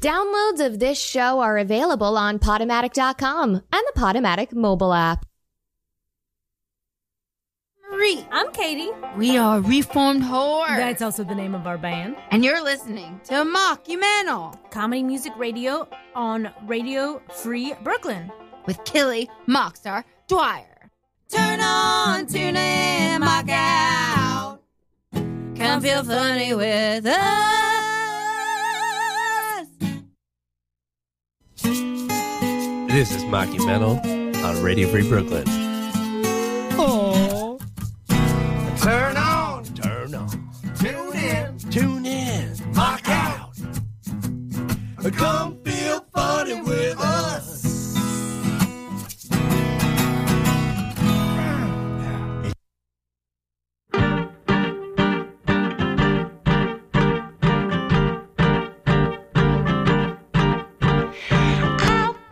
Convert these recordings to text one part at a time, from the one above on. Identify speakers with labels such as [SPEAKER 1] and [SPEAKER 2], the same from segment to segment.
[SPEAKER 1] Downloads of this show are available on Podomatic.com and the Podomatic mobile app.
[SPEAKER 2] Marie. I'm Katie.
[SPEAKER 3] We are Reformed Whore.
[SPEAKER 2] That's also the name of our band.
[SPEAKER 3] and you're listening to Mockumental
[SPEAKER 2] Comedy Music Radio on Radio Free Brooklyn.
[SPEAKER 3] with Killy Mockstar Dwyer. Turn on, tune in, mock out. Come feel funny with us.
[SPEAKER 4] This is Mocky Metal on Radio Free Brooklyn.
[SPEAKER 3] Oh.
[SPEAKER 4] Turn on, turn on, tune in, tune in, mock out. Come feel funny with us.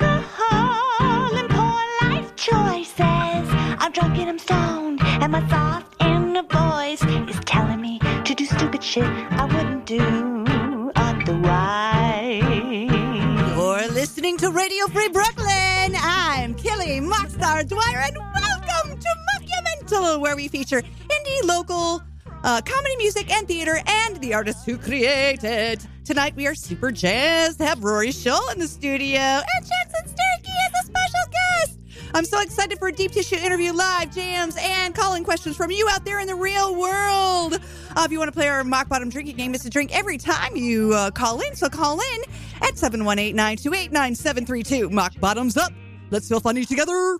[SPEAKER 5] Alcohol and poor life choices. I'm drunk and I'm stoned, and my soft inner voice is telling me to do stupid shit I wouldn't do otherwise.
[SPEAKER 3] You're listening to Radio Free Brooklyn. I'm Killy Mockstar Dwyer, and welcome to Mockumental, where we feature indie, local, uh, comedy music, and theater, and the artists who create it. Tonight, we are super jazzed to have Rory Schull in the studio and Jackson Sturkey as a special guest. I'm so excited for a deep tissue interview, live jams, and calling questions from you out there in the real world. Uh, if you want to play our mock bottom drinking game, it's a drink every time you uh, call in. So call in at 718 928 9732. Mock bottoms up. Let's feel funny together.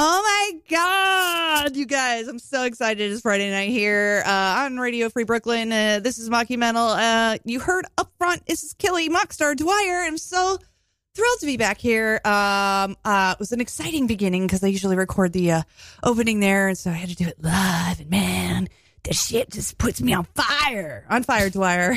[SPEAKER 6] Oh my God, you guys. I'm so excited. It's Friday night here uh, on Radio Free Brooklyn. Uh, this is Mocky Metal. Uh, you heard up front, this is Killy Mockstar Dwyer. I'm so thrilled to be back here. Um, uh, it was an exciting beginning because I usually record the uh, opening there, and so I had to do it live. And man, this shit just puts me on fire. On fire, Dwyer.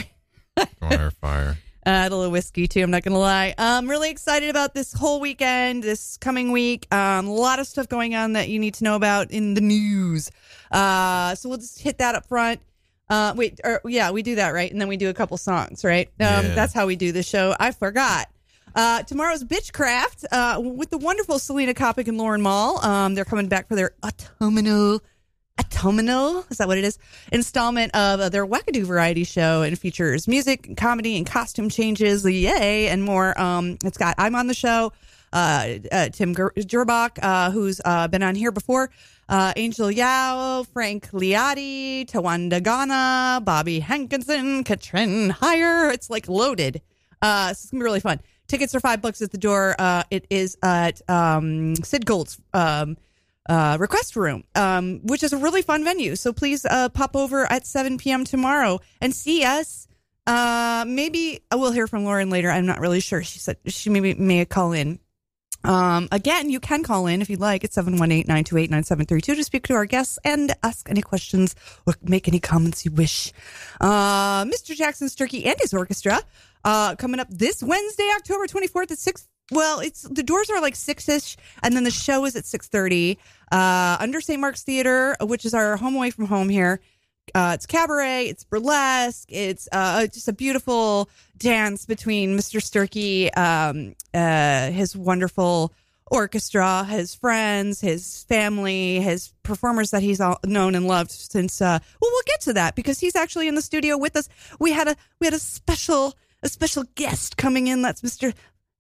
[SPEAKER 7] Fire, fire.
[SPEAKER 6] Add a little whiskey too. I'm not gonna lie. I'm really excited about this whole weekend, this coming week. Um, a lot of stuff going on that you need to know about in the news. Uh, so we'll just hit that up front. Uh, wait, or, yeah, we do that right, and then we do a couple songs, right? Um,
[SPEAKER 7] Yeah.
[SPEAKER 6] That's how we do the show. I forgot. Uh, tomorrow's Bitchcraft uh, with the wonderful Selena Kopic and Lauren Mall. Um, they're coming back for their autumnal autumnal is that what it is installment of uh, their wackadoo variety show and features music and comedy and costume changes yay and more um it's got i'm on the show uh, uh tim Ger- gerbach uh who's uh been on here before uh angel yao frank liotti tawanda ghana bobby hankinson katrin Heyer. it's like loaded uh so it's gonna be really fun tickets are five bucks at the door uh it is at um sid gold's um uh, request room, um, which is a really fun venue. So please uh, pop over at 7 p.m. tomorrow and see us. Uh, maybe I will hear from Lauren later. I'm not really sure. She said she maybe may call in. Um, again, you can call in if you'd like at 718 928 9732 to speak to our guests and ask any questions or make any comments you wish. Uh, Mr. Jackson Sturkey and his orchestra uh, coming up this Wednesday, October 24th at 6. Well, it's the doors are like six ish, and then the show is at six thirty. Uh, under St. Mark's Theater, which is our home away from home here. Uh, it's cabaret, it's burlesque, it's uh, just a beautiful dance between Mr. Sturkey, um, uh, his wonderful orchestra, his friends, his family, his performers that he's all known and loved since. Uh, well, we'll get to that because he's actually in the studio with us. We had a we had a special a special guest coming in. That's Mr.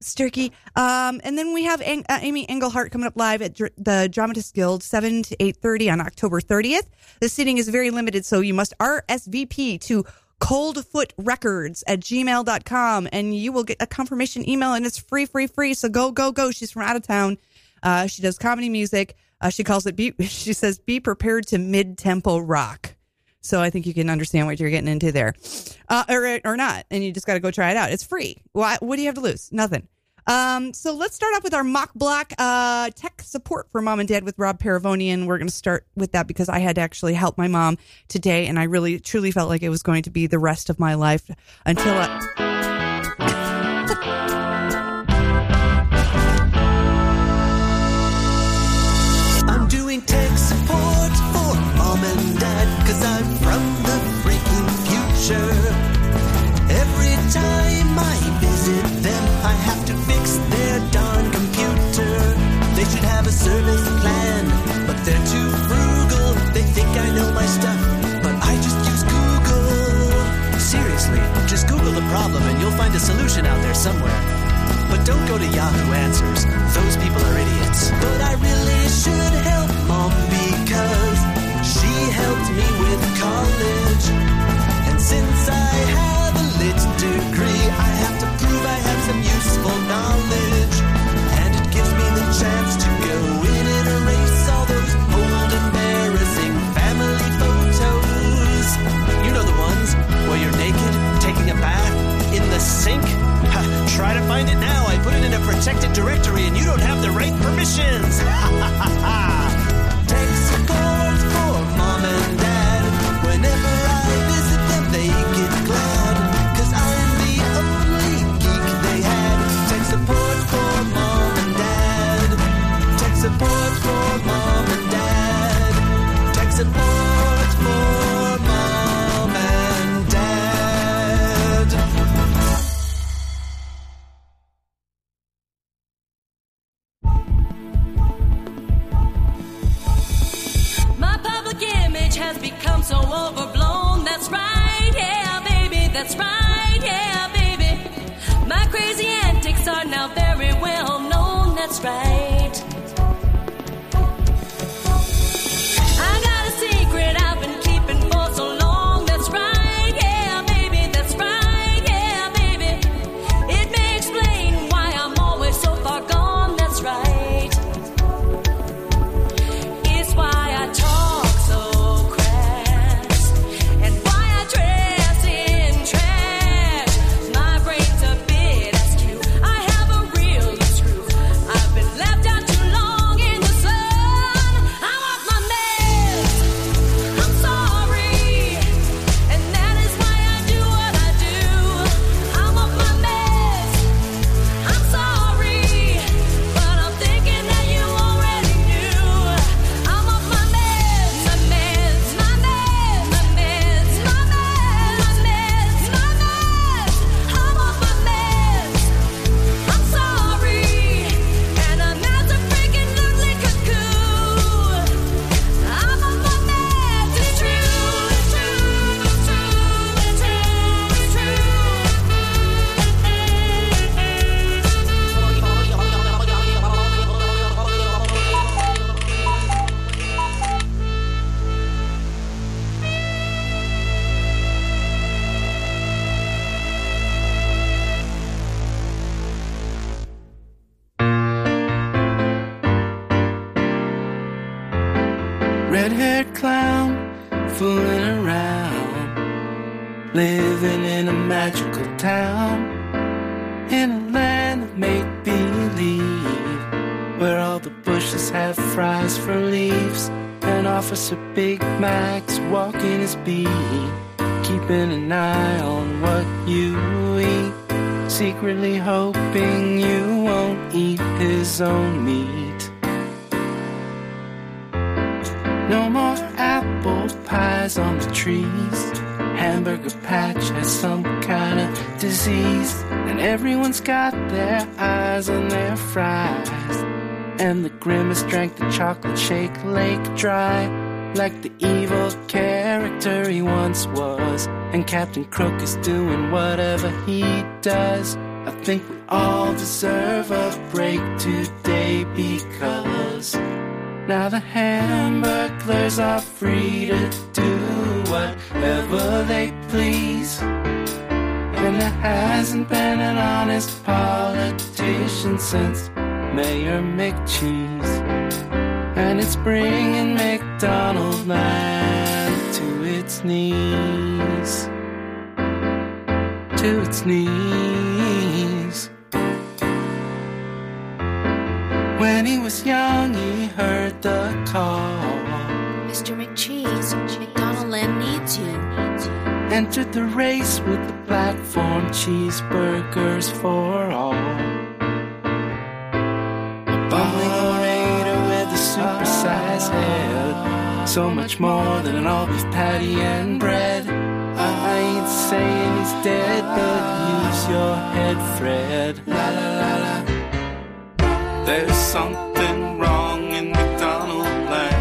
[SPEAKER 6] Sturkey. Um, and then we have Ang- uh, Amy Englehart coming up live at Dr- the Dramatist Guild, seven to eight thirty on October thirtieth. The seating is very limited, so you must RSVP to coldfootrecords at gmail.com and you will get a confirmation email and it's free free free so go go go she's from out of town Uh, she does comedy music. Uh, she calls it. Be, she says, "Be prepared to mid-tempo rock." So I think you can understand what you're getting into there, uh, or or not, and you just got to go try it out. It's free. Why? What do you have to lose? Nothing. Um, so let's start off with our mock block uh, tech support for mom and dad with Rob Paravonian. We're going to start with that because I had to actually help my mom today, and I really truly felt like it was going to be the rest of my life until I.
[SPEAKER 8] I'm doing tech support for mom and dad because I'm from the freaking future. Every time I visit them, I have to fix their darn computer. They should have a service plan, but they're too frugal. They think I know my stuff, but I just use Google. Seriously, just Google the problem and you'll find a solution out there somewhere. But don't go to Yahoo Answers. Those people are idiots. But I really should help mom because she helped me with college. And since I have a lit degree, I have to prove I have some useful knowledge. And it gives me the chance to go in and erase all those old embarrassing family photos. You know the ones where you're naked, taking a bath, in the sink? Ha, try to find it now. I put it in a protected directory and you don't have the right permissions. Tech support for mom and dad. Whenever I visit them, they get glad. Cause I'm the only geek they had. Tech support for mom and dad. Tech support for mom and dad. Tech support for mom and dad.
[SPEAKER 9] My public image has become so overblown. That's right, yeah, baby. That's right, yeah, baby. My crazy antics are now very well known. That's right. I got a secret I've been keeping for so long. That's right, yeah, baby. That's right, yeah, baby. It may explain why I'm always so far gone. That's right. It's why I talk so crass and why I dress in trash. My brain's a bit askew. I have a real screw. I've been left out too long in the sun. I want my meds. I'm sorry, and that is why I do what I do. I want my meds. I'm sorry, but I'm thinking that you already knew. I'm on my meds, my meds, my meds, my meds, my meds, my meds. I'm on my meds. I'm sorry, and I'm not a freaking lonely cuckoo. I'm on my meds. It's true, it's true, it's true, it's true, it's true.
[SPEAKER 8] Red haired clown fooling around, living in a magical town, in a land of make believe, where all the bushes have fries for leaves, and Officer Big Mac's walking his beat, keeping an eye on what you eat, secretly hoping you won't eat his own meat. No more apple pies on the trees. Hamburger Patch has some kind of disease. And everyone's got their eyes on their fries. And the grimace drank the chocolate shake lake dry. Like the evil character he once was. And Captain Crook is doing whatever he does. I think we all deserve a break today because. Now the hamburglers are free to do whatever they please. And there hasn't been an honest politician since
[SPEAKER 10] Mayor McCheese, and it's bringing McDonald land to its knees, to its knees. When he was young, he heard the call.
[SPEAKER 11] Mr. McCheese, McDonaldland needs you.
[SPEAKER 10] entered the race with the platform cheeseburgers for all. A bumbling orator with a supersized head, so much more than an all beef patty and bread. I ain't saying he's dead, but use your head, Fred. La la la la. There's something wrong in McDonald land.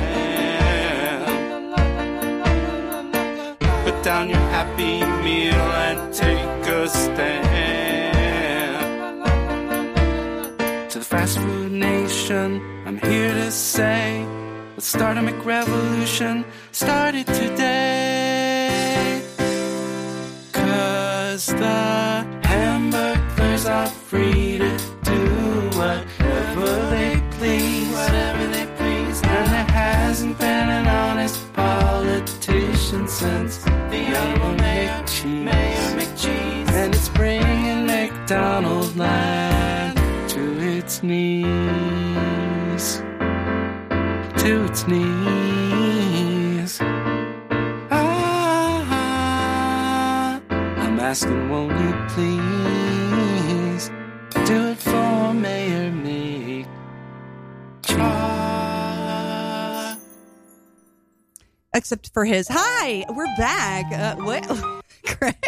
[SPEAKER 10] Put down your happy meal and take a stand. To the fast food nation, I'm here to say, let's start a McRevolution. Start it today. Cause the hamburgers are free to do whatever they please. Whatever they please. And there hasn't been an honest politician since the old McCheese. Mayor McCheese. And it's bringing McDonald's land to its knees. To its knees. Ah, I'm asking, won't you please do it for Mayor Meek?
[SPEAKER 6] except for his. Hi, we're back. Uh, what? Great.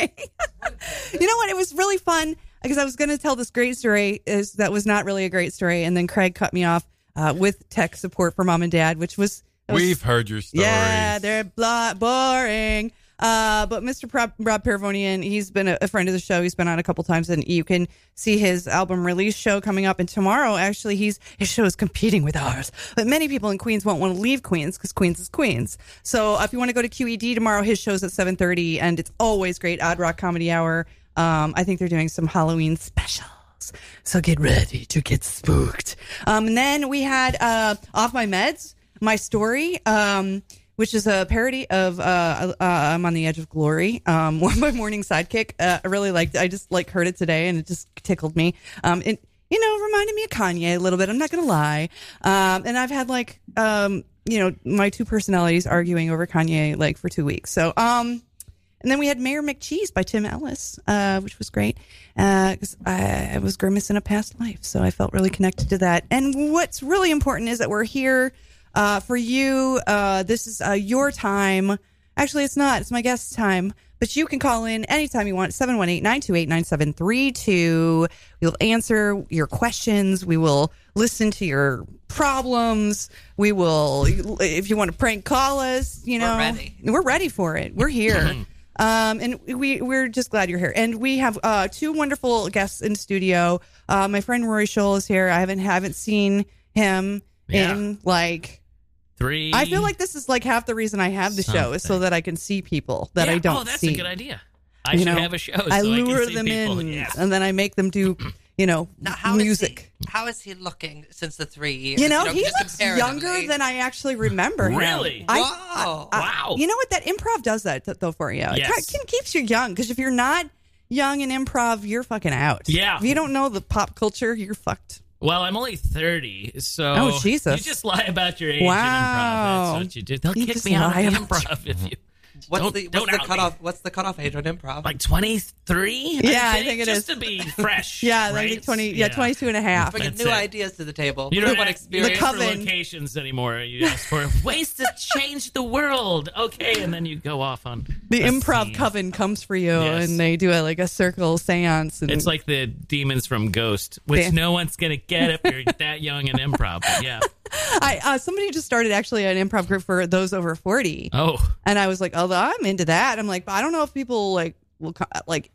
[SPEAKER 6] you know what? It was really fun because I was going to tell this great story is that was not really a great story, and then Craig cut me off uh, with tech support for mom and dad, which was, that was-
[SPEAKER 7] We've heard your stories.
[SPEAKER 6] yeah, they're blah, boring. Uh, but Mr. Prob- Rob Pervonian, he's been a, a friend of the show. He's been on a couple times, and you can see his album release show coming up. And tomorrow, actually, he's his show is competing with ours. But many people in Queens won't want to leave Queens because Queens is Queens. So if you want to go to QED tomorrow, his show's at seven thirty, and it's always great. Odd Rock Comedy Hour. Um, I think they're doing some Halloween specials. So get ready to get spooked. Um, and then we had uh, Off My Meds, My Story, um, which is a parody of uh, uh, I'm on the Edge of Glory, um, one by Morning Sidekick. Uh, I really liked I just like heard it today and it just tickled me. Um, it, you know, reminded me of Kanye a little bit. I'm not going to lie. Um, and I've had like, um, you know, my two personalities arguing over Kanye like for two weeks. So, um, and then we had Mayor McCheese by Tim Ellis, uh, which was great because I, I was grimace in a past life. So I felt really connected to that. And what's really important is that we're here uh, for you. Uh, this is uh, your time. Actually, it's not, it's my guest's time. But you can call in anytime you want, 718 928 9732. We'll answer your questions. We will listen to your problems. We will, if you want to prank call us, you know.
[SPEAKER 12] ready.
[SPEAKER 6] We're ready for it. We're
[SPEAKER 13] Mm-hmm.
[SPEAKER 6] here. Um, and we we're just glad you're here. And we have uh, two wonderful guests in studio. Uh, my friend Rory Scholl is here. I haven't haven't seen him
[SPEAKER 13] Yeah.
[SPEAKER 6] in like
[SPEAKER 13] Three.
[SPEAKER 6] I feel like this is like half the reason I have the show is so that I can see people that
[SPEAKER 13] Yeah.
[SPEAKER 6] I don't.
[SPEAKER 13] Oh, that's
[SPEAKER 6] see.
[SPEAKER 13] a good idea. I should have a show so I
[SPEAKER 6] I
[SPEAKER 13] can
[SPEAKER 6] lure
[SPEAKER 13] see
[SPEAKER 6] them
[SPEAKER 13] people.
[SPEAKER 6] in,
[SPEAKER 13] Yeah.
[SPEAKER 6] and then I make them do, you know, music.
[SPEAKER 12] How is he looking since the three years?
[SPEAKER 6] You know, he
[SPEAKER 12] just
[SPEAKER 6] looks
[SPEAKER 12] comparatively.
[SPEAKER 6] younger than I actually remember. him.
[SPEAKER 12] Really?
[SPEAKER 6] I,
[SPEAKER 12] Wow.
[SPEAKER 6] I- I-
[SPEAKER 12] Wow.
[SPEAKER 6] You know what? That improv does that th- though for you. It
[SPEAKER 13] Yes.
[SPEAKER 6] ki- keeps you young because if you're not young in improv, you're fucking out.
[SPEAKER 13] Yeah.
[SPEAKER 6] If you don't know the pop culture, you're fucked.
[SPEAKER 13] Well, I'm only 30, so
[SPEAKER 6] Oh, Jesus.
[SPEAKER 13] you just lie about your age
[SPEAKER 6] Wow.
[SPEAKER 13] in improv. That's what you do. They'll
[SPEAKER 6] You
[SPEAKER 13] kick
[SPEAKER 6] just
[SPEAKER 13] me out
[SPEAKER 6] lie
[SPEAKER 13] of
[SPEAKER 6] about
[SPEAKER 13] improv if you
[SPEAKER 12] What's
[SPEAKER 13] don't,
[SPEAKER 12] the what's
[SPEAKER 13] don't
[SPEAKER 12] the
[SPEAKER 13] out me.
[SPEAKER 12] cutoff? What's the cutoff age on improv?
[SPEAKER 13] Like 23?
[SPEAKER 6] Yeah, I
[SPEAKER 13] kidding.
[SPEAKER 6] think it
[SPEAKER 13] just
[SPEAKER 6] is.
[SPEAKER 13] to be fresh.
[SPEAKER 6] Yeah,
[SPEAKER 13] right?
[SPEAKER 6] I think 20, yeah, 22 and a half.
[SPEAKER 12] Bringing new ideas to the table.
[SPEAKER 13] You don't
[SPEAKER 12] new
[SPEAKER 13] ask
[SPEAKER 12] experience.
[SPEAKER 13] for locations anymore. You ask for ways to change the world. Okay, and then you go off on.
[SPEAKER 6] The improv coven comes for you,
[SPEAKER 13] Yes.
[SPEAKER 6] and they do a, like a circle seance. And
[SPEAKER 13] It's like the demons from Ghost, which
[SPEAKER 6] Yeah.
[SPEAKER 13] no one's gonna get if you're that young in improv. But yeah.
[SPEAKER 6] I uh, somebody just started actually an improv group for those over forty.
[SPEAKER 13] Oh,
[SPEAKER 6] and I was like, although I'm into that, I'm like, but I don't know if people like will co- like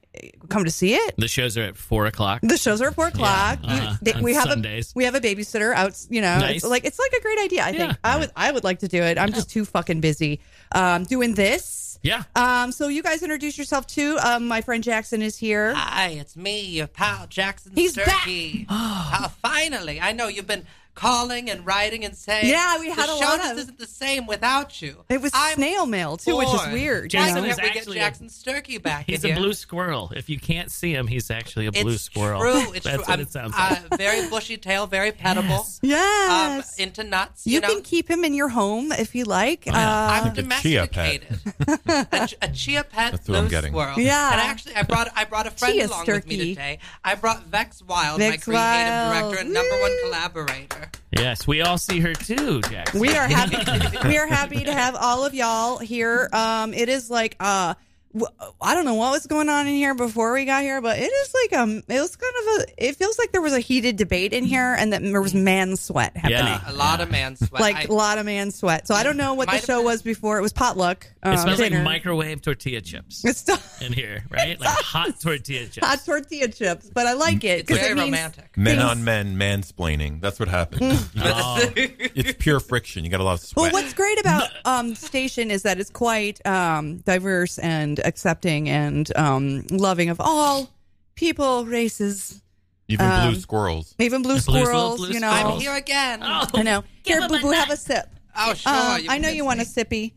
[SPEAKER 6] come to see it.
[SPEAKER 13] The shows are at four o'clock.
[SPEAKER 6] The shows are at four o'clock.
[SPEAKER 13] Yeah, uh-huh,
[SPEAKER 6] They-
[SPEAKER 13] on
[SPEAKER 6] we have
[SPEAKER 13] Sundays.
[SPEAKER 6] a we have a babysitter out. You know,
[SPEAKER 13] Nice.
[SPEAKER 6] it's like it's like a great idea. I
[SPEAKER 13] Yeah.
[SPEAKER 6] think I would I would like to do it. I'm just too fucking busy um, doing this.
[SPEAKER 13] Yeah.
[SPEAKER 6] Um. So you guys introduce yourself too. Um. My friend Jackson is here.
[SPEAKER 12] Hi, it's me, your pal Jackson
[SPEAKER 6] He's
[SPEAKER 12] Sturkey. Ah, finally, I know you've been calling and writing and saying,
[SPEAKER 6] Yeah, we had
[SPEAKER 12] the
[SPEAKER 6] a
[SPEAKER 12] show
[SPEAKER 6] lot
[SPEAKER 12] just
[SPEAKER 6] of-
[SPEAKER 12] isn't the same without you."
[SPEAKER 6] It was snail mail too, which is
[SPEAKER 12] Boy,
[SPEAKER 6] weird. you
[SPEAKER 12] Jackson
[SPEAKER 6] know?
[SPEAKER 12] is we get Jackson Sturkey back.
[SPEAKER 13] He's
[SPEAKER 12] in
[SPEAKER 13] a
[SPEAKER 12] here.
[SPEAKER 13] blue squirrel. If you can't see him, he's actually a blue
[SPEAKER 12] It's
[SPEAKER 13] squirrel.
[SPEAKER 12] True,
[SPEAKER 13] That's
[SPEAKER 12] it's true.
[SPEAKER 13] what
[SPEAKER 12] I'm-
[SPEAKER 13] it sounds like.
[SPEAKER 12] uh, very bushy tail, very petable.
[SPEAKER 6] Yes.
[SPEAKER 12] Um, into nuts. You,
[SPEAKER 6] You,
[SPEAKER 12] know,
[SPEAKER 6] can keep him in your home if you like.
[SPEAKER 12] I'm
[SPEAKER 6] Uh,
[SPEAKER 12] domesticated. a, ch- a chia pet
[SPEAKER 6] That's
[SPEAKER 12] blue
[SPEAKER 6] what I'm getting.
[SPEAKER 12] squirrel.
[SPEAKER 6] Yeah.
[SPEAKER 12] And actually, I brought I brought a friend
[SPEAKER 6] Chia
[SPEAKER 12] along with me
[SPEAKER 6] sturkey.
[SPEAKER 12] today. I brought Vex Wild, my
[SPEAKER 13] Vex
[SPEAKER 12] creative director and number one collaborator.
[SPEAKER 13] yes, we all see her too, Jackson.
[SPEAKER 6] We are happy. we are happy to have all of y'all here. Um, it is like uh, w- I don't know what was going on in here before we got here, but it is like um, it was kind of a. It feels like there was a heated debate in here, and that there was man sweat happening.
[SPEAKER 12] Mm-hmm. A lot of man sweat.
[SPEAKER 6] Like
[SPEAKER 12] I-
[SPEAKER 6] a lot of man sweat. So I don't know what the show was before. It was potluck. Um,
[SPEAKER 13] it smells
[SPEAKER 6] dinner.
[SPEAKER 13] like microwave tortilla chips
[SPEAKER 6] It's still
[SPEAKER 13] in here, right? Like hot tortilla chips.
[SPEAKER 6] hot tortilla chips, but I like it because it means
[SPEAKER 7] Men
[SPEAKER 6] things-
[SPEAKER 7] on men mansplaining. That's what happened.
[SPEAKER 6] Mm.
[SPEAKER 7] You just- it's pure friction. You got a lot of
[SPEAKER 6] Well,
[SPEAKER 7] sweat.
[SPEAKER 6] what's great about um, station is that it's quite um, diverse and accepting and um, loving of all people, races,
[SPEAKER 7] Even
[SPEAKER 6] um,
[SPEAKER 7] blue squirrels.
[SPEAKER 6] even blue
[SPEAKER 7] The blues- little
[SPEAKER 6] squirrels.
[SPEAKER 7] blue
[SPEAKER 6] you know,
[SPEAKER 12] I'm here again.
[SPEAKER 6] I know. Here, boo boo, have a sip.
[SPEAKER 12] Oh, sure.
[SPEAKER 6] Um,
[SPEAKER 12] You Oh,
[SPEAKER 6] I know
[SPEAKER 12] convinced
[SPEAKER 6] you want a sippy.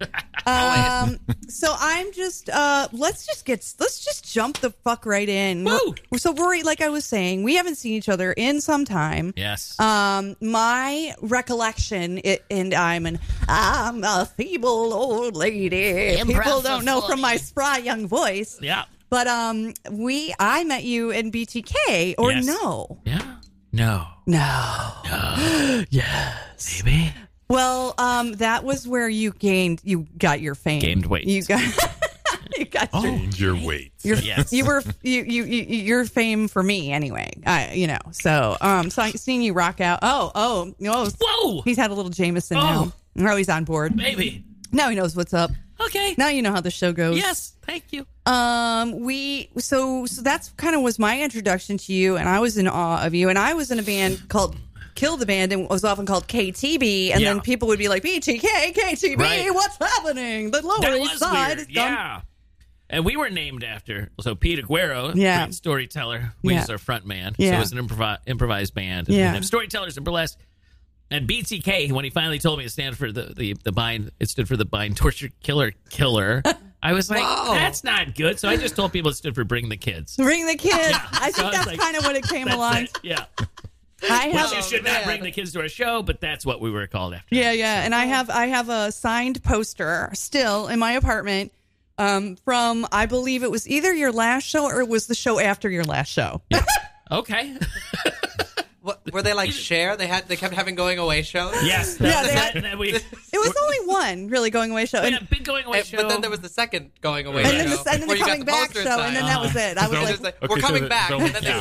[SPEAKER 6] Um, so I'm just uh, let's just get let's just jump the fuck right in. Woo! So Rory, like I was saying, we haven't seen each other in some time.
[SPEAKER 13] Yes.
[SPEAKER 6] Um, my recollection, it, and I'm an I'm a feeble old lady. People
[SPEAKER 13] Impressive
[SPEAKER 6] don't know from my spry young voice.
[SPEAKER 13] Yeah.
[SPEAKER 6] But um, we I met you in BTK or
[SPEAKER 13] Yes.
[SPEAKER 6] no?
[SPEAKER 13] No.
[SPEAKER 6] No.
[SPEAKER 13] yes. Maybe.
[SPEAKER 6] Well, um, that was where you gained, you got your fame, gained
[SPEAKER 13] weight. Oh.
[SPEAKER 6] You got, you got your,
[SPEAKER 7] Oh. your weight.
[SPEAKER 6] your you were you, you you your fame for me anyway. I you know so um so I seeing you rock out. Oh oh no!
[SPEAKER 13] Whoa!
[SPEAKER 6] He's had a little Jameson now. Oh, he's on board.
[SPEAKER 13] Maybe.
[SPEAKER 6] now he knows what's up.
[SPEAKER 13] Okay.
[SPEAKER 6] Now you know how the show goes.
[SPEAKER 13] Yes. Thank you.
[SPEAKER 6] Um, we so so that's kind of was my introduction to you, and I was in awe of you, and I was in a band called Kill the Band, and was often called KTB, and then
[SPEAKER 13] Yeah.
[SPEAKER 6] people would be like BTK, KTB,
[SPEAKER 13] Right.
[SPEAKER 6] what's happening? The Lower
[SPEAKER 13] That
[SPEAKER 6] East
[SPEAKER 13] was
[SPEAKER 6] Side
[SPEAKER 13] weird.
[SPEAKER 6] is done.
[SPEAKER 13] Yeah. And we were named after so Pete Aguero,
[SPEAKER 6] Yeah.
[SPEAKER 13] great storyteller. We
[SPEAKER 6] Yeah.
[SPEAKER 13] was our front man. So
[SPEAKER 6] Yeah.
[SPEAKER 13] it was an improv- improvised band. And
[SPEAKER 6] Yeah.
[SPEAKER 13] we have storytellers and burlesque. And BTK, when he finally told me it stand for the, the, the bind it stood for the bind torture killer killer. I was like,
[SPEAKER 6] Whoa.
[SPEAKER 13] that's not good. So I just told people it stood for bring the kids.
[SPEAKER 6] Bring the kids. I think
[SPEAKER 13] So I was
[SPEAKER 6] that's
[SPEAKER 13] like,
[SPEAKER 6] kind of what it came
[SPEAKER 13] That's
[SPEAKER 6] along.
[SPEAKER 13] it. Yeah.
[SPEAKER 6] I have
[SPEAKER 13] Which you should not bring the kids to our show, but that's what we were called after.
[SPEAKER 6] Yeah, yeah. And I have I have a signed poster still in my apartment um, from I believe it was either your last show or it was the show after your last show.
[SPEAKER 13] Okay.
[SPEAKER 12] What, were they like share? They had they kept having going away shows.
[SPEAKER 13] Yes.
[SPEAKER 6] Yeah, they
[SPEAKER 13] and then we
[SPEAKER 6] It was only one really going away show.
[SPEAKER 13] We
[SPEAKER 6] And-
[SPEAKER 13] had a big going away
[SPEAKER 12] And- But then there was the second going away
[SPEAKER 6] And then
[SPEAKER 12] show.
[SPEAKER 6] the- and then the
[SPEAKER 12] where you got
[SPEAKER 6] coming
[SPEAKER 12] the
[SPEAKER 6] back
[SPEAKER 12] poster
[SPEAKER 6] show, and then that was
[SPEAKER 12] signed.
[SPEAKER 6] it. I was
[SPEAKER 12] It
[SPEAKER 6] like-
[SPEAKER 12] just
[SPEAKER 7] Okay,
[SPEAKER 12] we're
[SPEAKER 7] so
[SPEAKER 12] coming
[SPEAKER 7] the-
[SPEAKER 12] back,
[SPEAKER 7] so
[SPEAKER 12] and then they
[SPEAKER 7] two.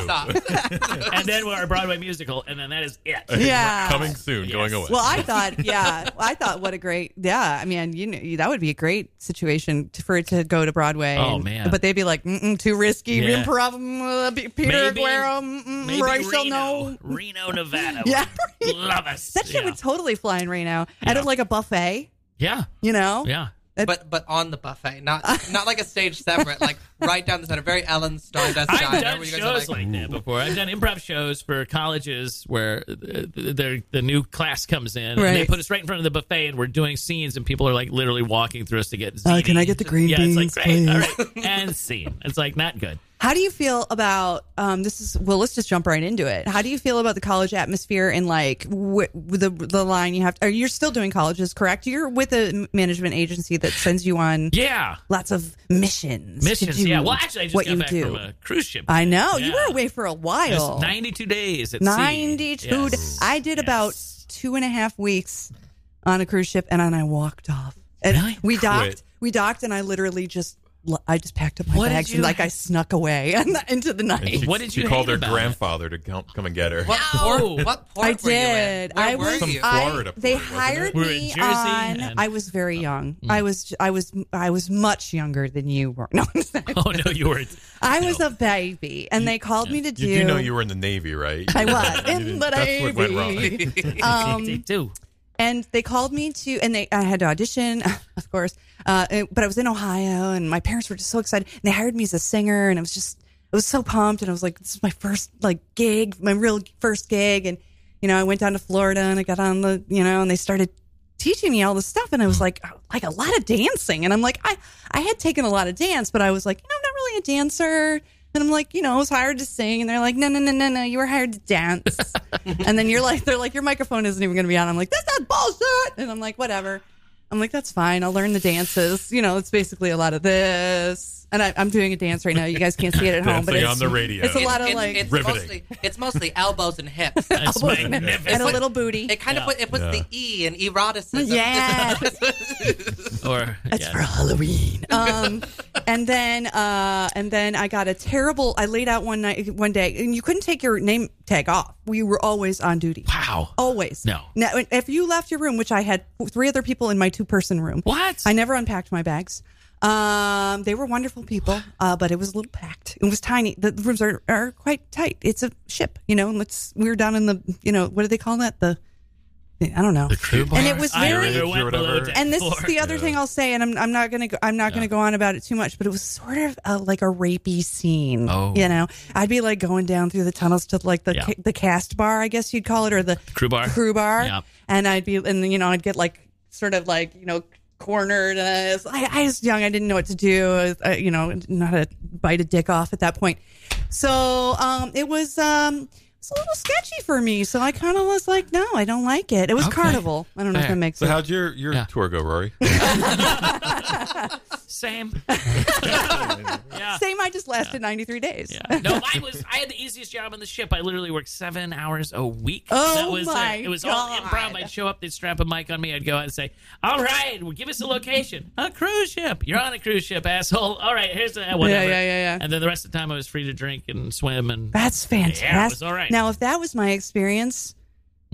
[SPEAKER 12] stopped.
[SPEAKER 13] and then our Broadway musical, and then that is it.
[SPEAKER 6] Yeah.
[SPEAKER 7] Coming soon, going away.
[SPEAKER 6] Well, I thought, yeah, I thought, what a great, yeah. I mean, you know, that would be a great situation to, for it to go to Broadway.
[SPEAKER 13] Oh,
[SPEAKER 6] and-
[SPEAKER 13] man.
[SPEAKER 6] But they'd be like, Mm-mm, too risky,
[SPEAKER 13] Yeah.
[SPEAKER 6] improv, mm, uh, P- Peter
[SPEAKER 13] Maybe-
[SPEAKER 6] Aguero, mm, mm,
[SPEAKER 13] maybe
[SPEAKER 6] Rachel,
[SPEAKER 13] Reno.
[SPEAKER 6] no.
[SPEAKER 13] Reno, Nevada.
[SPEAKER 6] Yeah.
[SPEAKER 13] would Love us.
[SPEAKER 6] That shit
[SPEAKER 13] yeah.
[SPEAKER 6] would totally fly in Reno. I don't like a buffet,
[SPEAKER 13] yeah.
[SPEAKER 6] you know?
[SPEAKER 13] Yeah.
[SPEAKER 12] But but on the buffet, not not like a stage separate, like right down the center, very Ellen Stardust
[SPEAKER 13] I've
[SPEAKER 12] diner.
[SPEAKER 13] done
[SPEAKER 12] where you guys are
[SPEAKER 13] shows like, that before. I've done improv shows for colleges where uh, they're, the new class comes in and they
[SPEAKER 6] Right.
[SPEAKER 13] put us right in front of the buffet and we're doing scenes and people are like literally walking through us to get.
[SPEAKER 6] Uh, can I get the green
[SPEAKER 13] yeah,
[SPEAKER 6] beans,
[SPEAKER 13] it's like great, all
[SPEAKER 6] please?
[SPEAKER 13] right, and scene. It's like not good.
[SPEAKER 6] How do you feel about um, this? Is well, let's just jump right into it. How do you feel about the college atmosphere and like wh- the the line you have? To, or you're still doing colleges, correct? You're with a management agency that sends you on
[SPEAKER 13] Yeah.
[SPEAKER 6] lots of missions. to
[SPEAKER 13] Missions.
[SPEAKER 6] do
[SPEAKER 13] Yeah. Well, actually, I just
[SPEAKER 6] what
[SPEAKER 13] got
[SPEAKER 6] you
[SPEAKER 13] back
[SPEAKER 6] do.
[SPEAKER 13] from a cruise ship.
[SPEAKER 6] I know you
[SPEAKER 13] Yeah.
[SPEAKER 6] were away for a while.
[SPEAKER 13] Just 92 days at sea.
[SPEAKER 6] Ninety-two.
[SPEAKER 13] Yes.
[SPEAKER 6] I did about two and a half weeks on a cruise ship, and then I walked off. And we docked.
[SPEAKER 13] Quit.
[SPEAKER 6] We docked, and I literally just l- I just packed up my
[SPEAKER 13] What did
[SPEAKER 6] bags and
[SPEAKER 13] you-
[SPEAKER 6] like I snuck away and into the night.
[SPEAKER 7] And she, she called her grandfather to come, come and get her.
[SPEAKER 12] What port, what port
[SPEAKER 6] I
[SPEAKER 12] were you in?
[SPEAKER 6] did.
[SPEAKER 12] Where
[SPEAKER 6] I
[SPEAKER 12] were
[SPEAKER 6] was.
[SPEAKER 12] you?
[SPEAKER 6] I-
[SPEAKER 7] Florida
[SPEAKER 6] they
[SPEAKER 7] port, wasn't
[SPEAKER 6] hired
[SPEAKER 7] it? We were in
[SPEAKER 6] me
[SPEAKER 7] Jersey
[SPEAKER 6] on.
[SPEAKER 7] and- Oh. Hmm.
[SPEAKER 6] I was very young. I was. I was. I was much younger than you were. No, I'm sorry.
[SPEAKER 13] Oh no, you weren't.
[SPEAKER 6] I was a baby, and they called me to do.
[SPEAKER 7] You do know you were in the Navy, right?
[SPEAKER 6] I
[SPEAKER 7] You
[SPEAKER 6] was
[SPEAKER 7] didn't-
[SPEAKER 6] in the
[SPEAKER 7] that's what went
[SPEAKER 6] Navy.
[SPEAKER 7] wrong.
[SPEAKER 6] Um,
[SPEAKER 13] They do.
[SPEAKER 6] And they called me to, and they I had to audition, of course. Uh, and- but I was in Ohio, and my parents were just so excited, and they hired me as a singer, and I was just, I was so pumped, and I was like, this is my first like gig, my real first gig, and you know, I went down to Florida, and I got on the, you know, and they started teaching me all this stuff, and I was like, "Oh, like a lot of dancing, and I'm like, I, I had taken a lot of dance, but I was like, you know, I'm not really a dancer. And I'm like, you know, I was hired to sing, and they're like, no, no, no, no, no, you were hired to dance. and then you're like, they're like, your microphone isn't even going to be on. I'm like, that's not bullshit. And I'm like, whatever. I'm like, that's fine. I'll learn the dances. You know, it's basically a lot of this. And I, I'm doing a dance right now. You guys can't see it at home, but
[SPEAKER 7] Dancing
[SPEAKER 6] it's
[SPEAKER 7] on the radio.
[SPEAKER 6] It's a lot of
[SPEAKER 12] It's-
[SPEAKER 6] like
[SPEAKER 12] it's
[SPEAKER 7] Riveting.
[SPEAKER 12] mostly it's mostly elbows and hips.
[SPEAKER 13] That's magnificent.
[SPEAKER 6] and a little booty.
[SPEAKER 12] It kind of put, it puts
[SPEAKER 7] Yeah.
[SPEAKER 12] the e in eroticism.
[SPEAKER 6] Yeah.
[SPEAKER 13] Or
[SPEAKER 6] That's
[SPEAKER 13] yeah.
[SPEAKER 6] for Halloween. Um, and then uh, and then I got a terrible. I laid out one night, one day, and you couldn't take your name tag off. We were always on duty.
[SPEAKER 13] Wow.
[SPEAKER 6] Always.
[SPEAKER 13] No.
[SPEAKER 6] Now, if you left your room, which I had three other people in my two person room.
[SPEAKER 13] What?
[SPEAKER 6] I never unpacked my bags. Um, they were wonderful people, uh, but it was a little packed. It was tiny. The rooms are, are quite tight. It's a ship, you know, and let's, we were down in the, you know, what do they call that? The, I don't know. The
[SPEAKER 7] crew
[SPEAKER 6] And it
[SPEAKER 7] bar?
[SPEAKER 6] was
[SPEAKER 13] I
[SPEAKER 6] very,
[SPEAKER 13] remember went
[SPEAKER 7] Or whatever.
[SPEAKER 13] below deck
[SPEAKER 6] and this
[SPEAKER 13] floor.
[SPEAKER 6] is the other thing I'll say, and I'm, I'm not gonna go, I'm not gonna go on about it too much, but it was sort of a, like a rapey scene.
[SPEAKER 13] Oh.
[SPEAKER 6] you know, I'd be like going down through the tunnels to like the
[SPEAKER 13] Yeah.
[SPEAKER 6] ca- the cast bar, I guess you'd call it, or the
[SPEAKER 13] crew bar.
[SPEAKER 6] crew bar,
[SPEAKER 13] Yeah.
[SPEAKER 6] and I'd be and you know I'd get like sort of like you know cornered. And I, was, I, I was young, I didn't know what to do. I, was, uh, you know, not to bite a dick off at that point. So um, it was. Um, it was a little sketchy for me, so I kind of was like, "No, I don't like it." It was
[SPEAKER 13] Okay.
[SPEAKER 6] carnival. I don't know if
[SPEAKER 13] Fair.
[SPEAKER 6] that makes
[SPEAKER 7] So
[SPEAKER 6] sense.
[SPEAKER 7] how'd your, your tour go, Rory?
[SPEAKER 13] Same. yeah.
[SPEAKER 6] Same. I just lasted 93 days.
[SPEAKER 13] Yeah. No, I was. I had the easiest job on the ship. I literally worked seven hours a week.
[SPEAKER 6] Oh,
[SPEAKER 13] that was uh,
[SPEAKER 6] my
[SPEAKER 13] it. It was all
[SPEAKER 6] God.
[SPEAKER 13] improv. I'd show up, they'd strap a mic on me. I'd go out and say, "All right, well, give us a location. A cruise ship. You're on a cruise ship, asshole. All right, here's a whatever."
[SPEAKER 6] yeah, yeah, yeah.
[SPEAKER 13] And then the rest of the time, I was free to drink and swim and
[SPEAKER 6] That's fantastic.
[SPEAKER 13] Yeah, it was all right.
[SPEAKER 6] Now, if that was my experience,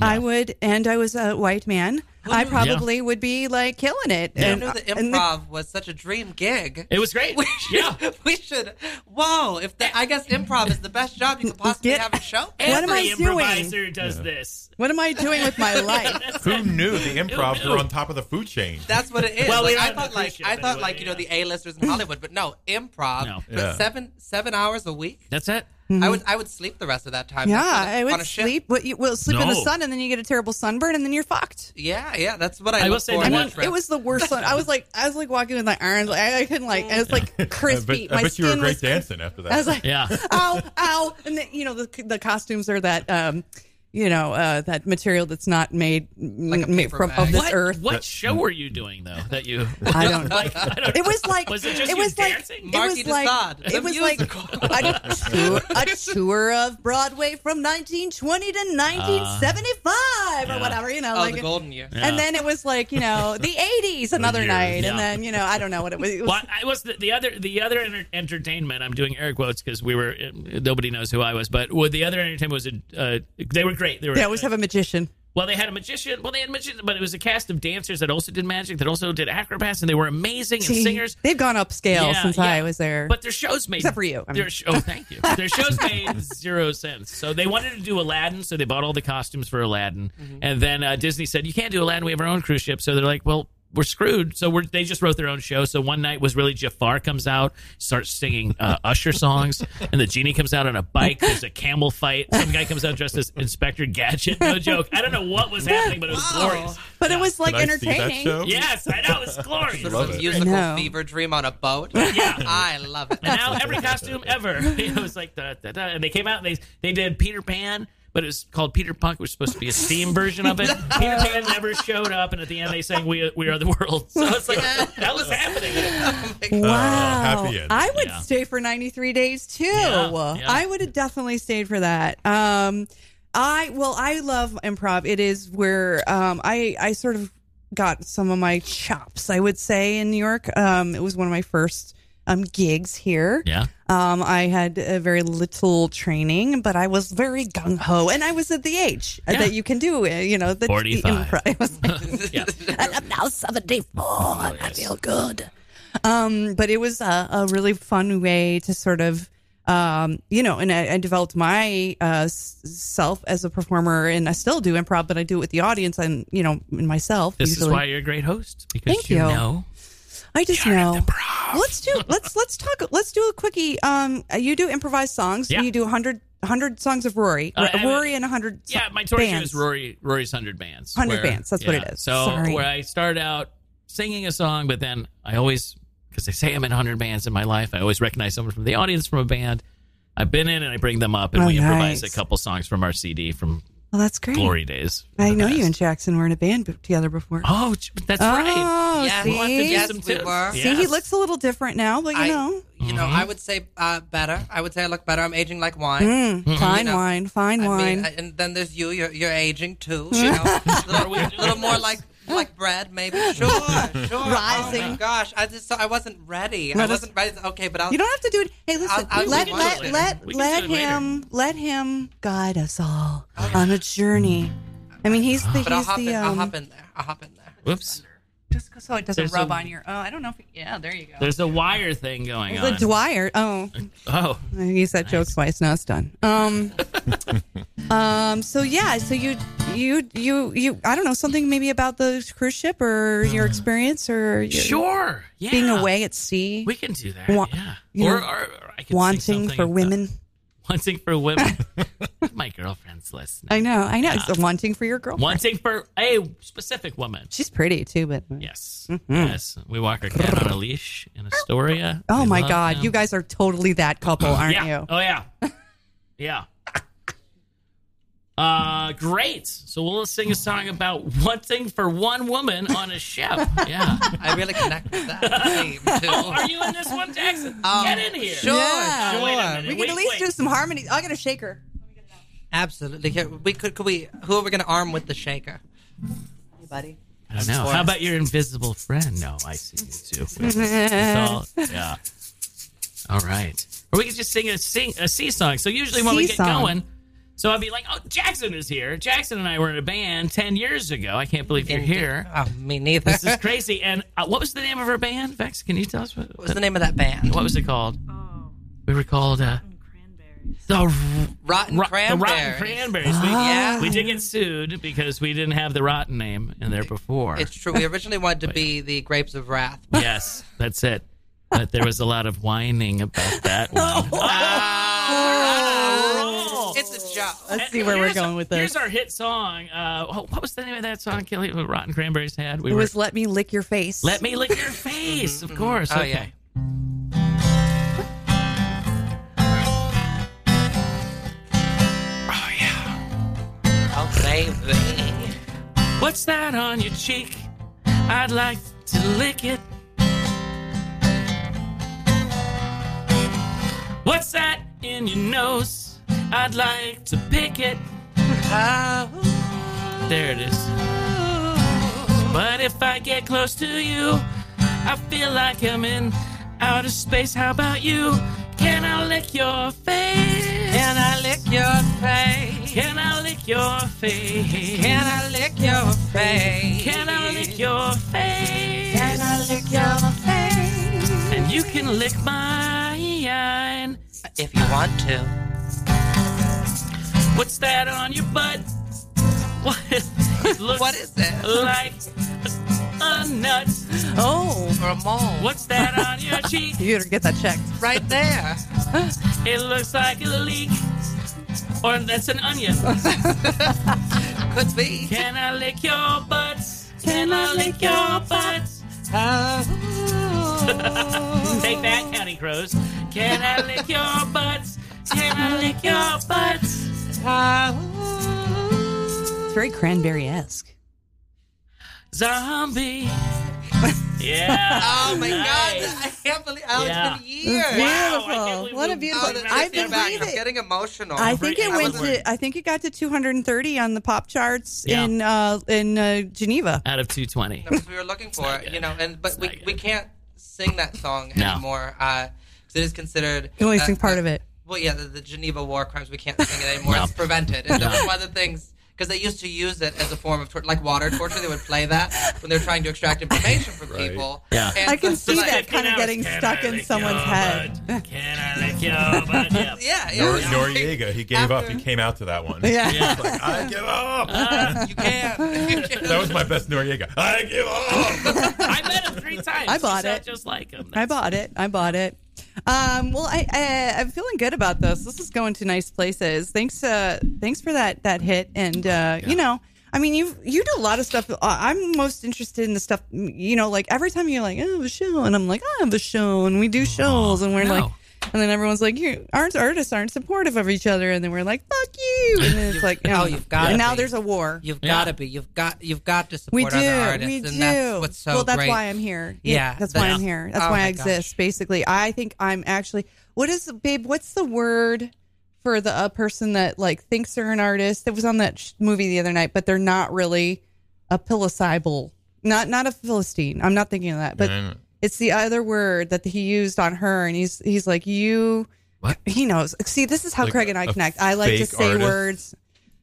[SPEAKER 6] I would, and I was a white man, I
[SPEAKER 12] knew?
[SPEAKER 6] probably would be like killing it.
[SPEAKER 12] I
[SPEAKER 6] And,
[SPEAKER 12] knew the
[SPEAKER 6] and the-
[SPEAKER 12] improv was such a dream gig.
[SPEAKER 13] it was great.
[SPEAKER 12] We should,
[SPEAKER 13] yeah.
[SPEAKER 12] we should. Whoa! If that, I guess improv is the best job you could possibly
[SPEAKER 6] Get-
[SPEAKER 12] have in show.
[SPEAKER 6] What am
[SPEAKER 13] Every
[SPEAKER 6] I doing?
[SPEAKER 13] improviser does this.
[SPEAKER 6] what am I doing with my life?
[SPEAKER 7] Who knew the improv
[SPEAKER 13] knew?
[SPEAKER 7] were on top of the food chain?
[SPEAKER 12] That's what it is.
[SPEAKER 13] Well, we
[SPEAKER 12] like,
[SPEAKER 13] were
[SPEAKER 12] I
[SPEAKER 13] on the
[SPEAKER 12] thought,
[SPEAKER 13] cruise
[SPEAKER 12] like
[SPEAKER 13] ship
[SPEAKER 12] I thought,
[SPEAKER 13] anyway,
[SPEAKER 12] like you know,
[SPEAKER 13] yeah.
[SPEAKER 12] the A-listers in Hollywood, but no, improv.
[SPEAKER 13] No.
[SPEAKER 12] But
[SPEAKER 7] Yeah.
[SPEAKER 12] seven seven hours a week.
[SPEAKER 13] That's it.
[SPEAKER 12] I would I would sleep the rest of that time.
[SPEAKER 6] Mm-hmm. yeah,
[SPEAKER 12] That's
[SPEAKER 6] I
[SPEAKER 12] on a- on
[SPEAKER 6] would
[SPEAKER 12] a ship.
[SPEAKER 6] sleep. Well, you, well, sleep in the
[SPEAKER 13] No.
[SPEAKER 6] sun, and then you get a terrible sunburn, and then you're fucked.
[SPEAKER 12] Yeah, yeah, that's what I,
[SPEAKER 13] I
[SPEAKER 12] look
[SPEAKER 13] will say
[SPEAKER 12] for
[SPEAKER 13] the
[SPEAKER 12] in
[SPEAKER 13] one
[SPEAKER 12] one trip.
[SPEAKER 6] It was the worst one. I was like, I was like walking with my arms. I, I couldn't like. It was like crispy.
[SPEAKER 7] I bet, I
[SPEAKER 6] my
[SPEAKER 7] bet you were
[SPEAKER 6] skin
[SPEAKER 7] great
[SPEAKER 6] was-
[SPEAKER 7] dancing after that.
[SPEAKER 6] I was like,
[SPEAKER 13] Yeah.
[SPEAKER 6] ow, ow, and the, you know the the costumes are that um, you know uh, that material that's not made
[SPEAKER 12] a
[SPEAKER 6] m-
[SPEAKER 12] paper
[SPEAKER 6] from
[SPEAKER 12] bag.
[SPEAKER 6] of this
[SPEAKER 13] What,
[SPEAKER 6] earth.
[SPEAKER 13] what show were you doing though? That you?
[SPEAKER 6] I don't know.
[SPEAKER 13] like, I don't
[SPEAKER 6] It was like
[SPEAKER 13] Was it just you
[SPEAKER 6] was like
[SPEAKER 13] dancing?
[SPEAKER 6] it
[SPEAKER 12] Marky
[SPEAKER 6] was like
[SPEAKER 12] Desaad, the
[SPEAKER 6] it was like a tour, a tour of Broadway from 1920 to 1975
[SPEAKER 13] yeah.
[SPEAKER 6] or whatever you know
[SPEAKER 12] oh,
[SPEAKER 6] like
[SPEAKER 12] the golden year.
[SPEAKER 13] Ah. Yeah.
[SPEAKER 6] and then it was like you know the 80s another
[SPEAKER 7] years,
[SPEAKER 6] night
[SPEAKER 13] yeah.
[SPEAKER 6] and then you know I don't know what it was, it was
[SPEAKER 13] Well, I was the, the other the other enter- entertainment. I'm doing air quotes because we were um, nobody knows who I was, but well, the other entertainment was a, uh, they were great. They were
[SPEAKER 6] they always have a magician
[SPEAKER 13] well, they had a magician. Well, they had magician, but it was a cast of dancers that also did magic, that also did acrobats, and they were amazing and singers.
[SPEAKER 6] they've gone upscale
[SPEAKER 13] Yeah,
[SPEAKER 6] since I
[SPEAKER 13] yeah.
[SPEAKER 6] was there
[SPEAKER 13] But their shows made
[SPEAKER 6] Except for you, I
[SPEAKER 13] their
[SPEAKER 6] mean.
[SPEAKER 13] sh- oh, thank you. Their shows made zero sense. So they wanted to do Aladdin, so they bought all the costumes for Aladdin,
[SPEAKER 6] Mm-hmm.
[SPEAKER 13] and then uh, Disney said, "You can't do Aladdin. We have our own cruise ship." So they're like, "Well." We're screwed. So we're, they just wrote their own show. So one night was really Jafar comes out, starts singing uh, Usher songs, and the genie comes out on a bike. There's a camel fight. Some guy comes out dressed as Inspector Gadget. No joke. I don't know what was happening, but it was glorious.
[SPEAKER 6] but it was like
[SPEAKER 7] Can I see that
[SPEAKER 6] entertaining
[SPEAKER 7] show?
[SPEAKER 13] Yes, I know. It was glorious.
[SPEAKER 12] Sort
[SPEAKER 7] Love
[SPEAKER 12] of a
[SPEAKER 7] it.
[SPEAKER 12] musical
[SPEAKER 6] No.
[SPEAKER 12] fever dream on a boat. Yeah, I love it.
[SPEAKER 13] and now every costume ever. It was like da, da, da. and they came out and they they did Peter Pan, but it was called Peter Punk, which was supposed to be a steam version of it. Peter Pan never showed up, and at the end they sang "We We Are the World." So it's like that was happening.
[SPEAKER 7] Oh
[SPEAKER 6] Wow.
[SPEAKER 7] Uh, happy end.
[SPEAKER 6] I would
[SPEAKER 13] Yeah.
[SPEAKER 6] stay for 93 days too.
[SPEAKER 13] Yeah, yeah.
[SPEAKER 6] I would have definitely stayed for that. Um, I, well, I love improv. It is where, um, I, I sort of got some of my chops, I would say, in New York. Um, it was one of my first um, gigs here.
[SPEAKER 13] Yeah.
[SPEAKER 6] Um, I had a very little training, but I was very gung ho, and I was at the age uh,
[SPEAKER 13] Yeah.
[SPEAKER 6] that you can do, uh, you know, the, the
[SPEAKER 13] 45.
[SPEAKER 6] improv. I was like, and I'm now seventy-four.
[SPEAKER 13] Oh,
[SPEAKER 6] and I feel good. Um, but it was a, a really fun way to sort of, um, you know, and I, I developed my uh, s- self as a performer, and I still do improv, but I do it with the audience and you know, and myself.
[SPEAKER 13] This
[SPEAKER 6] usually.
[SPEAKER 13] is why you're a great host because
[SPEAKER 6] Thank
[SPEAKER 13] you
[SPEAKER 6] you.
[SPEAKER 13] know.
[SPEAKER 6] I just know. Let's do let's let's talk let's do a quickie. Um, you do improvised songs.
[SPEAKER 13] Yeah.
[SPEAKER 6] You do 100, 100 songs of Rory,
[SPEAKER 13] Uh, I-
[SPEAKER 6] Rory and hundred.
[SPEAKER 13] Yeah, my tour show
[SPEAKER 6] bands.
[SPEAKER 13] is Rory Rory's Hundred Bands.
[SPEAKER 6] 100 Bands, that's what it is.
[SPEAKER 13] So
[SPEAKER 6] Sorry.
[SPEAKER 13] where I start out singing a song, but then I always because I say I'm in hundred bands in my life, I always recognize someone from the audience from a band I've been in, and I bring them up, and
[SPEAKER 6] Oh,
[SPEAKER 13] we improvise
[SPEAKER 6] nice.
[SPEAKER 13] a couple songs from our CD from
[SPEAKER 6] Well, that's great.
[SPEAKER 13] Glory Days.
[SPEAKER 6] I know you and Jackson were in a band b- together before.
[SPEAKER 13] Oh, j- that's
[SPEAKER 6] Oh,
[SPEAKER 13] right.
[SPEAKER 6] see,
[SPEAKER 12] we'll have to do Yes, some we
[SPEAKER 6] see,
[SPEAKER 12] tips. were.
[SPEAKER 6] he
[SPEAKER 12] Yes.
[SPEAKER 6] looks a little different now, but you
[SPEAKER 12] I-
[SPEAKER 6] know,
[SPEAKER 12] You know, I would say uh, better. I would say I look better. I'm aging like wine.
[SPEAKER 6] Mm,
[SPEAKER 12] Mm-hmm. You
[SPEAKER 6] fine
[SPEAKER 12] know,
[SPEAKER 6] wine, fine
[SPEAKER 12] I
[SPEAKER 6] wine. Mm.
[SPEAKER 12] mean, I- and then there's you. You're, you're aging too. You know, a little, little more like like bread, maybe. Sure, sure. Oh my
[SPEAKER 6] Rising.
[SPEAKER 12] gosh, I just I wasn't ready. I
[SPEAKER 6] Let us-
[SPEAKER 12] wasn't ready. Okay, but I'll.
[SPEAKER 6] you don't have to do it. Hey, listen,
[SPEAKER 12] I'll- I'll
[SPEAKER 6] let
[SPEAKER 12] do it
[SPEAKER 6] let
[SPEAKER 12] later.
[SPEAKER 6] let
[SPEAKER 12] We can
[SPEAKER 6] let
[SPEAKER 12] do it later.
[SPEAKER 6] him let him guide us all on a journey. I mean, he's the
[SPEAKER 12] Uh-huh. But I'll
[SPEAKER 6] he's
[SPEAKER 12] hop,
[SPEAKER 6] the
[SPEAKER 12] in,
[SPEAKER 6] um,
[SPEAKER 12] I'll hop in there. I'll hop in there.
[SPEAKER 13] Whoops.
[SPEAKER 6] so it doesn't
[SPEAKER 13] There's
[SPEAKER 6] rub
[SPEAKER 13] a-
[SPEAKER 6] on your. Oh, I don't know if. Yeah, there you go.
[SPEAKER 13] There's a wire thing going
[SPEAKER 6] There's
[SPEAKER 13] on.
[SPEAKER 6] a Dwyer. Oh,
[SPEAKER 13] Oh,
[SPEAKER 6] I used that joke twice. Now it's done. Um, um. So yeah. So you, you, you, you. I don't know something maybe about the cruise ship or your experience or your,
[SPEAKER 13] Sure, yeah.
[SPEAKER 6] being away at sea.
[SPEAKER 13] we can do that.
[SPEAKER 6] Wa-
[SPEAKER 13] yeah.
[SPEAKER 6] you
[SPEAKER 13] Or,
[SPEAKER 6] know,
[SPEAKER 13] or, or I could sing
[SPEAKER 6] wanting
[SPEAKER 13] something
[SPEAKER 6] for
[SPEAKER 13] about-
[SPEAKER 6] women.
[SPEAKER 13] Wanting for women. My girlfriend's listening.
[SPEAKER 6] I know. I know. It's wanting for your girlfriend.
[SPEAKER 13] Wanting for a specific woman.
[SPEAKER 6] She's pretty too, but uh, mm-hmm.
[SPEAKER 13] Yes. Yes. We walk our cat on a leash in Astoria.
[SPEAKER 6] Oh
[SPEAKER 13] We
[SPEAKER 6] my
[SPEAKER 13] love
[SPEAKER 6] God,
[SPEAKER 13] them.
[SPEAKER 6] you guys are totally that couple, aren't
[SPEAKER 13] yeah.
[SPEAKER 6] you?
[SPEAKER 13] Oh yeah. Yeah. Uh, great. So we'll sing a song about one thing for one woman on a ship. Yeah.
[SPEAKER 12] I really connect with that theme too.
[SPEAKER 13] Oh, are you in this one, Jackson?
[SPEAKER 12] Um,
[SPEAKER 13] Get in here.
[SPEAKER 12] Sure.
[SPEAKER 6] Yeah.
[SPEAKER 12] sure.
[SPEAKER 13] Wait a minute.
[SPEAKER 6] We can
[SPEAKER 13] Wait,
[SPEAKER 6] at least
[SPEAKER 13] wait.
[SPEAKER 6] do some harmonies. I got a shaker.
[SPEAKER 12] Absolutely. Here, we could. Could we? Who are we going to arm with the shaker? Hey, buddy.
[SPEAKER 13] I don't know. How about your invisible friend? No, I see you too. It's all- yeah. All right. Or we could just sing a sing a sea song. So usually when we get
[SPEAKER 6] Sea song.
[SPEAKER 13] going, so I'd be like, "Oh, Jackson is here. Jackson and I were in a band ten years ago. I can't believe you're here.
[SPEAKER 12] Oh, me neither.
[SPEAKER 13] This is crazy." And uh, what was the name of her band? Vex, can you tell us what,
[SPEAKER 12] What's the name of that band?
[SPEAKER 13] What was it called? We were called uh, the
[SPEAKER 12] Rotten
[SPEAKER 13] Ro-
[SPEAKER 12] Cranberries. Oh.
[SPEAKER 13] The Rotten Cranberries. We,
[SPEAKER 6] Ah.
[SPEAKER 12] Yeah.
[SPEAKER 13] we did get sued because we didn't have the Rotten name in there before.
[SPEAKER 12] It's true. We originally wanted to be the Grapes of Wrath.
[SPEAKER 13] Yes, that's it. But there was a lot of whining about that one. Oh,
[SPEAKER 12] It's a joke.
[SPEAKER 6] Oh. Let's see where we're
[SPEAKER 13] Here's-
[SPEAKER 6] going with this.
[SPEAKER 13] Here's our hit song. Uh, oh, what was the name of that song, Kelly? What Rotten Cranberries had? We
[SPEAKER 6] It
[SPEAKER 13] were-
[SPEAKER 6] was "Let Me Lick Your Face."
[SPEAKER 13] Let Me Lick Your Face, of course.
[SPEAKER 12] Oh,
[SPEAKER 13] okay.
[SPEAKER 12] yeah. Oh, baby.
[SPEAKER 13] What's that on your cheek? I'd like to lick it. What's that in your nose? I'd like to pick it. There it is. But if I get close to you, I feel like I'm in outer space. How about you? Can I lick your face?
[SPEAKER 12] Can I lick your face?
[SPEAKER 13] Can I lick your face?
[SPEAKER 12] Can I lick your face?
[SPEAKER 13] Can I lick your face?
[SPEAKER 12] Can I lick your face?
[SPEAKER 13] And you can lick mine.
[SPEAKER 12] If you want to.
[SPEAKER 13] What's that on your butt? What? It looks
[SPEAKER 12] What is it?
[SPEAKER 13] like a nut.
[SPEAKER 6] Oh,
[SPEAKER 12] Or a mole.
[SPEAKER 13] What's that on your cheek?
[SPEAKER 6] you better get that checked.
[SPEAKER 12] Right there.
[SPEAKER 13] It looks like a leek. Or that's an onion.
[SPEAKER 12] Could be.
[SPEAKER 13] Can I lick your butt? Can I lick your butt?
[SPEAKER 12] Oh.
[SPEAKER 13] Take that, County Crows. Can I lick your butts? Can I lick your butts?
[SPEAKER 12] Oh.
[SPEAKER 6] It's very cranberry esque.
[SPEAKER 13] Zombie. Yeah.
[SPEAKER 12] Oh my god,
[SPEAKER 13] Nice.
[SPEAKER 12] I can't believe oh,
[SPEAKER 13] Yeah.
[SPEAKER 12] it's been years.
[SPEAKER 13] Wow, Oh, I can't
[SPEAKER 6] Beautiful.
[SPEAKER 13] believe
[SPEAKER 6] What a
[SPEAKER 13] we-
[SPEAKER 6] beautiful-
[SPEAKER 12] Oh,
[SPEAKER 6] But
[SPEAKER 12] the
[SPEAKER 6] I've been
[SPEAKER 12] feedback,
[SPEAKER 6] reading-
[SPEAKER 12] I'm getting emotional.
[SPEAKER 6] I think it
[SPEAKER 13] every
[SPEAKER 6] went
[SPEAKER 13] hour.
[SPEAKER 6] to. I think it got to 230 on the pop charts
[SPEAKER 13] Yeah.
[SPEAKER 6] in uh, in uh, Geneva.
[SPEAKER 13] Out of 220.
[SPEAKER 12] That was what we were looking for, you know, and but we, we can't sing that song
[SPEAKER 6] No.
[SPEAKER 12] anymore because it is considered.
[SPEAKER 6] You only
[SPEAKER 12] uh,
[SPEAKER 6] sing part of it.
[SPEAKER 12] Well, yeah, the, the Geneva war crimes. We can't sing it anymore.
[SPEAKER 6] No.
[SPEAKER 12] It's prevented, and
[SPEAKER 6] No.
[SPEAKER 12] that's one of the things because they used to use it as a form of torture, like water torture. They would play that when they're trying to extract information from people.
[SPEAKER 13] Yeah.
[SPEAKER 12] And
[SPEAKER 6] I can
[SPEAKER 12] so-
[SPEAKER 6] see
[SPEAKER 12] like-
[SPEAKER 6] that kind of getting stuck in someone's head.
[SPEAKER 13] yeah,
[SPEAKER 12] yeah.
[SPEAKER 7] Nor- Noriega, he gave up. He came out to that one.
[SPEAKER 6] Yeah.
[SPEAKER 7] He was like, I give up.
[SPEAKER 12] you can't.
[SPEAKER 7] That was my best Noriega. I give up.
[SPEAKER 13] I met him three times.
[SPEAKER 6] I
[SPEAKER 13] He
[SPEAKER 6] bought
[SPEAKER 13] sounds
[SPEAKER 6] it.
[SPEAKER 13] Just like him.
[SPEAKER 6] I bought it. I bought it. Um, well, I, I I'm feeling good about this. This is going to nice places. Thanks, uh, thanks for that that hit. And uh, you know, I mean, you you do a lot of stuff. Uh, I'm most interested in the stuff. You know, like every time you're like, I have a show, and I'm like, I have a show, and we do shows, and we're
[SPEAKER 13] no.
[SPEAKER 6] like. And then everyone's like, "You aren't artists aren't supportive of each other," and then we're like, "Fuck you!" And then it's like,
[SPEAKER 12] oh,
[SPEAKER 6] no.
[SPEAKER 12] you've got.
[SPEAKER 6] And now there's a war.
[SPEAKER 12] You've
[SPEAKER 6] Yeah.
[SPEAKER 12] got to be. You've got. You've got to support
[SPEAKER 6] We do.
[SPEAKER 12] other artists,
[SPEAKER 6] We
[SPEAKER 12] and
[SPEAKER 6] do.
[SPEAKER 12] that's what's so
[SPEAKER 6] well, that's
[SPEAKER 12] great.
[SPEAKER 6] why I'm here.
[SPEAKER 12] Yeah,
[SPEAKER 6] Yeah, that's why I'm here. That's
[SPEAKER 12] Oh
[SPEAKER 6] why
[SPEAKER 12] my
[SPEAKER 6] I exist. Basically, I think I'm actually. What is babe? What's the word for the uh, person that like thinks they're an artist? That was on that sh- movie the other night, but they're not really a pilicidal. Not not a philistine. I'm not thinking of that, but.
[SPEAKER 13] Mm.
[SPEAKER 6] It's the other word that he used on her, and he's he's like you. What he knows? See, this is how
[SPEAKER 13] Like
[SPEAKER 6] Craig and I
[SPEAKER 13] a
[SPEAKER 6] connect. I like to
[SPEAKER 13] fake
[SPEAKER 6] say
[SPEAKER 13] artist?
[SPEAKER 6] words.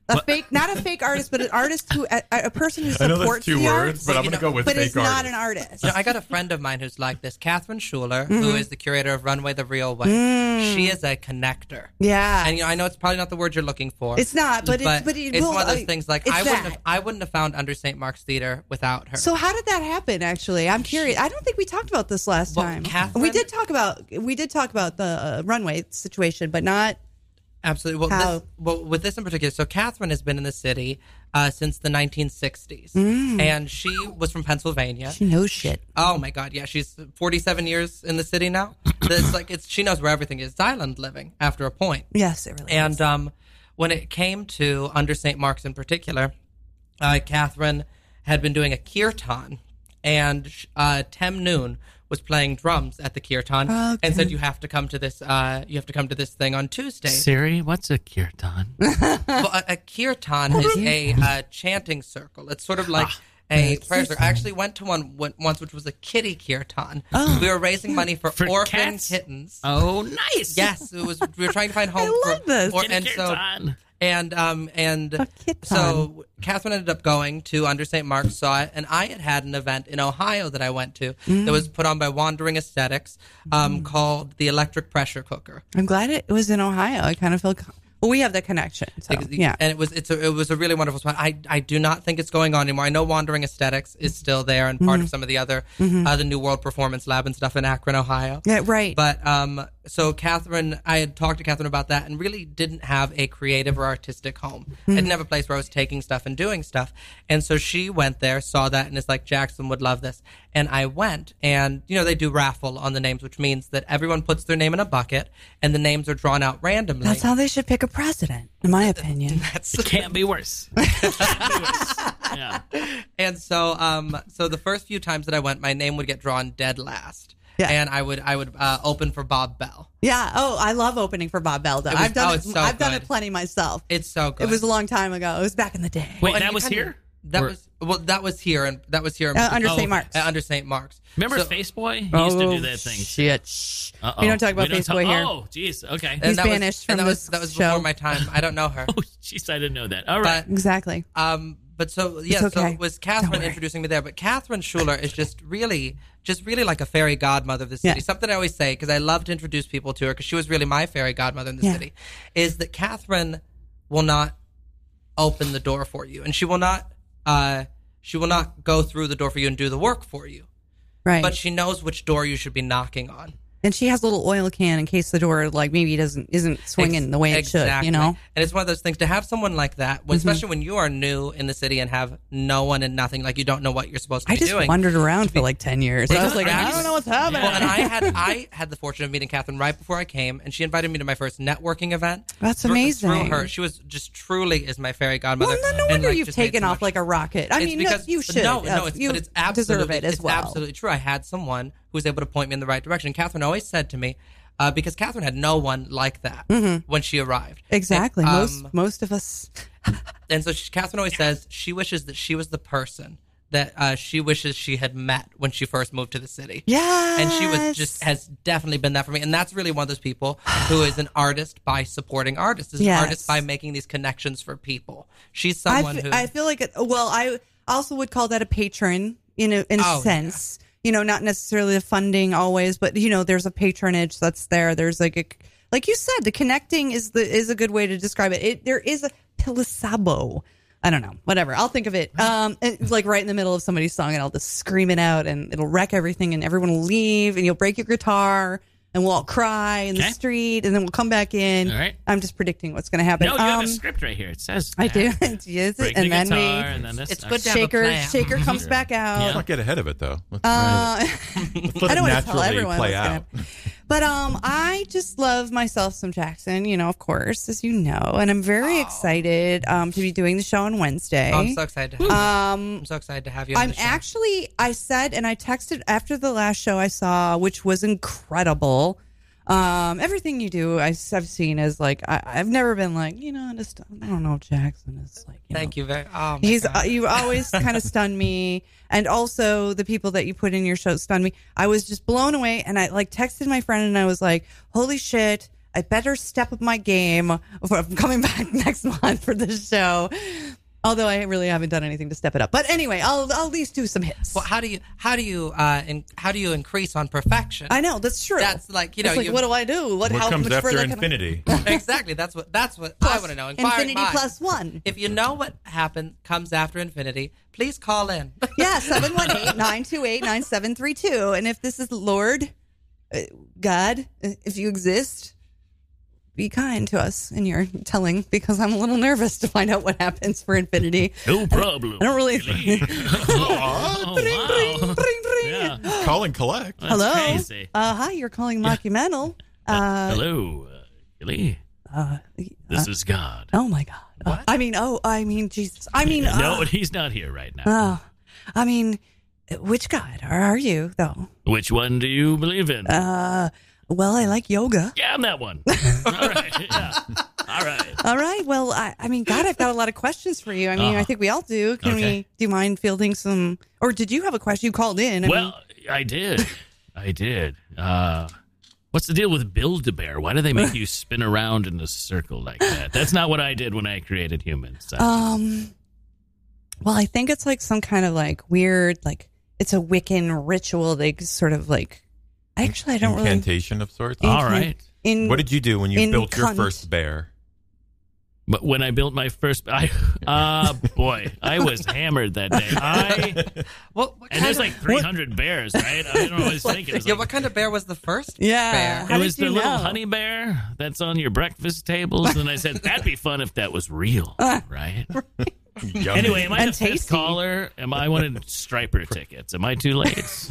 [SPEAKER 6] A fake, not a fake artist, but an artist who a, a person who
[SPEAKER 12] I know
[SPEAKER 6] supports
[SPEAKER 12] that's two
[SPEAKER 6] the
[SPEAKER 12] words,
[SPEAKER 6] arts,
[SPEAKER 12] but I'm gonna go with
[SPEAKER 6] but
[SPEAKER 12] fake
[SPEAKER 6] it's not
[SPEAKER 12] artist.
[SPEAKER 6] an artist.
[SPEAKER 12] You know, I got a friend of mine who's like this, Catherine Schuler,
[SPEAKER 6] Mhm.
[SPEAKER 12] is the curator of Runway the Real Way.
[SPEAKER 6] Mm.
[SPEAKER 12] She is a connector.
[SPEAKER 6] Yeah.
[SPEAKER 12] and you know, I know it's probably not the word you're looking for.
[SPEAKER 6] It's not, but it's- but it
[SPEAKER 12] it's
[SPEAKER 6] will-
[SPEAKER 12] one of those
[SPEAKER 6] I-
[SPEAKER 12] things. Like
[SPEAKER 6] it's
[SPEAKER 12] I wouldn't,
[SPEAKER 6] that.
[SPEAKER 12] have, I wouldn't have found Under St. Mark's Theater without her.
[SPEAKER 6] So how did that happen? Actually, I'm curious. I don't think we talked about this last time. we did talk about we did talk about the uh, runway situation, but not
[SPEAKER 12] Absolutely. Well,
[SPEAKER 6] How-
[SPEAKER 12] this, well, with this in particular, so Catherine has been in the city uh, since the 1960s,
[SPEAKER 6] Mm.
[SPEAKER 12] and she was from Pennsylvania.
[SPEAKER 6] she knows shit.
[SPEAKER 12] Oh my God! Yeah, she's 47 years in the city now. It's like it's she knows where everything is. It's island living after a point.
[SPEAKER 6] Yes, it really.
[SPEAKER 12] And um, when it came to under St. Mark's in particular, uh, Catherine had been doing a kirtan, and uh, Tem Noon was playing drums at the kirtan, and said, "You have to come to this. Uh, you have to come to this thing on Tuesday."
[SPEAKER 13] Siri, what's a kirtan?
[SPEAKER 6] Oh,
[SPEAKER 12] well, a, a kirtan is a uh, chanting circle. It's sort of like
[SPEAKER 13] Ah,
[SPEAKER 12] a prayer circle. I actually went to one went once, which was a kitty kirtan. we were raising money for,
[SPEAKER 13] Oh. For
[SPEAKER 12] orphan
[SPEAKER 13] cats?
[SPEAKER 12] kittens.
[SPEAKER 13] Oh, nice!
[SPEAKER 12] Yes, it was. We were trying to find home. for,
[SPEAKER 13] this.
[SPEAKER 12] or-
[SPEAKER 13] Kitty
[SPEAKER 12] and so,
[SPEAKER 13] kirtan.
[SPEAKER 12] and um, and so Catherine ended up going to Under St. Mark's, saw it, and I had had an event in Ohio that I went to
[SPEAKER 6] Mm.
[SPEAKER 12] that was put on by Wandering Aesthetics, um,
[SPEAKER 13] Mm.
[SPEAKER 12] called the Electric Pressure Cooker.
[SPEAKER 6] I'm glad it was in Ohio. I kind of feel co- well. We have that connection. So yeah,
[SPEAKER 12] and it was it's a, it was a really wonderful spot. I I do not think it's going on anymore. I know Wandering Aesthetics is still there and part of
[SPEAKER 6] Mhm.
[SPEAKER 12] some of the other
[SPEAKER 6] Mhm.
[SPEAKER 12] uh, the New World Performance Lab and stuff in Akron, Ohio.
[SPEAKER 6] Yeah, right.
[SPEAKER 12] But um, so Catherine, I had talked to Catherine about that and really didn't have a creative or artistic home. I
[SPEAKER 6] Mhm.
[SPEAKER 12] didn't have a place where I was taking stuff and doing stuff. And so she went there, saw that, and is like, Jackson would love this. And I went, and you know they do raffle on the names, which means that everyone puts their name in a bucket, and the names are drawn out randomly.
[SPEAKER 6] that's how they should pick a president, in my opinion.
[SPEAKER 12] It
[SPEAKER 13] can't be worse.
[SPEAKER 12] And so, um, so the first few times that I went, my name would get drawn dead last.
[SPEAKER 6] Yeah.
[SPEAKER 12] And I would, I would uh, open for Bob Bell.
[SPEAKER 6] Yeah. Oh, I love opening for Bob Bell. Though
[SPEAKER 12] It was-
[SPEAKER 6] I've done
[SPEAKER 12] oh,
[SPEAKER 6] it.
[SPEAKER 12] it's so
[SPEAKER 6] I've done
[SPEAKER 12] good.
[SPEAKER 6] it plenty myself.
[SPEAKER 12] It's so good.
[SPEAKER 6] It was a long time ago. It was back in the day.
[SPEAKER 12] Well, and you kinda- That was well. That was here, and that was here in-
[SPEAKER 6] Uh, under
[SPEAKER 12] oh,
[SPEAKER 6] St. Mark's.
[SPEAKER 12] uh, under St. Mark's.
[SPEAKER 13] Remember
[SPEAKER 12] So-
[SPEAKER 13] Faceboy? He used to do that thing.
[SPEAKER 6] Shit.
[SPEAKER 13] Uh-oh.
[SPEAKER 6] We don't talk about
[SPEAKER 13] We don't
[SPEAKER 6] Facebook here.
[SPEAKER 13] Oh, jeez. Okay.
[SPEAKER 12] And that was- and that was, that was before my time. I don't know her.
[SPEAKER 13] Oh, jeez, I didn't know that. All right.
[SPEAKER 12] But-
[SPEAKER 6] Exactly.
[SPEAKER 12] Um, but so yeah, so
[SPEAKER 6] okay.
[SPEAKER 12] it was Catherine introducing me there. But Catherine Schuler is just really, just really like a fairy godmother of the city.
[SPEAKER 6] Yeah.
[SPEAKER 12] Something I always say because I love to introduce people to her because she was really my fairy godmother in the
[SPEAKER 6] Yeah.
[SPEAKER 12] city. Is that Catherine will not open the door for you, and she will not, uh, she will not go through the door for you and do the work for you.
[SPEAKER 6] Right.
[SPEAKER 12] But she knows which door you should be knocking on.
[SPEAKER 6] and she has a little oil can in case the door, like maybe doesn't isn't swinging
[SPEAKER 12] Ex-
[SPEAKER 6] the way it should.
[SPEAKER 12] exactly.
[SPEAKER 6] You know.
[SPEAKER 12] And it's one of those things to have someone like that, when,
[SPEAKER 6] Mhm.
[SPEAKER 12] especially when you are new in the city and have no one and nothing, like you don't know what you're supposed to
[SPEAKER 6] I
[SPEAKER 12] be
[SPEAKER 6] just
[SPEAKER 12] doing.
[SPEAKER 6] wandered around for like ten years. I was like, I don't know what's happening.
[SPEAKER 12] Well, and I had I had the fortune of meeting Catherine right before I came, and she invited me to my first networking event.
[SPEAKER 6] That's
[SPEAKER 12] Through- Through
[SPEAKER 6] amazing.
[SPEAKER 12] her, she was just truly is my fairy godmother. Well,
[SPEAKER 6] no wonder you've taken off like a rocket. I
[SPEAKER 12] It's
[SPEAKER 6] mean,
[SPEAKER 12] because-
[SPEAKER 6] no, you should.
[SPEAKER 12] No,
[SPEAKER 6] uh,
[SPEAKER 12] no, it's,
[SPEAKER 6] you
[SPEAKER 12] but it's absolutely,
[SPEAKER 6] deserve it as
[SPEAKER 12] it's
[SPEAKER 6] well.
[SPEAKER 12] absolutely true. I had someone who was able to point me in the right direction. Catherine always said to me, uh, because Catherine had no one like that
[SPEAKER 6] Mhm.
[SPEAKER 12] when she arrived.
[SPEAKER 6] Exactly.
[SPEAKER 12] And, um,
[SPEAKER 6] most most of us.
[SPEAKER 12] and so she, Catherine always says she wishes that she was the person that uh, she wishes she had met when she first moved to the city.
[SPEAKER 6] Yeah.
[SPEAKER 12] And she was just has definitely been that for me. And that's really one of those people who is an artist by supporting artists, is
[SPEAKER 6] Yes.
[SPEAKER 12] an artist by making these connections for people. She's
[SPEAKER 6] I
[SPEAKER 12] someone
[SPEAKER 6] fe-
[SPEAKER 12] who
[SPEAKER 6] I feel like it, well, I also would call that a patron in a, in a
[SPEAKER 12] Oh, yeah.
[SPEAKER 6] sense. You know, not necessarily the funding always, but you know, there's a patronage that's there. There's like a like you said, the connecting is the is a good way to describe it. it there is a palisabo. I don't know, whatever. I'll think of it. Um, it's like right in the middle of somebody's song, and I'll just scream it out, and it'll wreck everything, and everyone will leave, and you'll break your guitar, and we'll all cry in the street, and then we'll come back in.
[SPEAKER 13] All right.
[SPEAKER 6] I'm just predicting what's going to happen.
[SPEAKER 13] No, you have
[SPEAKER 6] Um,
[SPEAKER 13] a script right here. It says
[SPEAKER 6] I do.
[SPEAKER 13] that.
[SPEAKER 6] Yes,
[SPEAKER 13] Break
[SPEAKER 6] and
[SPEAKER 13] the
[SPEAKER 6] then
[SPEAKER 13] guitar,
[SPEAKER 6] we-
[SPEAKER 13] and then this.
[SPEAKER 6] It's good to have a Shaker- plan. shaker comes back out.
[SPEAKER 7] Let's not get ahead of it though. Let's,
[SPEAKER 6] Uh,
[SPEAKER 7] let's
[SPEAKER 6] I
[SPEAKER 7] let it
[SPEAKER 6] don't want to tell
[SPEAKER 7] naturally
[SPEAKER 6] everyone
[SPEAKER 7] play
[SPEAKER 6] what's gonna
[SPEAKER 7] out.
[SPEAKER 6] But um, I just love myself some Jackson, you know, of course, as you know, and I'm very excited um to be doing the show on Wednesday.
[SPEAKER 12] Oh, I'm so excited to have you.
[SPEAKER 6] Um,
[SPEAKER 12] I'm so excited to have you on
[SPEAKER 6] I'm
[SPEAKER 12] the show.
[SPEAKER 6] actually, I said, and I texted after the last show I saw, which was incredible. Um, everything you do, I, have seen is like I, I've never been like you know, just I don't know, Jackson is like
[SPEAKER 12] Thank you very oh my
[SPEAKER 6] He's
[SPEAKER 12] God.
[SPEAKER 6] uh, you always kind of stun me, and also the people that you put in your show stun me. I was just blown away, and I like texted my friend, and I was like, "Holy shit! I better step up my game for I'm coming back next month for this show." Although I really haven't done anything to step it up, but anyway, I'll I'll at least do some hits.
[SPEAKER 12] Well, how do you how do you uh in, how do you increase on perfection?
[SPEAKER 6] I know that's true. That's
[SPEAKER 12] like you know,
[SPEAKER 6] It's like,
[SPEAKER 12] you-
[SPEAKER 6] what do I do? What,
[SPEAKER 7] What
[SPEAKER 6] how
[SPEAKER 7] comes
[SPEAKER 6] much
[SPEAKER 7] after
[SPEAKER 6] further can I-
[SPEAKER 7] infinity?
[SPEAKER 12] exactly. That's what that's what I want to know. Inquiring
[SPEAKER 6] Infinity
[SPEAKER 12] minds.
[SPEAKER 6] plus one.
[SPEAKER 12] If you know what happened comes after infinity, please call in.
[SPEAKER 6] Yeah, 718 928 9732. And if this is Lord, uh, God, uh, if you exist, be kind to us in your telling because I'm a little nervous to find out what happens for infinity.
[SPEAKER 13] No problem. Oh,
[SPEAKER 6] I don't really.
[SPEAKER 7] Call and collect.
[SPEAKER 6] Hello. Uh, hi, you're calling Mockumental. Uh,
[SPEAKER 13] Hello, uh, Billy.
[SPEAKER 6] Uh,
[SPEAKER 13] this is God.
[SPEAKER 6] Oh, my God. Uh, I mean, oh, I mean, Jesus. I mean, uh,
[SPEAKER 13] no, he's not here right now.
[SPEAKER 6] Oh, I mean, which God are you, though?
[SPEAKER 13] Which one do you believe in?
[SPEAKER 6] Uh, well, I like yoga.
[SPEAKER 13] yeah, I'm that one. All right.
[SPEAKER 6] All right. Well, I, I mean, God, I've got a lot of questions for you. I mean,
[SPEAKER 13] Uh-huh.
[SPEAKER 6] I think we all do. Can we?
[SPEAKER 13] Okay.
[SPEAKER 6] Do you mind fielding some? Or did you have a question? You called in. I
[SPEAKER 13] well, I did. I did. Uh, what's the deal with Build-A-Bear? Why do they make you spin around in a circle like that? That's not what I did when I created humans.
[SPEAKER 6] mean, um, well, I think it's like some kind of like weird, like it's a Wiccan ritual. They sort of like. Actually, I don't really.
[SPEAKER 7] Incantation of sorts.
[SPEAKER 6] Incan- All right. in-
[SPEAKER 7] what did you do when you built your
[SPEAKER 6] incunt.
[SPEAKER 7] first bear?
[SPEAKER 13] But when I built my first, I uh boy, I was hammered that day. I and there's like 300 bears, right? I don't know what I was thinking. It was
[SPEAKER 12] yeah,
[SPEAKER 13] like-
[SPEAKER 12] what kind of bear was the first? bear?
[SPEAKER 13] it was the little honey bear that's on your breakfast tables, and I said that'd be fun if that was real, right? Anyway, am I
[SPEAKER 6] Uh, And
[SPEAKER 13] the fifth caller? Am I wanted striper tickets? Am I too late?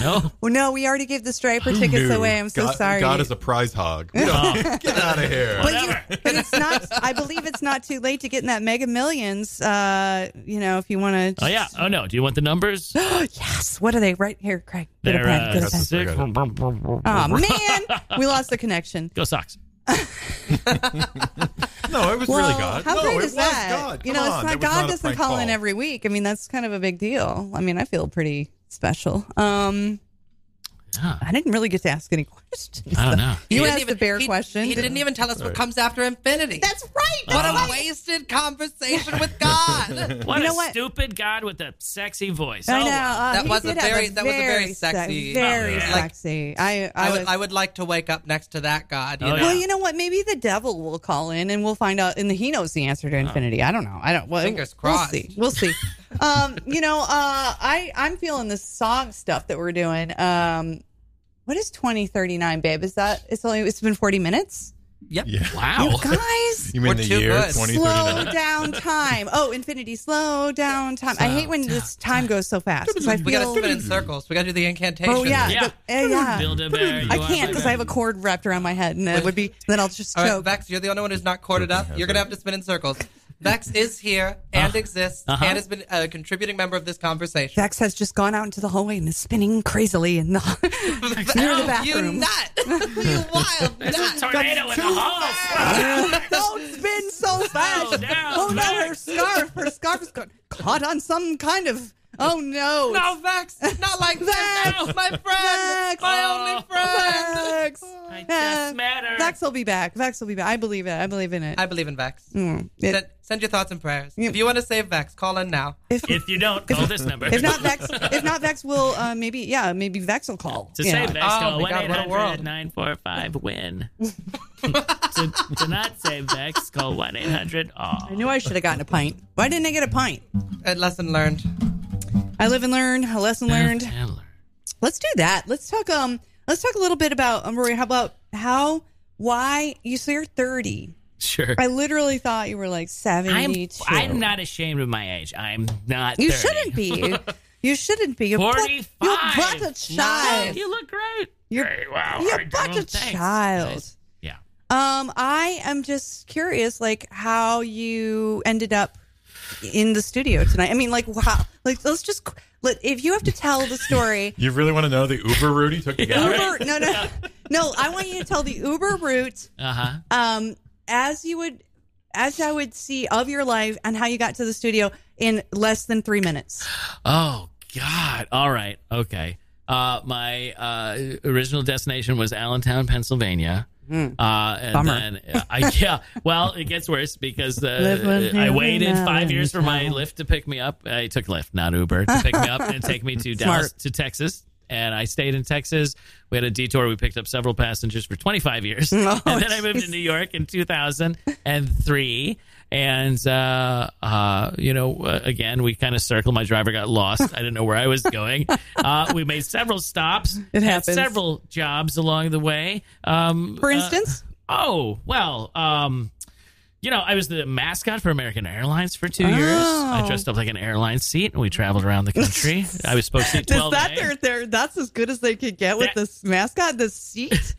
[SPEAKER 13] no.
[SPEAKER 6] Well, no, we already gave the striper tickets
[SPEAKER 7] No.
[SPEAKER 6] away. I'm so
[SPEAKER 7] God,
[SPEAKER 6] sorry.
[SPEAKER 7] God is a prize hog. We
[SPEAKER 13] Oh.
[SPEAKER 7] don't- get out of here.
[SPEAKER 6] But, you, but it's not. I believe it's not too late to get in that Mega Millions. Uh, you know, if you want to.
[SPEAKER 13] Oh yeah. Oh no. Do you want the numbers?
[SPEAKER 6] yes. What are they? Right here, Craig. Get a
[SPEAKER 13] They're
[SPEAKER 6] pen,
[SPEAKER 13] uh,
[SPEAKER 6] get a pen.
[SPEAKER 13] six.
[SPEAKER 6] Oh man, we lost the connection.
[SPEAKER 13] Go Sox.
[SPEAKER 7] no, it was
[SPEAKER 6] Well,
[SPEAKER 7] really God.
[SPEAKER 6] How
[SPEAKER 7] no,
[SPEAKER 6] great
[SPEAKER 7] it
[SPEAKER 6] is
[SPEAKER 7] was
[SPEAKER 6] that?
[SPEAKER 7] God.
[SPEAKER 6] Uh, You
[SPEAKER 7] Come
[SPEAKER 6] know, it's
[SPEAKER 7] on.
[SPEAKER 6] not
[SPEAKER 7] That was
[SPEAKER 6] God
[SPEAKER 7] a
[SPEAKER 6] doesn't
[SPEAKER 7] prank
[SPEAKER 6] call
[SPEAKER 7] call.
[SPEAKER 6] in every week. I mean, that's kind of a big deal. I mean, I feel pretty special. Um, I didn't really get to ask any questions.
[SPEAKER 13] I don't know.
[SPEAKER 12] He
[SPEAKER 6] You
[SPEAKER 12] didn't
[SPEAKER 6] asked
[SPEAKER 12] even-
[SPEAKER 6] the bear
[SPEAKER 12] he-
[SPEAKER 6] question.
[SPEAKER 12] He didn't even tell us what
[SPEAKER 6] Right.
[SPEAKER 12] comes after infinity.
[SPEAKER 6] That's right.
[SPEAKER 12] What a wasted conversation with God.
[SPEAKER 13] What
[SPEAKER 6] You
[SPEAKER 13] a
[SPEAKER 6] know what?
[SPEAKER 13] stupid God with a sexy voice.
[SPEAKER 6] I
[SPEAKER 13] Oh,
[SPEAKER 6] know.
[SPEAKER 13] well.
[SPEAKER 6] uh,
[SPEAKER 12] That
[SPEAKER 6] he
[SPEAKER 12] was a
[SPEAKER 6] did have
[SPEAKER 12] very- that was a very
[SPEAKER 6] se-
[SPEAKER 12] sexy-
[SPEAKER 6] very
[SPEAKER 12] Oh, yeah.
[SPEAKER 6] sexy. I, I,
[SPEAKER 12] I would,
[SPEAKER 6] was-
[SPEAKER 12] I would like to wake up next to that God.
[SPEAKER 13] Oh,
[SPEAKER 12] You know?
[SPEAKER 6] Well, you know what? Maybe the devil will call in and we'll find out. And he knows the answer to infinity. I don't know. I don't. Well,
[SPEAKER 12] Oh. Fingers
[SPEAKER 6] We'll
[SPEAKER 12] crossed.
[SPEAKER 6] see. We'll see. um, you know, uh, I I'm feeling this song stuff that we're doing. Um, what is twenty thirty nine, babe? Is that it's only it's been forty minutes?
[SPEAKER 12] Yep.
[SPEAKER 13] Wow.
[SPEAKER 6] You guys,
[SPEAKER 7] You mean We're the too year good.
[SPEAKER 6] Slow
[SPEAKER 7] 2039?
[SPEAKER 6] down time. Oh, infinity. Slow down time. I hate when this time goes so fast. 'cause I
[SPEAKER 12] we gotta
[SPEAKER 6] feel
[SPEAKER 12] spin in circles. We gotta do the incantation.
[SPEAKER 6] Oh yeah,
[SPEAKER 12] yeah.
[SPEAKER 6] the- uh, yeah.
[SPEAKER 13] Hmm. Build a bear. you
[SPEAKER 6] I
[SPEAKER 13] are
[SPEAKER 6] can't
[SPEAKER 13] my
[SPEAKER 6] because I have a cord wrapped around my head, and it would be then I'll just
[SPEAKER 12] All right,
[SPEAKER 6] choke.
[SPEAKER 12] Vex, you're the only one who's not corded up. You're gonna have to spin in circles. Vex is here and exists
[SPEAKER 6] Uh-huh.
[SPEAKER 12] and has been a contributing member of this conversation.
[SPEAKER 6] Vex has just gone out into the hallway and is spinning crazily in the near the
[SPEAKER 12] You
[SPEAKER 6] bathroom.
[SPEAKER 12] nut! you wild nut!
[SPEAKER 13] tornado in the hall.
[SPEAKER 6] Don't spin so fast!
[SPEAKER 13] down,
[SPEAKER 6] oh no,
[SPEAKER 13] Vex.
[SPEAKER 6] her scarf, her scarf is got- caught on some kind of Oh no!
[SPEAKER 12] No, Vex, not like that. No, my friend, my only friend.
[SPEAKER 6] Oh, Vex.
[SPEAKER 12] I
[SPEAKER 6] Uh,
[SPEAKER 12] just met her.
[SPEAKER 6] Vex will be back. Vex will be back. I believe it. I believe in it.
[SPEAKER 12] I believe in Vex.
[SPEAKER 6] Mm, it-
[SPEAKER 12] send, send your thoughts and prayers. If you want to save Vex, call in now.
[SPEAKER 6] If,
[SPEAKER 13] you don't, call this number.
[SPEAKER 6] if not Vex, if not Vex will uh, maybe yeah maybe Vex will call.
[SPEAKER 13] To
[SPEAKER 6] you
[SPEAKER 13] say
[SPEAKER 6] know.
[SPEAKER 13] Vex, call 1-800-945-WIN. to, to not say Vex, call 1-800-AW.
[SPEAKER 6] I knew I should have gotten a pint. Why didn't I get a pint?
[SPEAKER 12] A lesson learned.
[SPEAKER 6] I live and learn. A lesson learned. Let's do that. Let's talk. Um, let's talk a little bit about um, Rory. How about how? Why you? So you're 30.
[SPEAKER 13] Sure.
[SPEAKER 6] I literally thought you were like 72.
[SPEAKER 13] I'm, I'm not ashamed of my age. I'm not.
[SPEAKER 6] You
[SPEAKER 13] 30.
[SPEAKER 6] shouldn't be. You shouldn't be. You're but-
[SPEAKER 13] 45.
[SPEAKER 6] You're but a child.
[SPEAKER 13] No, you look great.
[SPEAKER 6] You're,
[SPEAKER 13] Hey, wow.
[SPEAKER 6] you're
[SPEAKER 13] I
[SPEAKER 6] but
[SPEAKER 13] don't-
[SPEAKER 6] a
[SPEAKER 13] thanks.
[SPEAKER 6] child.
[SPEAKER 13] Nice. Yeah.
[SPEAKER 6] Um, I am just curious, like how you ended up in the studio tonight. I mean, like wow, like let's just let, if you have to tell the story.
[SPEAKER 7] You really want to know the Uber route he took to get here?
[SPEAKER 6] Uber, no, no, no. I want you to tell the Uber route,
[SPEAKER 13] Uh-huh.
[SPEAKER 6] um, as you would, as I would see of your life and how you got to the studio in less than three minutes.
[SPEAKER 13] Oh God! All right, okay. Uh, my uh, original destination was Allentown, Pennsylvania.
[SPEAKER 6] Mm.
[SPEAKER 13] Uh, and
[SPEAKER 6] Bummer.
[SPEAKER 13] Then, uh, I, yeah. Well, it gets worse because
[SPEAKER 6] Live
[SPEAKER 13] uh,
[SPEAKER 6] with
[SPEAKER 13] I
[SPEAKER 6] me
[SPEAKER 13] waited
[SPEAKER 6] now
[SPEAKER 13] five
[SPEAKER 6] and
[SPEAKER 13] years for my Lyft to pick me up. I took Lyft, not Uber, to pick me up and take me to Dallas
[SPEAKER 6] Smart.
[SPEAKER 13] to Texas. And I stayed in Texas. We had a detour. We picked up several passengers for 25 years.
[SPEAKER 6] Oh,
[SPEAKER 13] and then I moved to New York in 2003. And, uh, uh, you know, uh, again, we kind of circled. My driver got lost. I didn't know where I was going. Uh, we made several stops. had
[SPEAKER 6] It happens.
[SPEAKER 13] Several jobs along the way. Um,
[SPEAKER 6] For
[SPEAKER 13] uh,
[SPEAKER 6] instance,
[SPEAKER 13] Oh, well, um, you know, I was the mascot for American Airlines for two years.
[SPEAKER 6] Oh.
[SPEAKER 13] I dressed up like an airline seat and we traveled around the country. I was supposed to see
[SPEAKER 6] is
[SPEAKER 13] 12
[SPEAKER 6] that
[SPEAKER 13] a.
[SPEAKER 6] their, their? That's as good as they could get with
[SPEAKER 13] eh? That-
[SPEAKER 6] this mascot, this seat.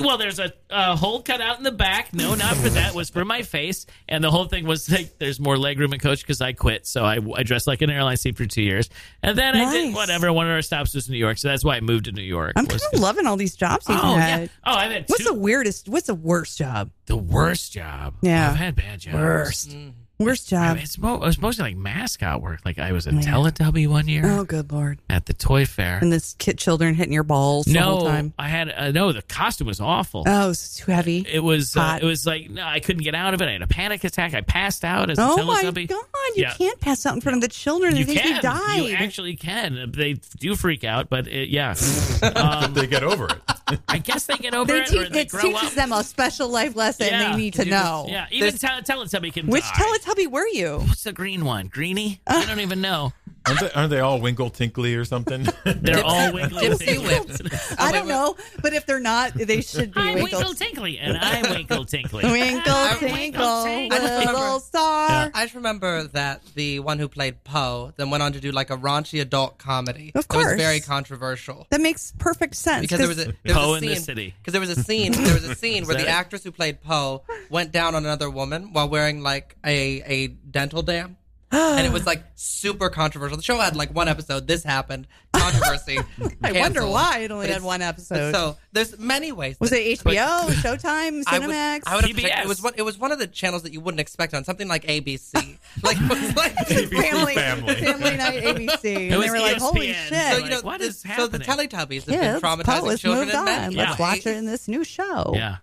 [SPEAKER 13] Well, there's a, a hole cut out in the back. No, not for that. It was for my face. And the whole thing was like, there's more legroom and coach because I quit. So I, I dressed like an airline seat for two years. And then I did
[SPEAKER 6] Nice.
[SPEAKER 13] whatever. One of our stops was New York. So that's why I moved to New York.
[SPEAKER 6] I'm
[SPEAKER 13] was-
[SPEAKER 6] kind of loving all these jobs you've
[SPEAKER 13] Oh, yeah.
[SPEAKER 6] had.
[SPEAKER 13] Oh, I've had
[SPEAKER 6] What's
[SPEAKER 13] two-
[SPEAKER 6] the weirdest? What's the worst job?
[SPEAKER 13] the worst job.
[SPEAKER 6] Yeah.
[SPEAKER 13] I've had bad jobs. Mm.
[SPEAKER 6] Worst. Worst job.
[SPEAKER 13] It's mo- it was mostly like mascot work. Like I was a Teletubby one year
[SPEAKER 6] Oh, good lord!
[SPEAKER 13] at the toy fair.
[SPEAKER 6] And this kid, children hitting your balls the
[SPEAKER 13] no,
[SPEAKER 6] whole time.
[SPEAKER 13] I had uh, no. The costume was awful.
[SPEAKER 6] Oh, it's too heavy.
[SPEAKER 13] it was. Uh,
[SPEAKER 6] hot.
[SPEAKER 13] it was like no, I couldn't get out of it. I had a panic attack. I passed out as a
[SPEAKER 6] oh my
[SPEAKER 13] Teletubby.
[SPEAKER 6] god! You
[SPEAKER 13] Yeah.
[SPEAKER 6] can't pass out in front of the children. They
[SPEAKER 13] You
[SPEAKER 6] think
[SPEAKER 13] can.
[SPEAKER 6] you died.
[SPEAKER 13] You actually can. They do freak out, but it, yeah, um,
[SPEAKER 7] They get over it.
[SPEAKER 13] I guess they get over
[SPEAKER 6] They
[SPEAKER 13] it.
[SPEAKER 6] te-
[SPEAKER 13] or they
[SPEAKER 6] it
[SPEAKER 13] grow
[SPEAKER 6] teaches
[SPEAKER 13] up.
[SPEAKER 6] them a special life lesson
[SPEAKER 13] Yeah.
[SPEAKER 6] they need to
[SPEAKER 13] You just-
[SPEAKER 6] know.
[SPEAKER 13] yeah, even Tele- Teletubby can.
[SPEAKER 6] Which
[SPEAKER 13] die.
[SPEAKER 6] Teletubby were you?
[SPEAKER 13] What's the green one? Greenie? I don't even know.
[SPEAKER 7] Aren't they, aren't they all Winkle Tinkly or something?
[SPEAKER 13] They're all wiggly.
[SPEAKER 6] Dipsy Whips. I don't know, but if they're not, they should be
[SPEAKER 13] I'm
[SPEAKER 6] Winkle.
[SPEAKER 13] Winkle Tinkly, and I'm Winkle Tinkly.
[SPEAKER 6] Winkle
[SPEAKER 13] I'm
[SPEAKER 6] tinkle,
[SPEAKER 13] Tinkly.
[SPEAKER 6] little star.
[SPEAKER 12] I just remember that the one who played Poe then went on to do like a raunchy adult comedy.
[SPEAKER 6] Of
[SPEAKER 12] It
[SPEAKER 6] course.
[SPEAKER 12] was very controversial.
[SPEAKER 6] That makes perfect sense.
[SPEAKER 12] because there was a there
[SPEAKER 13] Poe
[SPEAKER 12] was a
[SPEAKER 13] in
[SPEAKER 12] scene
[SPEAKER 13] the city.
[SPEAKER 12] because there was a scene there was a scene where
[SPEAKER 13] that
[SPEAKER 12] the
[SPEAKER 13] it?
[SPEAKER 12] actress who played Poe went down on another woman while wearing like a a dental dam. and it was like super controversial. The show had like one episode. This happened. Controversy.
[SPEAKER 6] I wonder
[SPEAKER 12] canceled.
[SPEAKER 6] why it only
[SPEAKER 12] But
[SPEAKER 6] had
[SPEAKER 12] it's-
[SPEAKER 6] one episode.
[SPEAKER 12] So there's many ways.
[SPEAKER 6] was
[SPEAKER 12] that-
[SPEAKER 6] it
[SPEAKER 12] but-
[SPEAKER 6] HBO, Showtime,
[SPEAKER 12] I would-
[SPEAKER 6] Cinemax?
[SPEAKER 12] I would have to check-
[SPEAKER 13] PBS.
[SPEAKER 12] It was one. It was one of the channels that you wouldn't expect on something like ABC. like it was like
[SPEAKER 6] family,
[SPEAKER 7] Family.
[SPEAKER 6] family night
[SPEAKER 13] It was
[SPEAKER 6] ABC. and
[SPEAKER 13] E
[SPEAKER 6] they were like,
[SPEAKER 12] E
[SPEAKER 6] holy
[SPEAKER 13] ESPN.
[SPEAKER 6] shit.
[SPEAKER 13] So,
[SPEAKER 12] So
[SPEAKER 13] Like,
[SPEAKER 12] you know
[SPEAKER 13] what
[SPEAKER 12] the,
[SPEAKER 13] is
[SPEAKER 12] So the
[SPEAKER 13] happening?
[SPEAKER 12] Teletubbies have
[SPEAKER 6] yeah,
[SPEAKER 12] been traumatizing
[SPEAKER 6] let's
[SPEAKER 12] children
[SPEAKER 6] moved
[SPEAKER 12] and
[SPEAKER 6] on.
[SPEAKER 12] men.
[SPEAKER 6] Let's
[SPEAKER 12] Yeah.
[SPEAKER 6] watch it in this new show.
[SPEAKER 13] Yeah.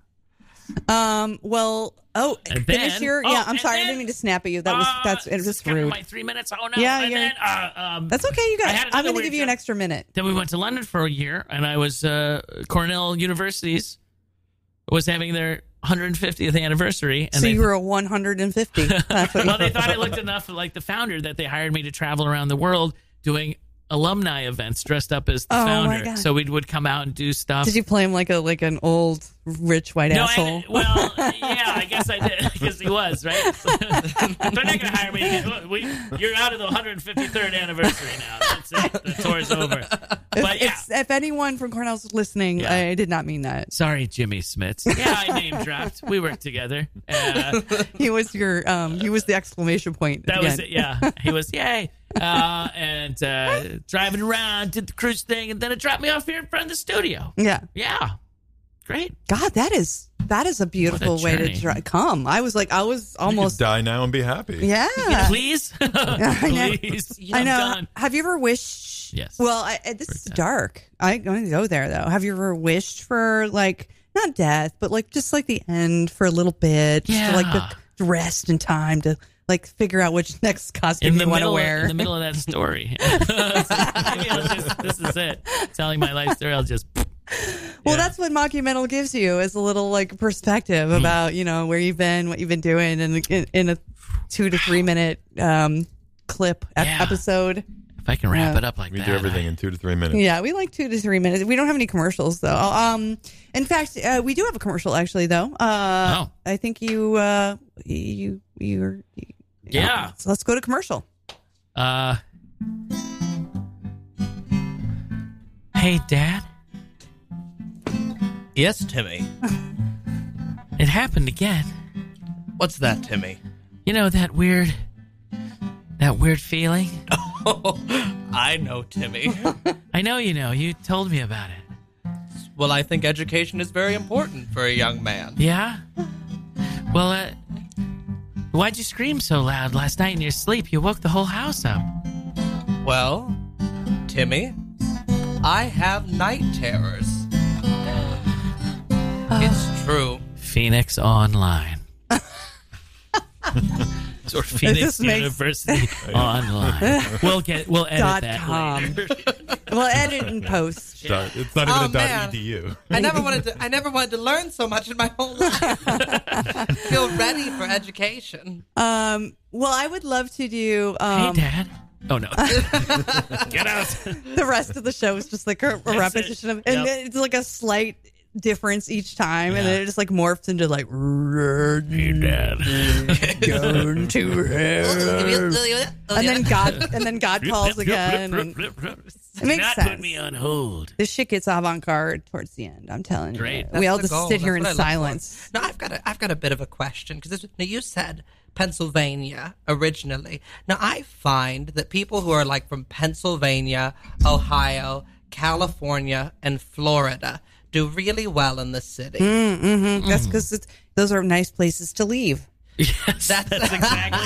[SPEAKER 6] Um. Well. Oh,
[SPEAKER 13] And
[SPEAKER 6] finish
[SPEAKER 13] then-
[SPEAKER 6] your. Yeah.
[SPEAKER 13] oh,
[SPEAKER 6] I'm
[SPEAKER 13] and
[SPEAKER 6] sorry. I
[SPEAKER 13] then-
[SPEAKER 6] didn't mean to snap at you. That was.
[SPEAKER 13] Uh,
[SPEAKER 6] that's. It was
[SPEAKER 13] it's kinda
[SPEAKER 6] rude.
[SPEAKER 13] My three minutes. Oh no.
[SPEAKER 6] Yeah,
[SPEAKER 13] And
[SPEAKER 6] you're-
[SPEAKER 13] then, uh, um,
[SPEAKER 6] That's okay. You
[SPEAKER 13] I
[SPEAKER 6] got.
[SPEAKER 13] had
[SPEAKER 6] I'm
[SPEAKER 13] another
[SPEAKER 6] going to give
[SPEAKER 13] weird
[SPEAKER 6] you an
[SPEAKER 13] job.
[SPEAKER 6] extra minute.
[SPEAKER 13] Then we went to London for a year, and I was uh, Cornell University's was having their 150th anniversary, and Uh-huh.
[SPEAKER 6] so
[SPEAKER 13] they,
[SPEAKER 6] you were a 150. That's what you-
[SPEAKER 13] well, they thought I looked enough like the founder that they hired me to travel around the world doing alumni events dressed up as the
[SPEAKER 6] Oh, my
[SPEAKER 13] founder.
[SPEAKER 6] God.
[SPEAKER 13] So we would come out and do stuff.
[SPEAKER 6] Did you play him like a like an old rich white
[SPEAKER 13] No, I
[SPEAKER 6] asshole?
[SPEAKER 13] haven't- well, yeah, I guess I did because he was right. They're not going to hire me. Again. Look, We, you're out of the 153rd anniversary now. That's it. The tour's over. But yeah,
[SPEAKER 6] if, if anyone from Cornell's listening,
[SPEAKER 13] Yeah.
[SPEAKER 6] I did not mean that.
[SPEAKER 13] sorry, Jimmy Smits. Yeah, I name dropped. We worked together. Uh,
[SPEAKER 6] He was your. Um. He was the exclamation point.
[SPEAKER 13] That was
[SPEAKER 6] again.
[SPEAKER 13] it. Yeah, he was yay, uh, and uh, driving around, did the cruise thing, and then it dropped me off here in front of the studio.
[SPEAKER 6] Yeah.
[SPEAKER 13] Yeah, great.
[SPEAKER 6] God, that is That is a beautiful way to
[SPEAKER 7] journey.
[SPEAKER 6] try, come. I was like, I was almost.
[SPEAKER 7] die now and be happy.
[SPEAKER 6] Yeah.
[SPEAKER 13] Please?
[SPEAKER 6] I know.
[SPEAKER 13] Please.
[SPEAKER 6] I
[SPEAKER 13] I'm
[SPEAKER 6] know.
[SPEAKER 13] done.
[SPEAKER 6] Have you ever wished?
[SPEAKER 13] Yes.
[SPEAKER 6] Well, I, I- this is dark. I'm going to go there though. Have you ever wished for like not death, but like just like the end for a little bit, just to, like
[SPEAKER 13] Yeah.
[SPEAKER 6] the rest and time to like figure out which next costume
[SPEAKER 13] in the
[SPEAKER 6] you want to
[SPEAKER 13] middle,
[SPEAKER 6] wear.
[SPEAKER 13] in the middle of that story. Maybe I'll just- this is it. Telling my life story, I'll just
[SPEAKER 6] Well, that's what mockumental gives you is a little like perspective
[SPEAKER 13] Hmm.
[SPEAKER 6] about you know where you've been, what you've been doing, and in, in a two to three minute um, clip ep- episode.
[SPEAKER 13] If I can wrap
[SPEAKER 6] Yeah.
[SPEAKER 13] it up like
[SPEAKER 7] we
[SPEAKER 13] that.
[SPEAKER 7] do everything in two to three minutes.
[SPEAKER 6] Yeah, we like two to three minutes. We don't have any commercials though. Um, in fact, uh, we do have a commercial actually though.
[SPEAKER 13] Oh.
[SPEAKER 6] Uh, I think you uh, you you're
[SPEAKER 13] Yeah.
[SPEAKER 6] So let's go to commercial.
[SPEAKER 13] Uh, hey, Dad.
[SPEAKER 12] Yes, Timmy.
[SPEAKER 13] It happened again.
[SPEAKER 12] What's that, Timmy?
[SPEAKER 13] You know that weird, that weird feeling.
[SPEAKER 12] I know, Timmy.
[SPEAKER 13] I know you know. You told me about it.
[SPEAKER 12] well, I think education is very important for a young man.
[SPEAKER 13] Yeah. Well, uh, why'd you scream so loud last night in your sleep? You woke the whole house up.
[SPEAKER 12] Well, Timmy, I have night terrors.
[SPEAKER 6] Oh.
[SPEAKER 12] It's true.
[SPEAKER 13] Phoenix Online. or Phoenix
[SPEAKER 6] This makes-
[SPEAKER 13] University Oh, Online. We'll get. We'll edit
[SPEAKER 6] Dot
[SPEAKER 13] that.
[SPEAKER 6] com.
[SPEAKER 13] later.
[SPEAKER 6] we'll edit and post.
[SPEAKER 7] Dot- It's not even
[SPEAKER 12] Oh,
[SPEAKER 7] a
[SPEAKER 12] man.
[SPEAKER 7] dot edu.
[SPEAKER 12] I never wanted to. I never wanted to learn so much in my whole life. Feel ready for education.
[SPEAKER 6] Um, well, I would love to do. Um,
[SPEAKER 13] hey, Dad. Oh no. Get out.
[SPEAKER 6] the rest of the show is just like a, a
[SPEAKER 13] it.
[SPEAKER 6] repetition of, and
[SPEAKER 13] Yep.
[SPEAKER 6] it's like a slight difference each time, and then it just like morphs into like going to hell, and then God, and then God calls again. and it
[SPEAKER 13] Do
[SPEAKER 6] makes
[SPEAKER 13] not
[SPEAKER 6] sense.
[SPEAKER 13] put me on hold.
[SPEAKER 6] This shit gets avant-garde towards the end. I'm telling you,
[SPEAKER 12] Great.
[SPEAKER 6] we
[SPEAKER 12] That's
[SPEAKER 6] all
[SPEAKER 12] the
[SPEAKER 6] just
[SPEAKER 12] goal.
[SPEAKER 6] sit here
[SPEAKER 12] That's
[SPEAKER 6] in
[SPEAKER 12] what I look for.
[SPEAKER 6] silence.
[SPEAKER 12] No, I've got a, I've got a bit of a question because you said Pennsylvania originally. Now I find that people who are like from Pennsylvania, Ohio, California, and Florida do really well in the city.
[SPEAKER 6] Mm, hmm That's because those are nice places to leave.
[SPEAKER 12] That's,
[SPEAKER 13] exactly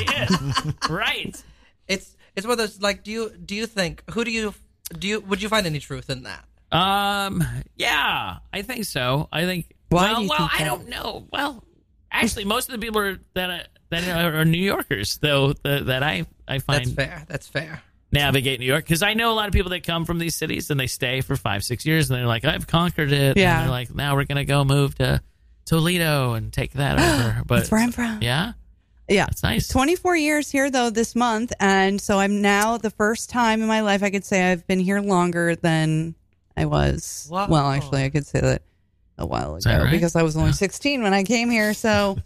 [SPEAKER 13] it. Right.
[SPEAKER 12] It's it's one of those like do you do you think who do you do you would you find any truth in that?
[SPEAKER 13] Um. Yeah, I think so. I think.
[SPEAKER 12] Why
[SPEAKER 13] well,
[SPEAKER 12] do you
[SPEAKER 13] well,
[SPEAKER 12] think
[SPEAKER 13] Oh, I
[SPEAKER 12] that?
[SPEAKER 13] don't know. Well, actually, most of the people are, that I, that are New Yorkers, though. That, that I I find
[SPEAKER 12] That's fair. That's fair.
[SPEAKER 13] navigate New York because I know a lot of people that come from these cities and they stay for five six years and they're like, I've conquered it.
[SPEAKER 6] Yeah.
[SPEAKER 13] And they're like, now we're gonna go move to Toledo and take that over. But
[SPEAKER 6] That's where I'm from.
[SPEAKER 13] Yeah.
[SPEAKER 6] Yeah.
[SPEAKER 13] That's nice.
[SPEAKER 6] 24 years here, though, this month. And so I'm now the first time in my life I could say I've been here longer than I was.
[SPEAKER 12] Wow.
[SPEAKER 6] Well, actually, I could say that a while
[SPEAKER 13] that
[SPEAKER 6] ago
[SPEAKER 13] right?
[SPEAKER 6] because I was only 16 when I came here. So,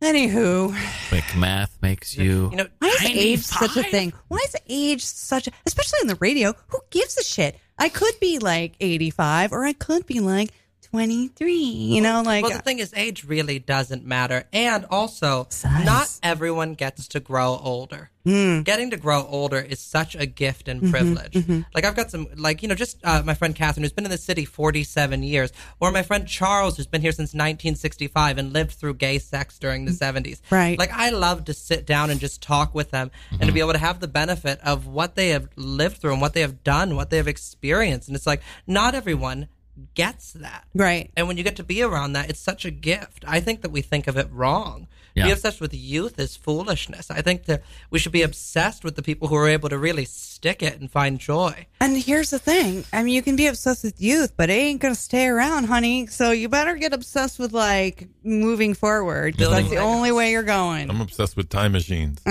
[SPEAKER 6] anywho,
[SPEAKER 13] Like math makes you.
[SPEAKER 12] You know,
[SPEAKER 6] why is age such a thing? Why is age such a, especially in the radio? Who gives a shit? I could be like 85 or I could be like 23, you know, like.
[SPEAKER 12] well, the thing is, age really doesn't matter, and also, not everyone gets to grow older.
[SPEAKER 6] Hmm.
[SPEAKER 12] Getting to grow older is such a gift
[SPEAKER 6] Mm-hmm.
[SPEAKER 12] and privilege. Like I've got some, like you know, just uh, my friend Catherine, who's been in the city forty-seven years, or my friend Charles, who's been here since nineteen sixty-five and lived through gay sex during the seventies.
[SPEAKER 6] Mm, Right. Mm-hmm.
[SPEAKER 12] Like I love to sit down and just talk with them, and to be able to have the benefit of what they have lived through and what they have done, what they have experienced, and it's like not everyone gets that.
[SPEAKER 6] Right.
[SPEAKER 12] And when you get to be around that, it's such a gift. I think that we think of it wrong. To
[SPEAKER 13] Yeah.
[SPEAKER 12] be obsessed with youth is foolishness. I think that we should be obsessed with the people who are able to really stick it and find joy.
[SPEAKER 6] And here's the thing. I mean, you can be obsessed with youth, but it ain't going to stay around, honey. So you better get obsessed with like moving forward. 'cause That's the only way you're going.
[SPEAKER 7] I'm obsessed with time machines.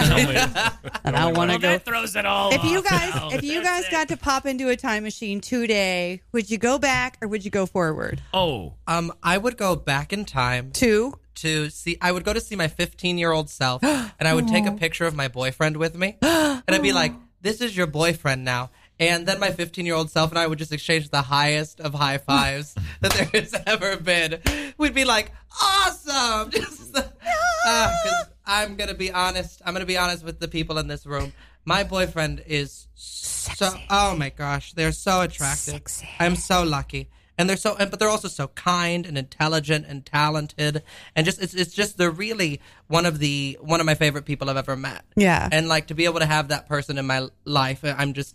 [SPEAKER 6] and I want to
[SPEAKER 13] Well,
[SPEAKER 6] go.
[SPEAKER 13] that throws it all.
[SPEAKER 6] If you
[SPEAKER 13] off.
[SPEAKER 6] guys, if you guys got to pop into a time machine today, would you go back or would you go forward?
[SPEAKER 13] Oh,
[SPEAKER 12] Um, I would go back in time
[SPEAKER 6] to
[SPEAKER 12] to see. I would go to see my 15 year old self, and I would take a picture of my boyfriend with me, and I'd be like, "This is your boyfriend now." And then my 15 year old self and I would just exchange the highest of high fives that there has ever been. We'd be like, "Awesome!" Just, uh, 'cause I'm gonna be honest. I'm gonna be honest with the people in this room. My boyfriend is so. Oh my gosh, they're so attractive. I'm so lucky. and they're so, and, but they're also so kind and intelligent and talented, and just it's it's just they're really one of the one of my favorite people I've ever met.
[SPEAKER 6] Yeah.
[SPEAKER 12] and like to be able to have that person in my life, uh, I'm just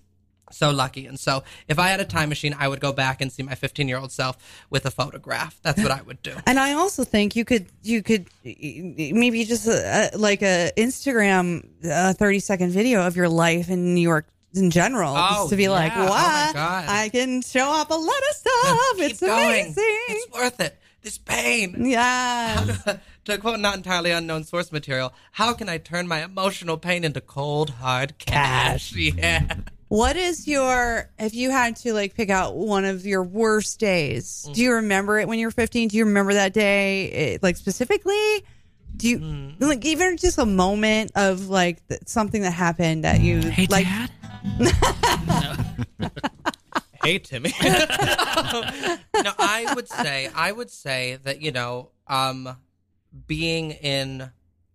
[SPEAKER 12] so lucky. And so, if I had a time machine, I would go back and see my 15 year old self with a photograph. That's what I would do.
[SPEAKER 6] And I also think you could you could maybe just uh uh like a Instagram uh, thirty second video of your life in New York in general,
[SPEAKER 12] Oh,
[SPEAKER 6] just to be like,
[SPEAKER 12] yeah. Oh, my
[SPEAKER 6] wow,
[SPEAKER 12] God.
[SPEAKER 6] I can show up a lot of stuff. it's
[SPEAKER 12] going.
[SPEAKER 6] amazing.
[SPEAKER 12] It's worth it. This pain.
[SPEAKER 6] Yeah.
[SPEAKER 12] to quote not entirely unknown source material, how can I turn my emotional pain into cold hard cash? Yeah.
[SPEAKER 6] What is your if you had to like pick out one of your worst days? Do you remember it when you were 15? Do you remember that day eh, like specifically? Do you
[SPEAKER 12] Mm.
[SPEAKER 6] like even just a moment of like th- something that happened that you like
[SPEAKER 12] Hey, Timmy. no, I would say I would say that you know, um, being in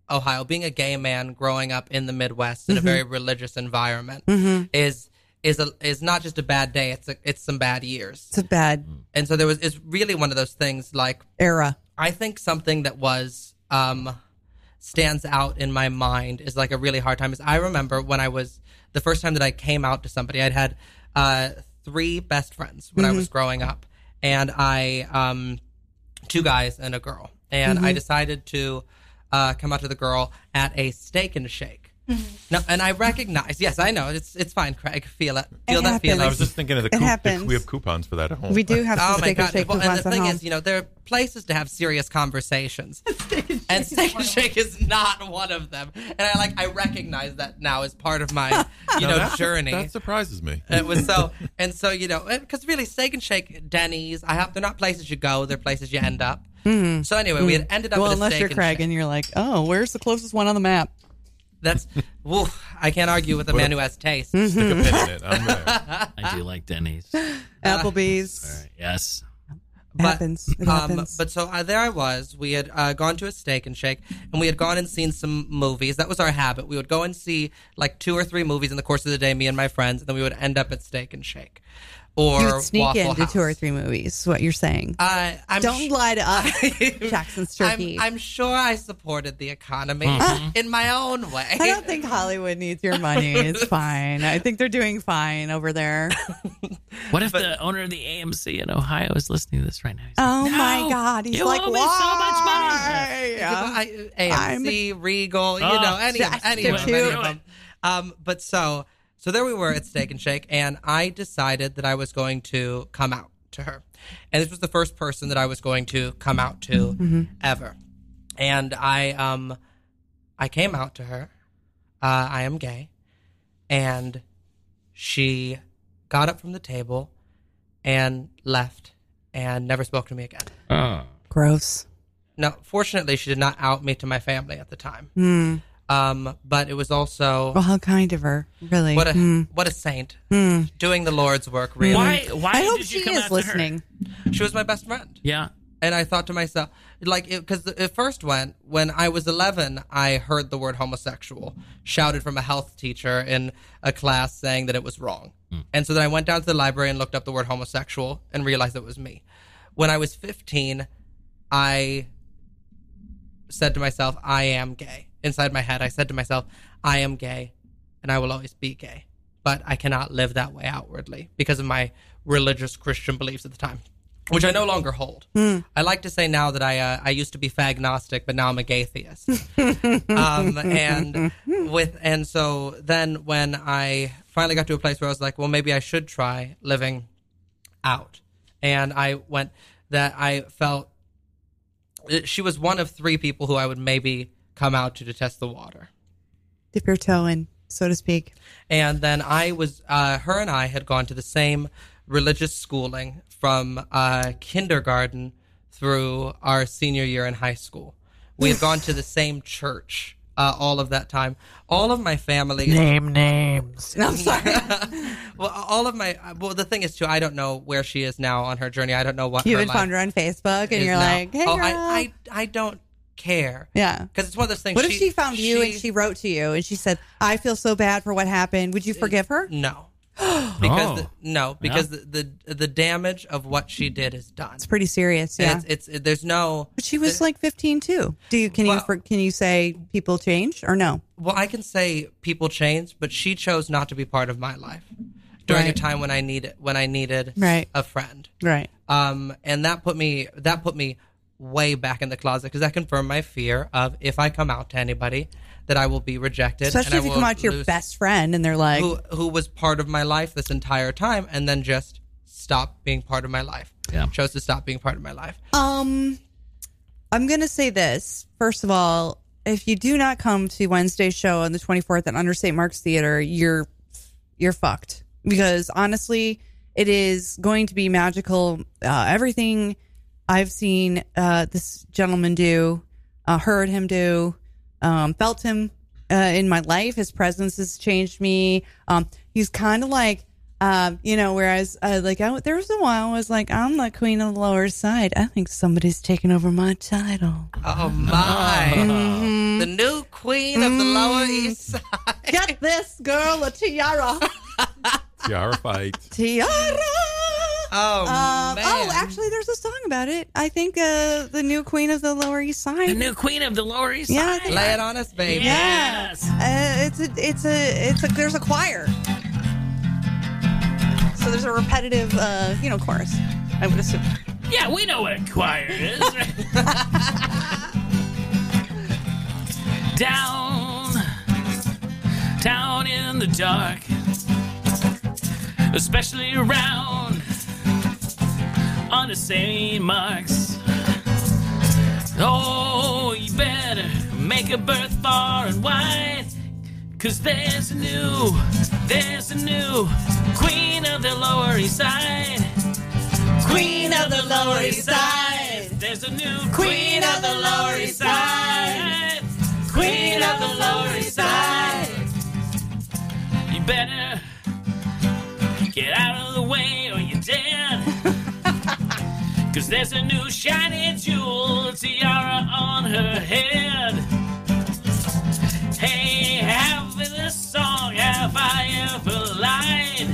[SPEAKER 12] Ohio, being a gay man growing up in the Midwest in a
[SPEAKER 14] Mhm.
[SPEAKER 12] very religious environment
[SPEAKER 4] Mm-hmm.
[SPEAKER 6] Mm-hmm.
[SPEAKER 14] Mhm.
[SPEAKER 12] is is a, is not just a bad day. It's a, it's some bad years.
[SPEAKER 6] It's a bad
[SPEAKER 12] And so there was it's really one of those things like
[SPEAKER 6] era.
[SPEAKER 12] I think something that was um stands out in my mind is like a really hard time is I remember when I was the first time that I came out to somebody I'd had uh three best friends
[SPEAKER 6] Mm-hmm.
[SPEAKER 12] when I was
[SPEAKER 14] Mhm.
[SPEAKER 12] growing up and I um two guys and a girl and I
[SPEAKER 6] Mm-hmm.
[SPEAKER 14] Mhm.
[SPEAKER 12] decided to uh come out to the girl at a steak and shake.
[SPEAKER 6] Mm-hmm.
[SPEAKER 12] No, and I recognize. Yes, I know. It's it's fine, Craig. Feel it. Feel that feeling.
[SPEAKER 7] I was just thinking of the,
[SPEAKER 12] It
[SPEAKER 7] coup- the-
[SPEAKER 12] happens.
[SPEAKER 7] we have coupons for that at home.
[SPEAKER 6] We do have
[SPEAKER 12] oh
[SPEAKER 6] some
[SPEAKER 12] my
[SPEAKER 6] steak and
[SPEAKER 12] God.
[SPEAKER 6] shake
[SPEAKER 12] Well, and
[SPEAKER 6] coupons
[SPEAKER 12] the
[SPEAKER 6] at
[SPEAKER 12] thing
[SPEAKER 6] home.
[SPEAKER 12] is, you know, there are places to have serious conversations, and steak and shake is not one of them. And I like I recognize that now as part of my you
[SPEAKER 7] Now
[SPEAKER 12] know
[SPEAKER 7] that-
[SPEAKER 12] journey.
[SPEAKER 7] That surprises me.
[SPEAKER 12] It was so, and so you know, because really, steak and shake, Denny's, I have they're not places you go; they're places you end up.
[SPEAKER 6] Mhm.
[SPEAKER 12] So anyway, we had ended up
[SPEAKER 6] Well,
[SPEAKER 12] at a
[SPEAKER 6] unless
[SPEAKER 12] steak
[SPEAKER 6] you're
[SPEAKER 12] and
[SPEAKER 6] Craig and you're like, oh, where's the closest one on the map?
[SPEAKER 12] That's, woof, I can't argue with a man who has taste.
[SPEAKER 7] a
[SPEAKER 12] Stick
[SPEAKER 7] pin in it. I'm there.
[SPEAKER 13] I do like Denny's.
[SPEAKER 6] Applebee's.
[SPEAKER 13] All right, yes.
[SPEAKER 12] But,
[SPEAKER 6] happens. It
[SPEAKER 12] Um,
[SPEAKER 6] happens.
[SPEAKER 12] but so uh, there I was. We had uh, gone to a steak and shake, and we had gone and seen some movies. That was our habit. We would go and see like two or three movies in the course of the day, me and my friends, and then we would end up at steak and shake or
[SPEAKER 6] you would sneak
[SPEAKER 12] Waffle
[SPEAKER 6] into
[SPEAKER 12] House.
[SPEAKER 6] two or three movies. is What you're saying?
[SPEAKER 12] Uh, I'm
[SPEAKER 6] Don't lie to us, Jackson's turkey.
[SPEAKER 12] I'm, I'm sure I supported the economy
[SPEAKER 6] Mhm.
[SPEAKER 12] in my own way.
[SPEAKER 6] I don't think Hollywood needs your money. It's fine. I think they're doing fine over there.
[SPEAKER 13] What if the owner of the AMC in Ohio is listening to this right now? He's
[SPEAKER 6] Oh
[SPEAKER 13] like,
[SPEAKER 6] my
[SPEAKER 13] "No,
[SPEAKER 6] God. He's
[SPEAKER 13] you
[SPEAKER 6] like,
[SPEAKER 13] owe me
[SPEAKER 6] why?
[SPEAKER 12] I- AMC, Regal, you know,
[SPEAKER 13] Oh,
[SPEAKER 12] any, of-
[SPEAKER 13] just
[SPEAKER 12] any, of them,
[SPEAKER 13] do
[SPEAKER 12] any
[SPEAKER 13] it.
[SPEAKER 12] of them. Um, but so, so there we were at Steak and Shake, and I decided that I was going to come out to her, and this was the first person that I was going to come out to
[SPEAKER 14] Mhm.
[SPEAKER 12] ever, and I, um, I came out to her. Uh, I am gay, and she got up from the table and left and never spoke to me again.
[SPEAKER 6] Ah.
[SPEAKER 12] Oh.
[SPEAKER 6] Gross.
[SPEAKER 12] Now, fortunately, she did not out me to my family at the time.
[SPEAKER 6] Hmm.
[SPEAKER 12] Um, but it was also
[SPEAKER 6] Well, how kind of her, really.
[SPEAKER 12] what a
[SPEAKER 6] Hmm.
[SPEAKER 12] what a saint
[SPEAKER 6] Hmm.
[SPEAKER 12] doing the Lord's work. Really,
[SPEAKER 13] Why- why
[SPEAKER 6] I hope she is listening.
[SPEAKER 12] she was my best friend.
[SPEAKER 13] Yeah.
[SPEAKER 12] And I thought to myself, like, because it, first went when I was 11, I heard the word homosexual shouted from a health teacher in a class saying that it was wrong.
[SPEAKER 13] Hmm.
[SPEAKER 12] And so then I went down to the library and looked up the word homosexual and realized it was me. When I was 15, I said to myself, I am gay. Inside my head, I said to myself, I am gay and I will always be gay. But I cannot live that way outwardly because of my religious Christian beliefs at the time, which I no longer hold. I like to say now that I uh, I used to be fagnostic, but now I'm a gaytheist. um, and with and so then when I finally got to a place where I was like, well, maybe I should try living out, and I went that I felt she was one of three people who I would maybe come out to to test the water.
[SPEAKER 6] Dip your toe in, so to speak.
[SPEAKER 12] And then I was, uh, her and I had gone to the same religious schooling from uh, kindergarten through our senior year in high school. We had gone to the same church uh, all of that time. All of my family.
[SPEAKER 6] Name names. No, I'm
[SPEAKER 12] sorry. well, all of my. Well, the thing is, too, I don't know where she is now on her journey. I don't know what
[SPEAKER 6] You
[SPEAKER 12] her
[SPEAKER 6] had
[SPEAKER 12] life
[SPEAKER 6] found her on Facebook, and
[SPEAKER 12] is
[SPEAKER 6] you're
[SPEAKER 12] now.
[SPEAKER 6] like, hey,
[SPEAKER 12] oh,
[SPEAKER 6] girl.
[SPEAKER 12] I, I, I don't care.
[SPEAKER 6] yeah.
[SPEAKER 12] Because it's one of those things.
[SPEAKER 6] What if she found you and she wrote to you and she said, I feel so bad for what happened? Would you forgive her?
[SPEAKER 12] No. because
[SPEAKER 6] Oh.
[SPEAKER 12] the, no, because the, the the damage of what she did is done. It's
[SPEAKER 6] pretty serious. Yeah.
[SPEAKER 12] And it's, it's there's no.
[SPEAKER 6] But she was like 15 too. Do you can you for, can you say people change or no?
[SPEAKER 12] Well, I can say people change, but she chose not to be part of my life during a
[SPEAKER 6] Right.
[SPEAKER 12] time when I needed when I needed
[SPEAKER 6] Right.
[SPEAKER 12] a friend.
[SPEAKER 6] Right.
[SPEAKER 12] Um, and that put me that put me way back in the closet because that confirmed my fear of if I come out to anybody that I will be rejected. and
[SPEAKER 6] Especially
[SPEAKER 12] I
[SPEAKER 6] if you
[SPEAKER 12] will
[SPEAKER 6] come out to your
[SPEAKER 12] lose-
[SPEAKER 6] best friend and they're like,
[SPEAKER 12] who who was part of my life this entire time and then just stopped being part of my life. Yeah. Chose to stop being part of my life.
[SPEAKER 6] um, I'm gonna say this first of all. If you do not come to Wednesday's show on the 24th at Under St. Mark's Theater, you're you're fucked because honestly, it is going to be magical. Uh, everything I've seen uh, this gentleman do, uh, heard him do, um, felt him uh, in my life. His presence has changed me. Um, he's kind of like, um, you know, whereas uh, like I, there was a while I was like, I'm the queen of the lower side. I think somebody's taking over my title.
[SPEAKER 12] Oh my.
[SPEAKER 6] Mm-hmm.
[SPEAKER 12] The new queen of the Lower East Side.
[SPEAKER 6] Get this girl a tiara.
[SPEAKER 7] Tiara fight.
[SPEAKER 6] Tiara.
[SPEAKER 12] Oh,
[SPEAKER 6] Um, oh, actually, there's a song about it. I think uh, the new queen of the Lower East Side.
[SPEAKER 13] The new queen of the Lower East
[SPEAKER 6] Yeah, I
[SPEAKER 13] Side.
[SPEAKER 6] think-
[SPEAKER 12] Lay it on us, baby.
[SPEAKER 6] Yeah. Uh, it's a, it's a, it's a. There's a choir. So there's a repetitive, uh, you know, chorus. I would assume.
[SPEAKER 13] Yeah, we know what a choir is. down, down in the dark, especially around on the same marks. Oh, you better make a berth far and wide, cause there's a new, there's a new queen of the Lower East Side. Queen of the Lower East Side. There's a new Queen of the Lower East Side. Queen of the Lower East Side. You better get out of the way or you're dead. Cause there's a new shiny jewel tiara on her head. Hey, have this song, have I ever lied?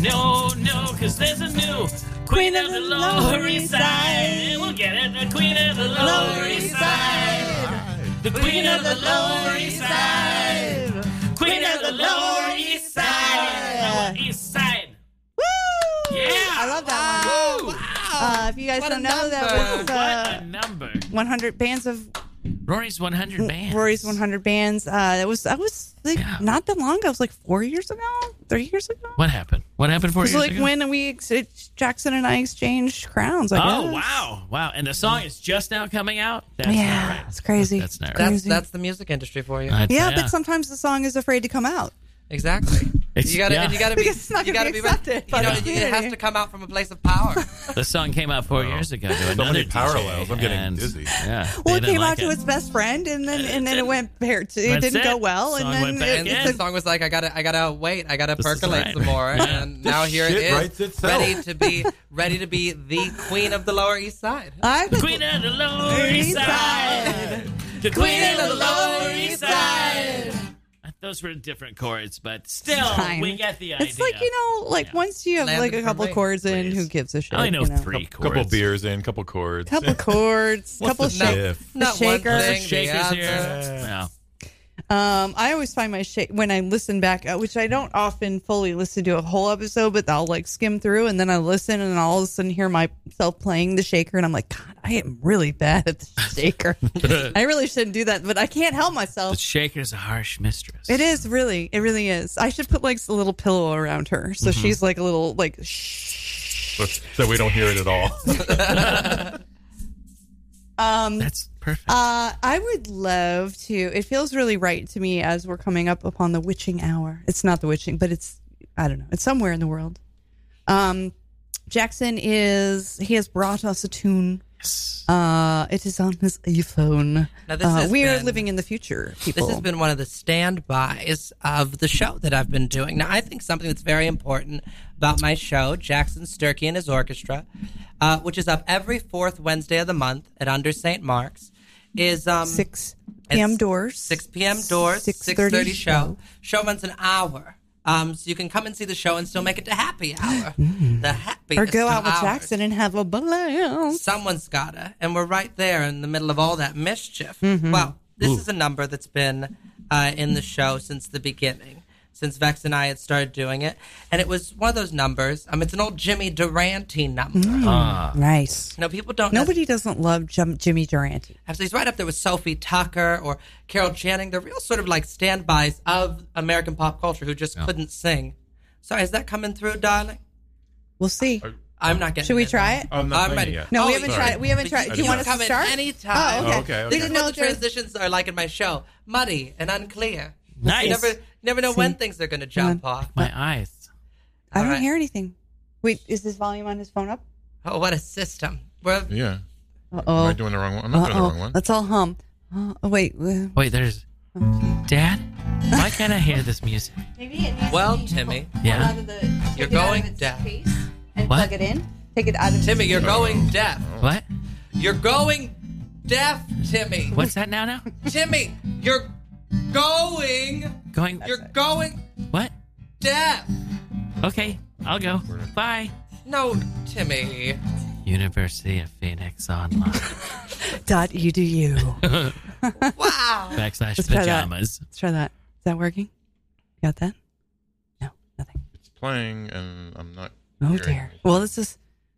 [SPEAKER 13] No, no, cause there's a new Queen of the Lower East Side. And We'll get it, the Queen of the Lower East Side. The Queen of the Lower East Side. Queen of the Lower East Side. Lower East Side. Woo! Yeah! I
[SPEAKER 6] love that
[SPEAKER 13] one.
[SPEAKER 6] Uh, if you guys
[SPEAKER 13] What a
[SPEAKER 6] don't know, that was
[SPEAKER 13] number.
[SPEAKER 6] uh,
[SPEAKER 13] What a number.
[SPEAKER 6] 100 bands of
[SPEAKER 13] Rory's 100 band.
[SPEAKER 6] Rory's 100 bands. Uh, that was I was like not that long. ago. I was like four years ago, three years ago.
[SPEAKER 13] What happened? What happened
[SPEAKER 6] It
[SPEAKER 13] for
[SPEAKER 6] was
[SPEAKER 13] you?
[SPEAKER 6] like when we ex- Jackson and I exchanged crowns. I
[SPEAKER 13] oh
[SPEAKER 6] guess.
[SPEAKER 13] wow, wow! And the song is just now coming out. That's
[SPEAKER 6] yeah,
[SPEAKER 13] not right.
[SPEAKER 6] it's crazy.
[SPEAKER 13] That's not right.
[SPEAKER 12] That's that's the music industry for you.
[SPEAKER 13] I-
[SPEAKER 6] yeah,
[SPEAKER 13] yeah.
[SPEAKER 6] but sometimes the song is afraid to come out.
[SPEAKER 12] Exactly.
[SPEAKER 13] It's-
[SPEAKER 12] you gotta
[SPEAKER 13] yeah.
[SPEAKER 12] and you gotta be
[SPEAKER 6] Because it's not
[SPEAKER 12] you
[SPEAKER 6] gonna
[SPEAKER 12] gotta
[SPEAKER 6] be
[SPEAKER 12] be, right.
[SPEAKER 6] accepted by
[SPEAKER 12] You know,
[SPEAKER 6] the
[SPEAKER 12] it has to come out from a place of power.
[SPEAKER 13] The song came out four years ago. To another
[SPEAKER 7] many
[SPEAKER 13] DJ,
[SPEAKER 7] parallels. I'm getting
[SPEAKER 13] and-
[SPEAKER 7] dizzy.
[SPEAKER 13] Yeah. they
[SPEAKER 6] Well, it
[SPEAKER 13] didn't
[SPEAKER 6] came
[SPEAKER 13] like
[SPEAKER 6] out to its best friend, and then and then it went pair to. It
[SPEAKER 13] That's
[SPEAKER 6] didn't go
[SPEAKER 13] it.
[SPEAKER 6] well, and
[SPEAKER 13] Song
[SPEAKER 6] then
[SPEAKER 13] went back
[SPEAKER 6] it-
[SPEAKER 13] in.
[SPEAKER 12] the song was like, I gotta I gotta wait, I gotta
[SPEAKER 13] This is
[SPEAKER 12] percolate
[SPEAKER 13] right.
[SPEAKER 12] some more.
[SPEAKER 13] Yeah.
[SPEAKER 12] And
[SPEAKER 13] This
[SPEAKER 12] now here
[SPEAKER 13] shit
[SPEAKER 12] it
[SPEAKER 13] writes
[SPEAKER 12] is
[SPEAKER 13] itself.
[SPEAKER 12] ready to be ready to be the queen of the lower east side.
[SPEAKER 6] I
[SPEAKER 13] Queen of the Lower East Side. The Queen of the Lower East Side. Uh, Those were different chords, but still,
[SPEAKER 6] Fine.
[SPEAKER 13] we get the idea.
[SPEAKER 6] It's like you know, like once you have
[SPEAKER 13] Land
[SPEAKER 6] like
[SPEAKER 13] it
[SPEAKER 6] a
[SPEAKER 13] for
[SPEAKER 6] couple
[SPEAKER 13] me,
[SPEAKER 6] chords in, who gives a shit? you
[SPEAKER 13] three
[SPEAKER 7] couple, couple
[SPEAKER 13] chords.
[SPEAKER 7] beers in, couple chords.
[SPEAKER 6] Couple chords,
[SPEAKER 7] What's
[SPEAKER 6] couple
[SPEAKER 7] the
[SPEAKER 6] shakers.
[SPEAKER 7] diff?
[SPEAKER 6] The
[SPEAKER 12] Not one
[SPEAKER 6] shaker.
[SPEAKER 12] thing, the
[SPEAKER 13] Shakers
[SPEAKER 12] other.
[SPEAKER 13] here. Yeah.
[SPEAKER 6] Um, I always find my shake when I listen back, uh, which I don't often fully listen to a whole episode, but I'll like skim through and then I listen and I'll all of a sudden hear myself playing the shaker and I'm like, God, I am really bad at the shaker. I really shouldn't do that, but I can't help
[SPEAKER 13] The
[SPEAKER 6] myself.
[SPEAKER 13] Shaker's a harsh mistress.
[SPEAKER 6] It is really, it really is. I should put like a little pillow around her, so
[SPEAKER 7] Mhm.
[SPEAKER 6] she's like a little like. Shh.
[SPEAKER 7] so we don't hear it at all.
[SPEAKER 6] Um,
[SPEAKER 13] That's perfect.
[SPEAKER 6] Uh, I would love to. It feels really right to me as we're coming up upon the witching hour. It's not the witching, but it's I don't know. It's somewhere in the world. Um, Jackson is he has brought us a tune.
[SPEAKER 13] Yes.
[SPEAKER 6] Uh, it is on his iPhone.
[SPEAKER 12] Now, this
[SPEAKER 6] uh,
[SPEAKER 12] has
[SPEAKER 6] we are
[SPEAKER 12] been-
[SPEAKER 6] living in the future, people.
[SPEAKER 12] This has been one of the standbys of the show that I've been doing. Now, I think something that's very important about my show, Jackson Sturkey and his orchestra, uh, which is up every fourth Wednesday of the month at Under St. Mark's, is um,
[SPEAKER 6] 6 p.m. doors.
[SPEAKER 12] 6 p.m. doors, 6.30
[SPEAKER 6] 6:30
[SPEAKER 12] show. Show runs an hour. Um, so you can come and see the show and still make it to happy hour. The happiest
[SPEAKER 6] Hmm. Or go out
[SPEAKER 12] of
[SPEAKER 6] with
[SPEAKER 12] hours.
[SPEAKER 6] Jackson and have a blast.
[SPEAKER 12] Someone's gotta, and we're right there in the middle of all that mischief.
[SPEAKER 6] Mhm.
[SPEAKER 12] Well, this
[SPEAKER 6] Ooh.
[SPEAKER 12] is a number that's been uh, in the show since the beginning, since Vex and I had started doing it, and it was one of those numbers. Um, it's an old Jimmy Durante number.
[SPEAKER 6] Mm. Ah. nice.
[SPEAKER 12] No, people don't.
[SPEAKER 6] Nobody doesn't love Jim, Jimmy Durante.
[SPEAKER 12] Absolutely. He's right up there with Sophie Tucker or Carol Channing. They're real sort of like standbys of American pop culture who just couldn't sing. Sorry, is that coming through, darling?
[SPEAKER 6] We'll see.
[SPEAKER 12] I'm not getting
[SPEAKER 6] Should we
[SPEAKER 12] it. Oh,
[SPEAKER 6] try it? I'm not playing it yet. No, we haven't
[SPEAKER 12] sorry.
[SPEAKER 6] tried it. We haven't
[SPEAKER 12] But
[SPEAKER 6] tried it. Do you want us to
[SPEAKER 12] come in
[SPEAKER 6] start?
[SPEAKER 12] Anytime.
[SPEAKER 6] Oh, okay. Oh, okay, okay. They didn't
[SPEAKER 12] That's
[SPEAKER 6] know
[SPEAKER 12] what
[SPEAKER 6] if
[SPEAKER 12] the
[SPEAKER 6] there's-
[SPEAKER 12] transitions are like in my show. Muddy and unclear.
[SPEAKER 6] Nice.
[SPEAKER 12] You never, you never know
[SPEAKER 6] See?
[SPEAKER 12] when things are going to jump off.
[SPEAKER 13] My eyes.
[SPEAKER 6] I don't hear anything. Wait, is this volume on his phone up?
[SPEAKER 12] Oh, what a system. We're,
[SPEAKER 7] Yeah.
[SPEAKER 6] Uh-oh.
[SPEAKER 7] Am I doing the wrong one? I'm not doing the
[SPEAKER 6] Uh-oh.
[SPEAKER 7] wrong one.
[SPEAKER 6] Let's all hum. Uh, oh, wait. uh,
[SPEAKER 13] Wait, there's Dad. Why can't I hear this music?
[SPEAKER 6] Maybe it needs
[SPEAKER 12] Well,
[SPEAKER 6] to be
[SPEAKER 12] Timmy.
[SPEAKER 6] pulled
[SPEAKER 13] Yeah.
[SPEAKER 6] out of the-
[SPEAKER 12] You're
[SPEAKER 6] take it out
[SPEAKER 12] going
[SPEAKER 6] of its
[SPEAKER 12] deaf.
[SPEAKER 6] case and
[SPEAKER 13] What?
[SPEAKER 6] plug it in. Take it out of.
[SPEAKER 12] Timmy,
[SPEAKER 6] its
[SPEAKER 12] you're
[SPEAKER 6] case.
[SPEAKER 12] going deaf.
[SPEAKER 7] Oh.
[SPEAKER 13] What?
[SPEAKER 12] You're going deaf, Timmy.
[SPEAKER 13] What's that now? Now
[SPEAKER 12] Timmy, you're going.
[SPEAKER 13] going.
[SPEAKER 12] You're going
[SPEAKER 13] What?
[SPEAKER 12] deaf.
[SPEAKER 13] Okay, I'll go. Bye.
[SPEAKER 12] No, Timmy.
[SPEAKER 13] University of Phoenix Online
[SPEAKER 6] Dot edu.
[SPEAKER 12] wow.
[SPEAKER 13] backslash
[SPEAKER 6] Let's try that.
[SPEAKER 13] pajamas.
[SPEAKER 6] Let's try that. Is that working? Got that?
[SPEAKER 7] It's playing, and I'm not.
[SPEAKER 6] Oh
[SPEAKER 7] hearing
[SPEAKER 6] dear.
[SPEAKER 7] it.
[SPEAKER 6] Well, this is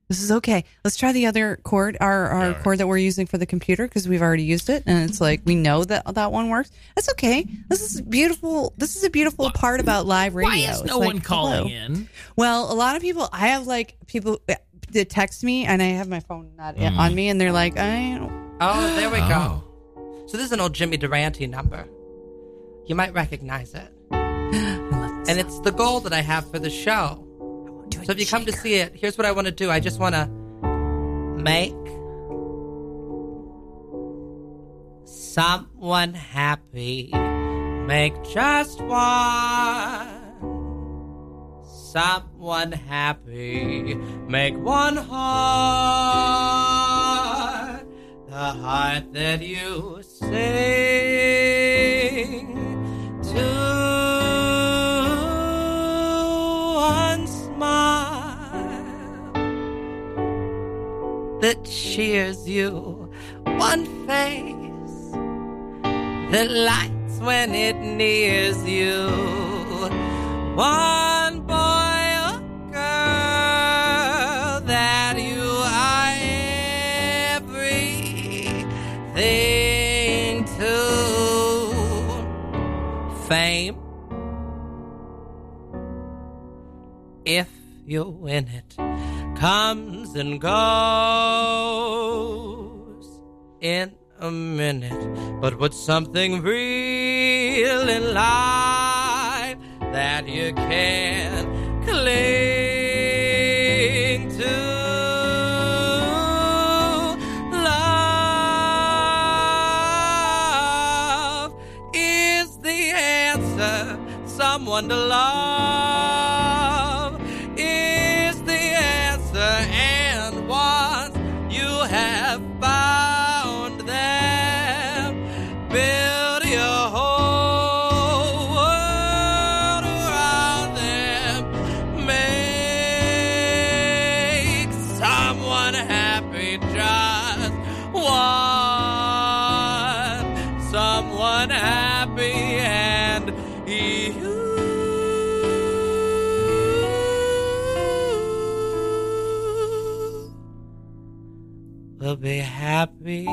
[SPEAKER 6] this is okay. Let's try the other chord, our our chord that we're using for the computer because we've already used it, and it's like we know that that one works. That's okay. This is beautiful. This is a beautiful part about live radio.
[SPEAKER 13] Why is
[SPEAKER 6] It's
[SPEAKER 13] no
[SPEAKER 6] like,
[SPEAKER 13] one calling
[SPEAKER 6] hello.
[SPEAKER 13] in?
[SPEAKER 6] Well, a lot of people. I have like people uh, that text me, and I have my phone not
[SPEAKER 12] Mm.
[SPEAKER 6] on me, and they're like, I. Don't.
[SPEAKER 12] Oh, there we go. So this is an old Jimmy Durante number. You might recognize it. and it's the goal that I have for the show. So if you come to see it, here's what I want to do. I just want to make someone happy. Make just
[SPEAKER 4] Ah,
[SPEAKER 12] one someone happy. Make one
[SPEAKER 4] ah.
[SPEAKER 12] heart the heart that you sing to one smile that cheers you, one face that lights when it nears you, one boy or girl that you are everything to fame. If you win it, comes and goes in a minute. But what's something real in life that you can cling to? Love is the answer. Someone to love is the answer. And once you have found them, build your whole world around them. Make someone happy, just one. Someone happy and you. will be happy.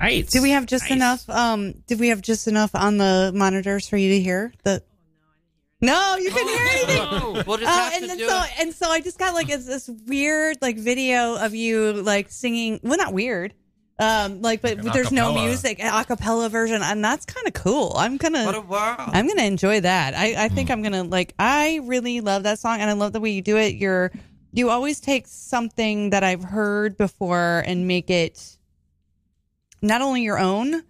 [SPEAKER 13] Right.
[SPEAKER 6] Did we have just enough? Um, did we have just enough on the monitors for you to hear the?
[SPEAKER 13] Oh,
[SPEAKER 6] No, you couldn't hear anything.
[SPEAKER 12] We'll just
[SPEAKER 6] Oh,
[SPEAKER 12] have to
[SPEAKER 6] and then
[SPEAKER 12] do
[SPEAKER 6] so
[SPEAKER 12] it.
[SPEAKER 6] and so I just got like it's this weird like video of you like singing. Well, not weird. Um, like but
[SPEAKER 12] Like an
[SPEAKER 6] there's no
[SPEAKER 12] acapella.
[SPEAKER 6] music, an acapella version, and that's kind of cool. I'm gonna
[SPEAKER 12] What a world.
[SPEAKER 6] I'm gonna enjoy that. I I think
[SPEAKER 12] Hmm.
[SPEAKER 6] I'm gonna like. I really love that song, and I love the way you do it. You're you always take something that I've heard before and make it not only your own,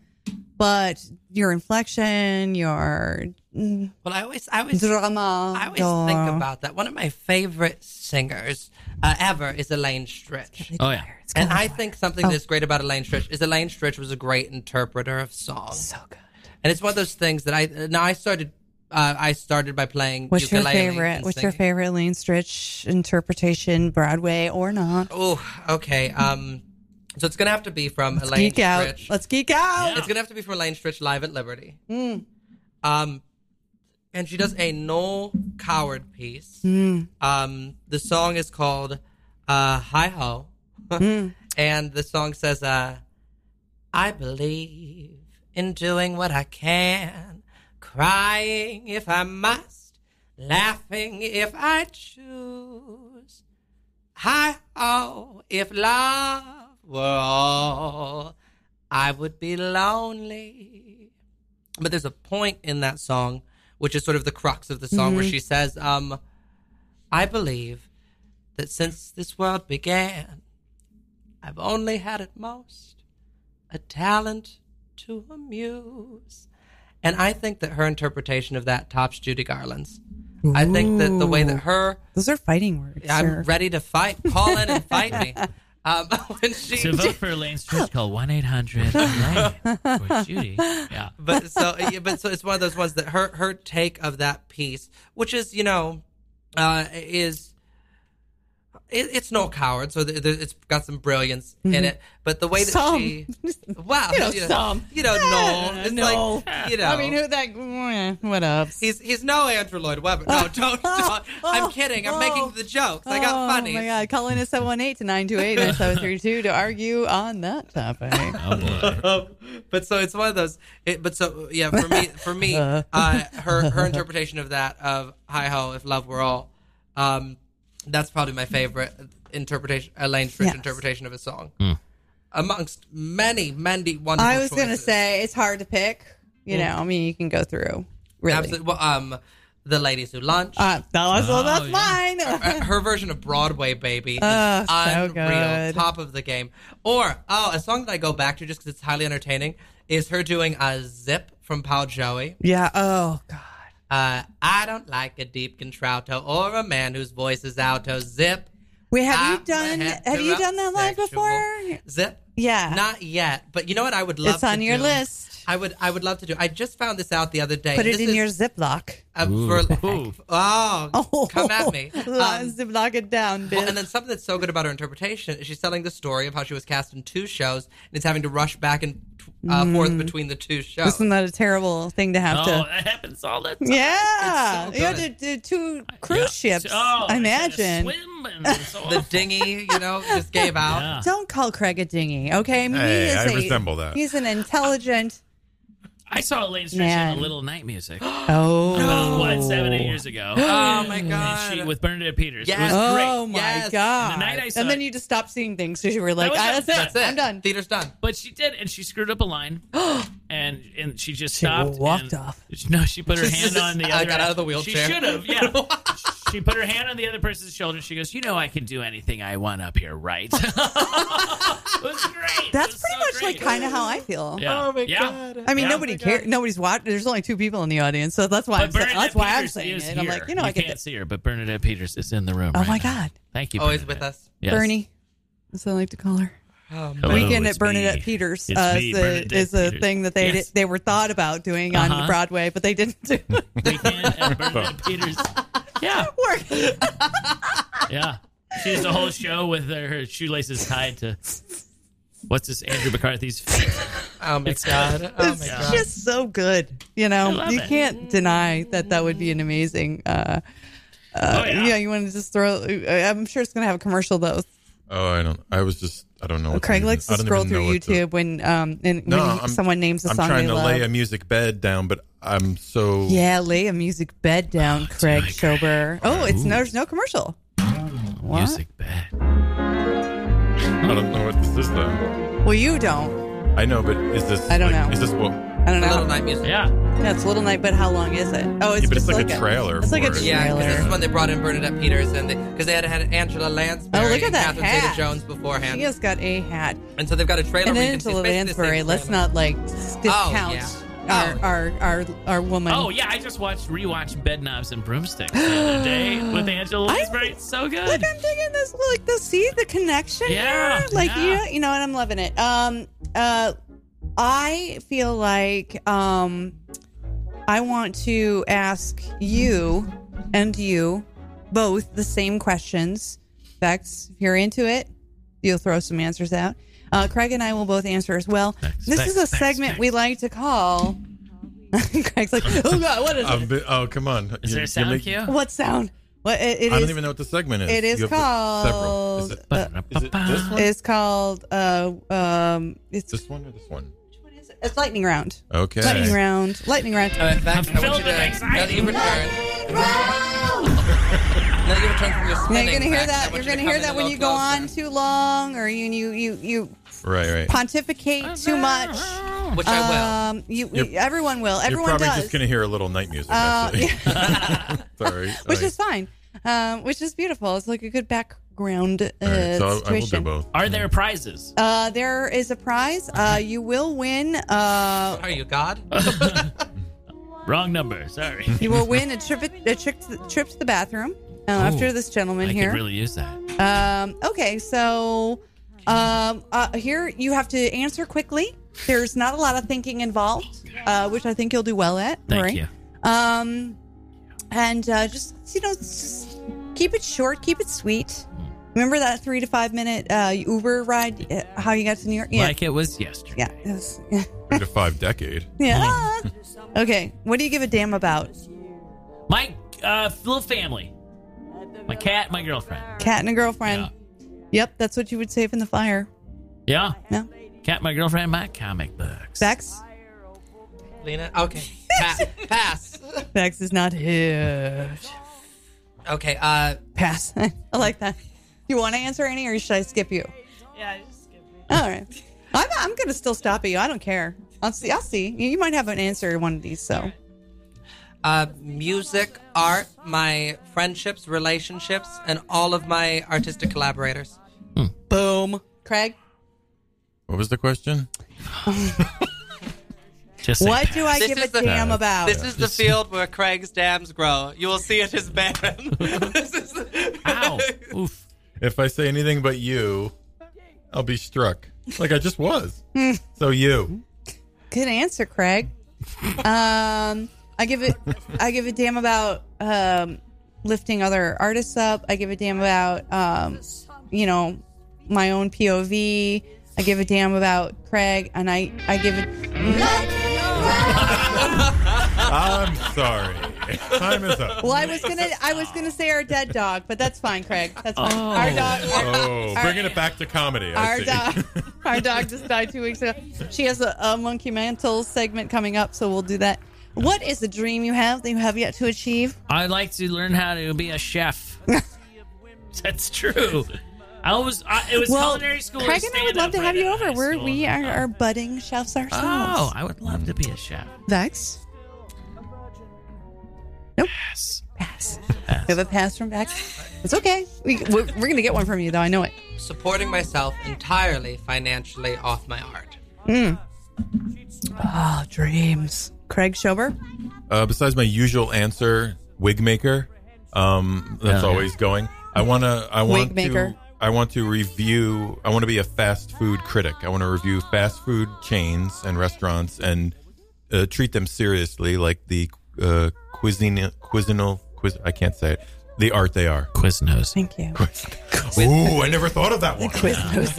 [SPEAKER 6] but your inflection, your mm,
[SPEAKER 12] Well, I always, I always,
[SPEAKER 6] drama.
[SPEAKER 12] I always think about that. One of my favorite singers uh, ever is Elaine Stritch.
[SPEAKER 13] Oh, yeah.
[SPEAKER 12] And I think something that's great about Elaine Stritch is Elaine Stritch was a great interpreter of song. So good. And it's one of those things that I now I started uh, I started by playing
[SPEAKER 6] What's your
[SPEAKER 12] ukulele
[SPEAKER 6] favorite?
[SPEAKER 12] and
[SPEAKER 6] What's your
[SPEAKER 12] singing.
[SPEAKER 6] favorite Lane Stritch interpretation, Broadway or not?
[SPEAKER 12] Oh, okay. Um so it's going to have to be from
[SPEAKER 6] Let's
[SPEAKER 12] Elaine
[SPEAKER 6] geek out.
[SPEAKER 12] Stritch.
[SPEAKER 6] Let's geek out.
[SPEAKER 12] It's going to have to be from Elaine Stritch live at Liberty.
[SPEAKER 6] Mm.
[SPEAKER 12] Um and she does a Noel Coward piece.
[SPEAKER 6] Mm.
[SPEAKER 12] Um, the song is called uh, Hi Ho.
[SPEAKER 6] Mm.
[SPEAKER 12] and the song says, uh, I believe in doing what I can, crying if I must, laughing if I choose. Hi Ho, if love were all, I would be lonely. But there's a point in that song, which is sort of the crux of the song, where
[SPEAKER 14] Mhm.
[SPEAKER 12] she says, um, I believe that since this world began, I've only had at most a talent to amuse. And I think that her interpretation of that tops Judy Garland's. I think that the way that her
[SPEAKER 6] Those are fighting words.
[SPEAKER 12] I'm
[SPEAKER 6] sir.
[SPEAKER 12] ready to fight. Call in and fight me. Um, when she
[SPEAKER 13] To vote for Elaine Stritch, call 1 800 for Judy. Yeah.
[SPEAKER 12] but so yeah, but so it's one of those ones that her her take of that piece, which is you know, uh, is it, it's no coward, so th- th- it's got some brilliance in
[SPEAKER 14] Mhm.
[SPEAKER 12] it. But the way that
[SPEAKER 6] Some.
[SPEAKER 12] she wow,
[SPEAKER 6] You know, some.
[SPEAKER 12] you know, no, it's
[SPEAKER 6] no.
[SPEAKER 12] like you know,
[SPEAKER 6] I mean, who that? What up?
[SPEAKER 12] He's he's no Andrew Lloyd Webber. No, don't. don't. I'm kidding. I'm making the jokes. I got
[SPEAKER 6] oh,
[SPEAKER 12] funny.
[SPEAKER 6] my God. Call in at 718 928 9732 to argue on that topic.
[SPEAKER 12] but so it's one of those. It, but so yeah, for me, for me, uh, her her interpretation of that of "Hi Ho, If Love Were All," um, that's probably my favorite interpretation. Elaine Fritz
[SPEAKER 6] Yes.
[SPEAKER 12] interpretation of a song, amongst many, many wonderful.
[SPEAKER 6] I was going to
[SPEAKER 12] choices. Mm.
[SPEAKER 6] say it's hard to pick. You know, I mean, you can go through. Really.
[SPEAKER 12] Absolutely. Well, um, the ladies who lunch.
[SPEAKER 6] Uh, that was, well, that's
[SPEAKER 12] Oh, yeah.
[SPEAKER 6] mine.
[SPEAKER 12] her, her version of Broadway Baby is
[SPEAKER 6] Oh, so
[SPEAKER 12] unreal,
[SPEAKER 6] good.
[SPEAKER 12] top of the game. Or oh, a song that I go back to just because it's highly entertaining is her doing a zip from Paul Joey.
[SPEAKER 6] yeah. Oh, God.
[SPEAKER 12] Uh, I don't like a deep contralto or a man whose voice is alto. Zip,
[SPEAKER 6] Wait, have you
[SPEAKER 12] I'm
[SPEAKER 6] done? Have you done that live before?
[SPEAKER 12] zip.
[SPEAKER 6] Yeah.
[SPEAKER 12] Not yet, but you know what? I would love.
[SPEAKER 6] It's on
[SPEAKER 12] to
[SPEAKER 6] your
[SPEAKER 12] do?
[SPEAKER 6] list.
[SPEAKER 12] I would. I would love to do. I just found this out the other day.
[SPEAKER 6] Put
[SPEAKER 12] and
[SPEAKER 6] it
[SPEAKER 12] this
[SPEAKER 6] in
[SPEAKER 12] is,
[SPEAKER 6] your Ziploc.
[SPEAKER 12] uh, for- oh, come at me. Um,
[SPEAKER 6] Ziploc it down,
[SPEAKER 12] Well,
[SPEAKER 6] bitch.
[SPEAKER 12] and then something that's so good about her interpretation is she's telling the story of how she was cast in two shows and is having to rush back and uh,
[SPEAKER 6] Mm.
[SPEAKER 12] forth between the two shows.
[SPEAKER 6] Isn't that a terrible thing to have
[SPEAKER 12] Oh,
[SPEAKER 6] to?
[SPEAKER 13] that happens all the time.
[SPEAKER 6] Yeah,
[SPEAKER 12] It's so
[SPEAKER 6] you had to
[SPEAKER 12] good.
[SPEAKER 6] do two cruise ships.
[SPEAKER 13] Oh,
[SPEAKER 6] I imagine.
[SPEAKER 12] the dinghy, you know, just gave out.
[SPEAKER 6] Don't call Craig a dinghy, okay? I mean,
[SPEAKER 13] Hey,
[SPEAKER 6] he is
[SPEAKER 13] I
[SPEAKER 6] a-
[SPEAKER 13] resemble that.
[SPEAKER 6] He's an intelligent.
[SPEAKER 13] I saw Elaine Stritch in
[SPEAKER 6] Man.
[SPEAKER 13] a Little Night Music.
[SPEAKER 6] Oh.
[SPEAKER 13] About, what, seven, eight years ago.
[SPEAKER 6] Oh, my
[SPEAKER 13] And
[SPEAKER 6] God.
[SPEAKER 13] she- with Bernadette Peters. It
[SPEAKER 12] Yes.
[SPEAKER 13] was great.
[SPEAKER 6] Oh my god!
[SPEAKER 13] And the night I saw
[SPEAKER 6] and then
[SPEAKER 13] it-
[SPEAKER 6] you just stopped seeing things because you were like,
[SPEAKER 13] was
[SPEAKER 6] "Ah,
[SPEAKER 13] it.
[SPEAKER 6] "That's, it. I'm done."
[SPEAKER 12] Theater's done.
[SPEAKER 13] But she did, and she screwed up a line, and and she just stopped.
[SPEAKER 6] walked
[SPEAKER 13] and-
[SPEAKER 6] off.
[SPEAKER 13] No, she put her hand on the
[SPEAKER 12] I
[SPEAKER 13] other.
[SPEAKER 12] got out of the wheelchair.
[SPEAKER 13] She should have. Yeah. she put her hand on the other person's shoulder. and She goes, "You know, I can do anything I want up here, right?"
[SPEAKER 6] That's pretty much like kind of how I feel.
[SPEAKER 13] Yeah. Oh, my Yeah. God.
[SPEAKER 6] I mean,
[SPEAKER 13] Yeah.
[SPEAKER 12] Oh
[SPEAKER 6] nobody cares. Nobody's watching. There's only two people in the audience, so that's why I'm saying,
[SPEAKER 13] Bernadette
[SPEAKER 6] that's why I'm
[SPEAKER 13] Peters
[SPEAKER 6] saying
[SPEAKER 13] is
[SPEAKER 6] it. I'm
[SPEAKER 13] here.
[SPEAKER 6] like, you know, I
[SPEAKER 13] can't
[SPEAKER 6] can.
[SPEAKER 13] see her, but Bernadette Peters is in the room.
[SPEAKER 6] Oh
[SPEAKER 13] right
[SPEAKER 6] my
[SPEAKER 13] now.
[SPEAKER 6] God.
[SPEAKER 13] Thank you.
[SPEAKER 12] Always
[SPEAKER 13] Bernadette.
[SPEAKER 12] with us.
[SPEAKER 13] Yes.
[SPEAKER 6] Bernie. That's what I like to call her.
[SPEAKER 12] Um,
[SPEAKER 13] Hello,
[SPEAKER 6] Weekend
[SPEAKER 13] it's
[SPEAKER 6] at Bernadette
[SPEAKER 13] me.
[SPEAKER 6] Peters
[SPEAKER 13] It's
[SPEAKER 6] uh,
[SPEAKER 13] me,
[SPEAKER 6] is,
[SPEAKER 13] Bernadette
[SPEAKER 6] a, is a
[SPEAKER 13] Peters.
[SPEAKER 6] thing that they
[SPEAKER 13] Yes.
[SPEAKER 6] did, they were thought about doing on
[SPEAKER 13] Uh-huh.
[SPEAKER 6] Broadway, but they didn't do.
[SPEAKER 13] Bernadette Peters. Yeah. Yeah. She does a whole show with her, her shoelaces tied to what's this Andrew McCarthy's feet.
[SPEAKER 12] Oh my
[SPEAKER 13] It's
[SPEAKER 12] god!
[SPEAKER 13] good.
[SPEAKER 12] Oh
[SPEAKER 6] it's
[SPEAKER 12] my god!
[SPEAKER 6] just so good. You
[SPEAKER 13] I
[SPEAKER 6] know,
[SPEAKER 13] love
[SPEAKER 6] you
[SPEAKER 13] it.
[SPEAKER 6] can't deny that that would be an amazing. Uh, uh,
[SPEAKER 13] Oh, yeah.
[SPEAKER 6] yeah. you want to just throw. uh, I'm sure it's going to have a commercial though.
[SPEAKER 7] Oh, I don't. I was just. I don't know. what to
[SPEAKER 6] Craig
[SPEAKER 7] even-
[SPEAKER 6] likes
[SPEAKER 7] I
[SPEAKER 6] to
[SPEAKER 7] don't
[SPEAKER 6] scroll
[SPEAKER 7] even know
[SPEAKER 6] through
[SPEAKER 7] what to-
[SPEAKER 6] YouTube when um and
[SPEAKER 7] No,
[SPEAKER 6] when he-
[SPEAKER 7] I'm-
[SPEAKER 6] someone names a
[SPEAKER 7] I'm
[SPEAKER 6] song
[SPEAKER 7] trying
[SPEAKER 6] they
[SPEAKER 7] to
[SPEAKER 6] love.
[SPEAKER 7] lay a music bed down, but I'm so.
[SPEAKER 6] yeah, lay a music bed down,
[SPEAKER 13] Oh,
[SPEAKER 6] Craig Schober. Oh, it's no, there's no commercial. What?
[SPEAKER 7] Music bed. I don't know what this is though.
[SPEAKER 6] Well, you don't.
[SPEAKER 7] I know, but is this?
[SPEAKER 6] I don't
[SPEAKER 7] like,
[SPEAKER 6] know.
[SPEAKER 7] Is this what?
[SPEAKER 6] I don't know.
[SPEAKER 12] music.
[SPEAKER 13] Yeah.
[SPEAKER 6] Yeah, it's Little Night, but how long is it? Oh, it's
[SPEAKER 7] Yeah, but
[SPEAKER 6] just
[SPEAKER 7] it's like a trailer
[SPEAKER 6] It's like a
[SPEAKER 7] for it.
[SPEAKER 6] trailer.
[SPEAKER 12] Yeah, 'cause this is when they brought in Bernadette Peters, and because they, had had Angela Lansbury
[SPEAKER 6] Oh, look at
[SPEAKER 12] and
[SPEAKER 6] that
[SPEAKER 12] Catherine
[SPEAKER 6] hat.
[SPEAKER 12] Zeta-Jones beforehand,
[SPEAKER 6] Oh, She has got a hat.
[SPEAKER 12] and so they've got a trailer.
[SPEAKER 6] And
[SPEAKER 12] where
[SPEAKER 6] then
[SPEAKER 12] you can see
[SPEAKER 6] Angela
[SPEAKER 12] it's basically the same
[SPEAKER 6] Lansbury. Let's
[SPEAKER 12] trailer. Oh,
[SPEAKER 6] not like discount
[SPEAKER 12] yeah.
[SPEAKER 6] our our our, our woman.
[SPEAKER 13] Oh yeah, I just watched rewatch Bed Knobs and Broomsticks the other day with Angela Lansbury. It's so good.
[SPEAKER 6] Like I'm digging this. Like the see the connection.
[SPEAKER 13] Yeah,
[SPEAKER 6] here? Like
[SPEAKER 13] yeah.
[SPEAKER 6] you you know, and I'm loving it. Um, uh, I feel like um, I want to ask you and you both the same questions. Bex, if you're into it, you'll throw some answers out. Uh, Craig and I will both answer as well. this
[SPEAKER 7] Bex,
[SPEAKER 6] is a
[SPEAKER 7] Bex,
[SPEAKER 6] segment we like to call. Craig's like, oh god, what is it?
[SPEAKER 7] I've been- oh, come on. Is
[SPEAKER 13] there a sound cue?
[SPEAKER 6] What sound? What it, it
[SPEAKER 7] I
[SPEAKER 6] is-
[SPEAKER 7] don't even know what the segment is.
[SPEAKER 6] It is
[SPEAKER 7] You have the- several.
[SPEAKER 6] called.
[SPEAKER 7] Is it, is it this one?
[SPEAKER 6] It's called. Uh, um, it's
[SPEAKER 7] this one or this one?
[SPEAKER 6] It's lightning round.
[SPEAKER 7] Okay.
[SPEAKER 6] Lightning round. Lightning round.
[SPEAKER 12] All right, Bex, I want you to, now that you return, now that you return from your
[SPEAKER 6] Now
[SPEAKER 12] spinning,
[SPEAKER 6] you're gonna hear
[SPEAKER 12] Bex, I
[SPEAKER 6] that.
[SPEAKER 12] want
[SPEAKER 6] You're
[SPEAKER 12] you to
[SPEAKER 6] gonna
[SPEAKER 12] come
[SPEAKER 6] hear
[SPEAKER 12] in
[SPEAKER 6] that
[SPEAKER 12] a
[SPEAKER 6] when
[SPEAKER 12] little
[SPEAKER 6] you go on too long, or you you you you
[SPEAKER 7] Right, right.
[SPEAKER 6] pontificate too much.
[SPEAKER 7] Which I will.
[SPEAKER 6] Um, you,
[SPEAKER 7] You're-
[SPEAKER 6] everyone will. Everyone
[SPEAKER 7] You're probably
[SPEAKER 6] does.
[SPEAKER 7] just going to hear a little night music,
[SPEAKER 6] Uh,
[SPEAKER 7] actually. Sorry.
[SPEAKER 6] which
[SPEAKER 7] Sorry.
[SPEAKER 6] is fine. Um, which is beautiful. It's like a good background uh,
[SPEAKER 7] All right, so I- I will do
[SPEAKER 6] situation.
[SPEAKER 7] both.
[SPEAKER 13] Are there prizes?
[SPEAKER 6] Uh, there is a prize. Uh, you will win. Uh,
[SPEAKER 12] Are you God?
[SPEAKER 13] Wrong number. Sorry.
[SPEAKER 6] you will win a trip a trip to, trip to the bathroom
[SPEAKER 7] Oh,
[SPEAKER 6] uh, after this gentleman
[SPEAKER 13] I
[SPEAKER 6] here.
[SPEAKER 13] could really use that.
[SPEAKER 6] Um, okay, so um, uh, here you have to answer quickly. There's not a lot of thinking involved, uh, which I think you'll do well at.
[SPEAKER 13] Thank
[SPEAKER 6] Lori.
[SPEAKER 13] you.
[SPEAKER 6] Um, and uh, just you know, just keep it short, keep it sweet. Remember that three to five minute uh, Uber ride? Uh, how you got to New York? Yeah,
[SPEAKER 13] Like it was yesterday.
[SPEAKER 6] yeah, it was- yeah.
[SPEAKER 7] Three to five decade.
[SPEAKER 6] yeah. okay, what do you give a damn about?
[SPEAKER 13] My uh, little family. My cat, my girlfriend.
[SPEAKER 6] Cat and a girlfriend. Yep, that's what you would save in the fire.
[SPEAKER 13] Yeah.
[SPEAKER 6] No.
[SPEAKER 13] Cat, my girlfriend, my comic books.
[SPEAKER 6] Bex.
[SPEAKER 12] bit. Lena, okay. Pass. pass.
[SPEAKER 6] Bex is not here.
[SPEAKER 12] Okay, uh,
[SPEAKER 6] Pass. I like that. Do you want to answer any, or should I skip you?
[SPEAKER 2] Yeah, just skip me.
[SPEAKER 6] All right. I'm, I'm gonna still stop at you. I don't care. I'll see. I'll see. You you might have an answer in one of these. So
[SPEAKER 12] uh, music, art, my friendships, relationships, and all of my artistic collaborators.
[SPEAKER 7] Hmm.
[SPEAKER 6] boom, Craig.
[SPEAKER 7] What was the question?
[SPEAKER 13] Just
[SPEAKER 6] What do I
[SPEAKER 12] This
[SPEAKER 6] give
[SPEAKER 12] is
[SPEAKER 6] a
[SPEAKER 12] the-
[SPEAKER 6] damn about?
[SPEAKER 12] This is the field where Craig's dams grow. You will see it is barren. this is
[SPEAKER 13] Ow. Oof.
[SPEAKER 7] If I say anything but you, I'll be struck. Like I just was. so you.
[SPEAKER 6] Good answer, Craig. Um, I give it. I give a damn about um, lifting other artists up. I give a damn about um, you know my own POV. I give a damn about Craig, and I I give it.
[SPEAKER 7] I'm sorry. Time is up.
[SPEAKER 6] Well, I was gonna I was gonna say our dead dog, but that's fine, Craig. That's fine. Our dog.
[SPEAKER 7] Oh,
[SPEAKER 6] our-
[SPEAKER 7] bringing it back to comedy. I
[SPEAKER 6] Our
[SPEAKER 7] see.
[SPEAKER 6] dog, our dog just died two weeks ago. She has a, a monkey mantle segment coming up, so we'll do that. What is the dream you have that you have yet to achieve?
[SPEAKER 13] I'd like to learn how to be a chef. That's true. I was. I, it was culinary school.
[SPEAKER 6] Craig and I would love to have you over. We're, we are, are budding chefs
[SPEAKER 13] Oh,
[SPEAKER 6] ourselves.
[SPEAKER 13] I would love to be a chef.
[SPEAKER 6] Vex? Nope. Pass. Pass. We have a pass from Vex. It's okay. We, we're we're going to get one from you, though. I know it.
[SPEAKER 12] supporting myself entirely financially off my art.
[SPEAKER 6] Mm. Oh, dreams. Craig Schober?
[SPEAKER 7] Uh, besides my usual answer, wig maker. Um, that's
[SPEAKER 13] Oh, yeah.
[SPEAKER 7] always going. I wanna. I want
[SPEAKER 6] Wig maker.
[SPEAKER 7] to. I want to review. I want to be a fast food critic. I want to review fast food chains and restaurants and uh, treat them seriously, like the uh, cuisine, cuisinal, quiz. I can't say it. The art they are.
[SPEAKER 13] Quiznos.
[SPEAKER 6] Thank you.
[SPEAKER 7] Ooh, I never thought of that one.
[SPEAKER 6] Quiznos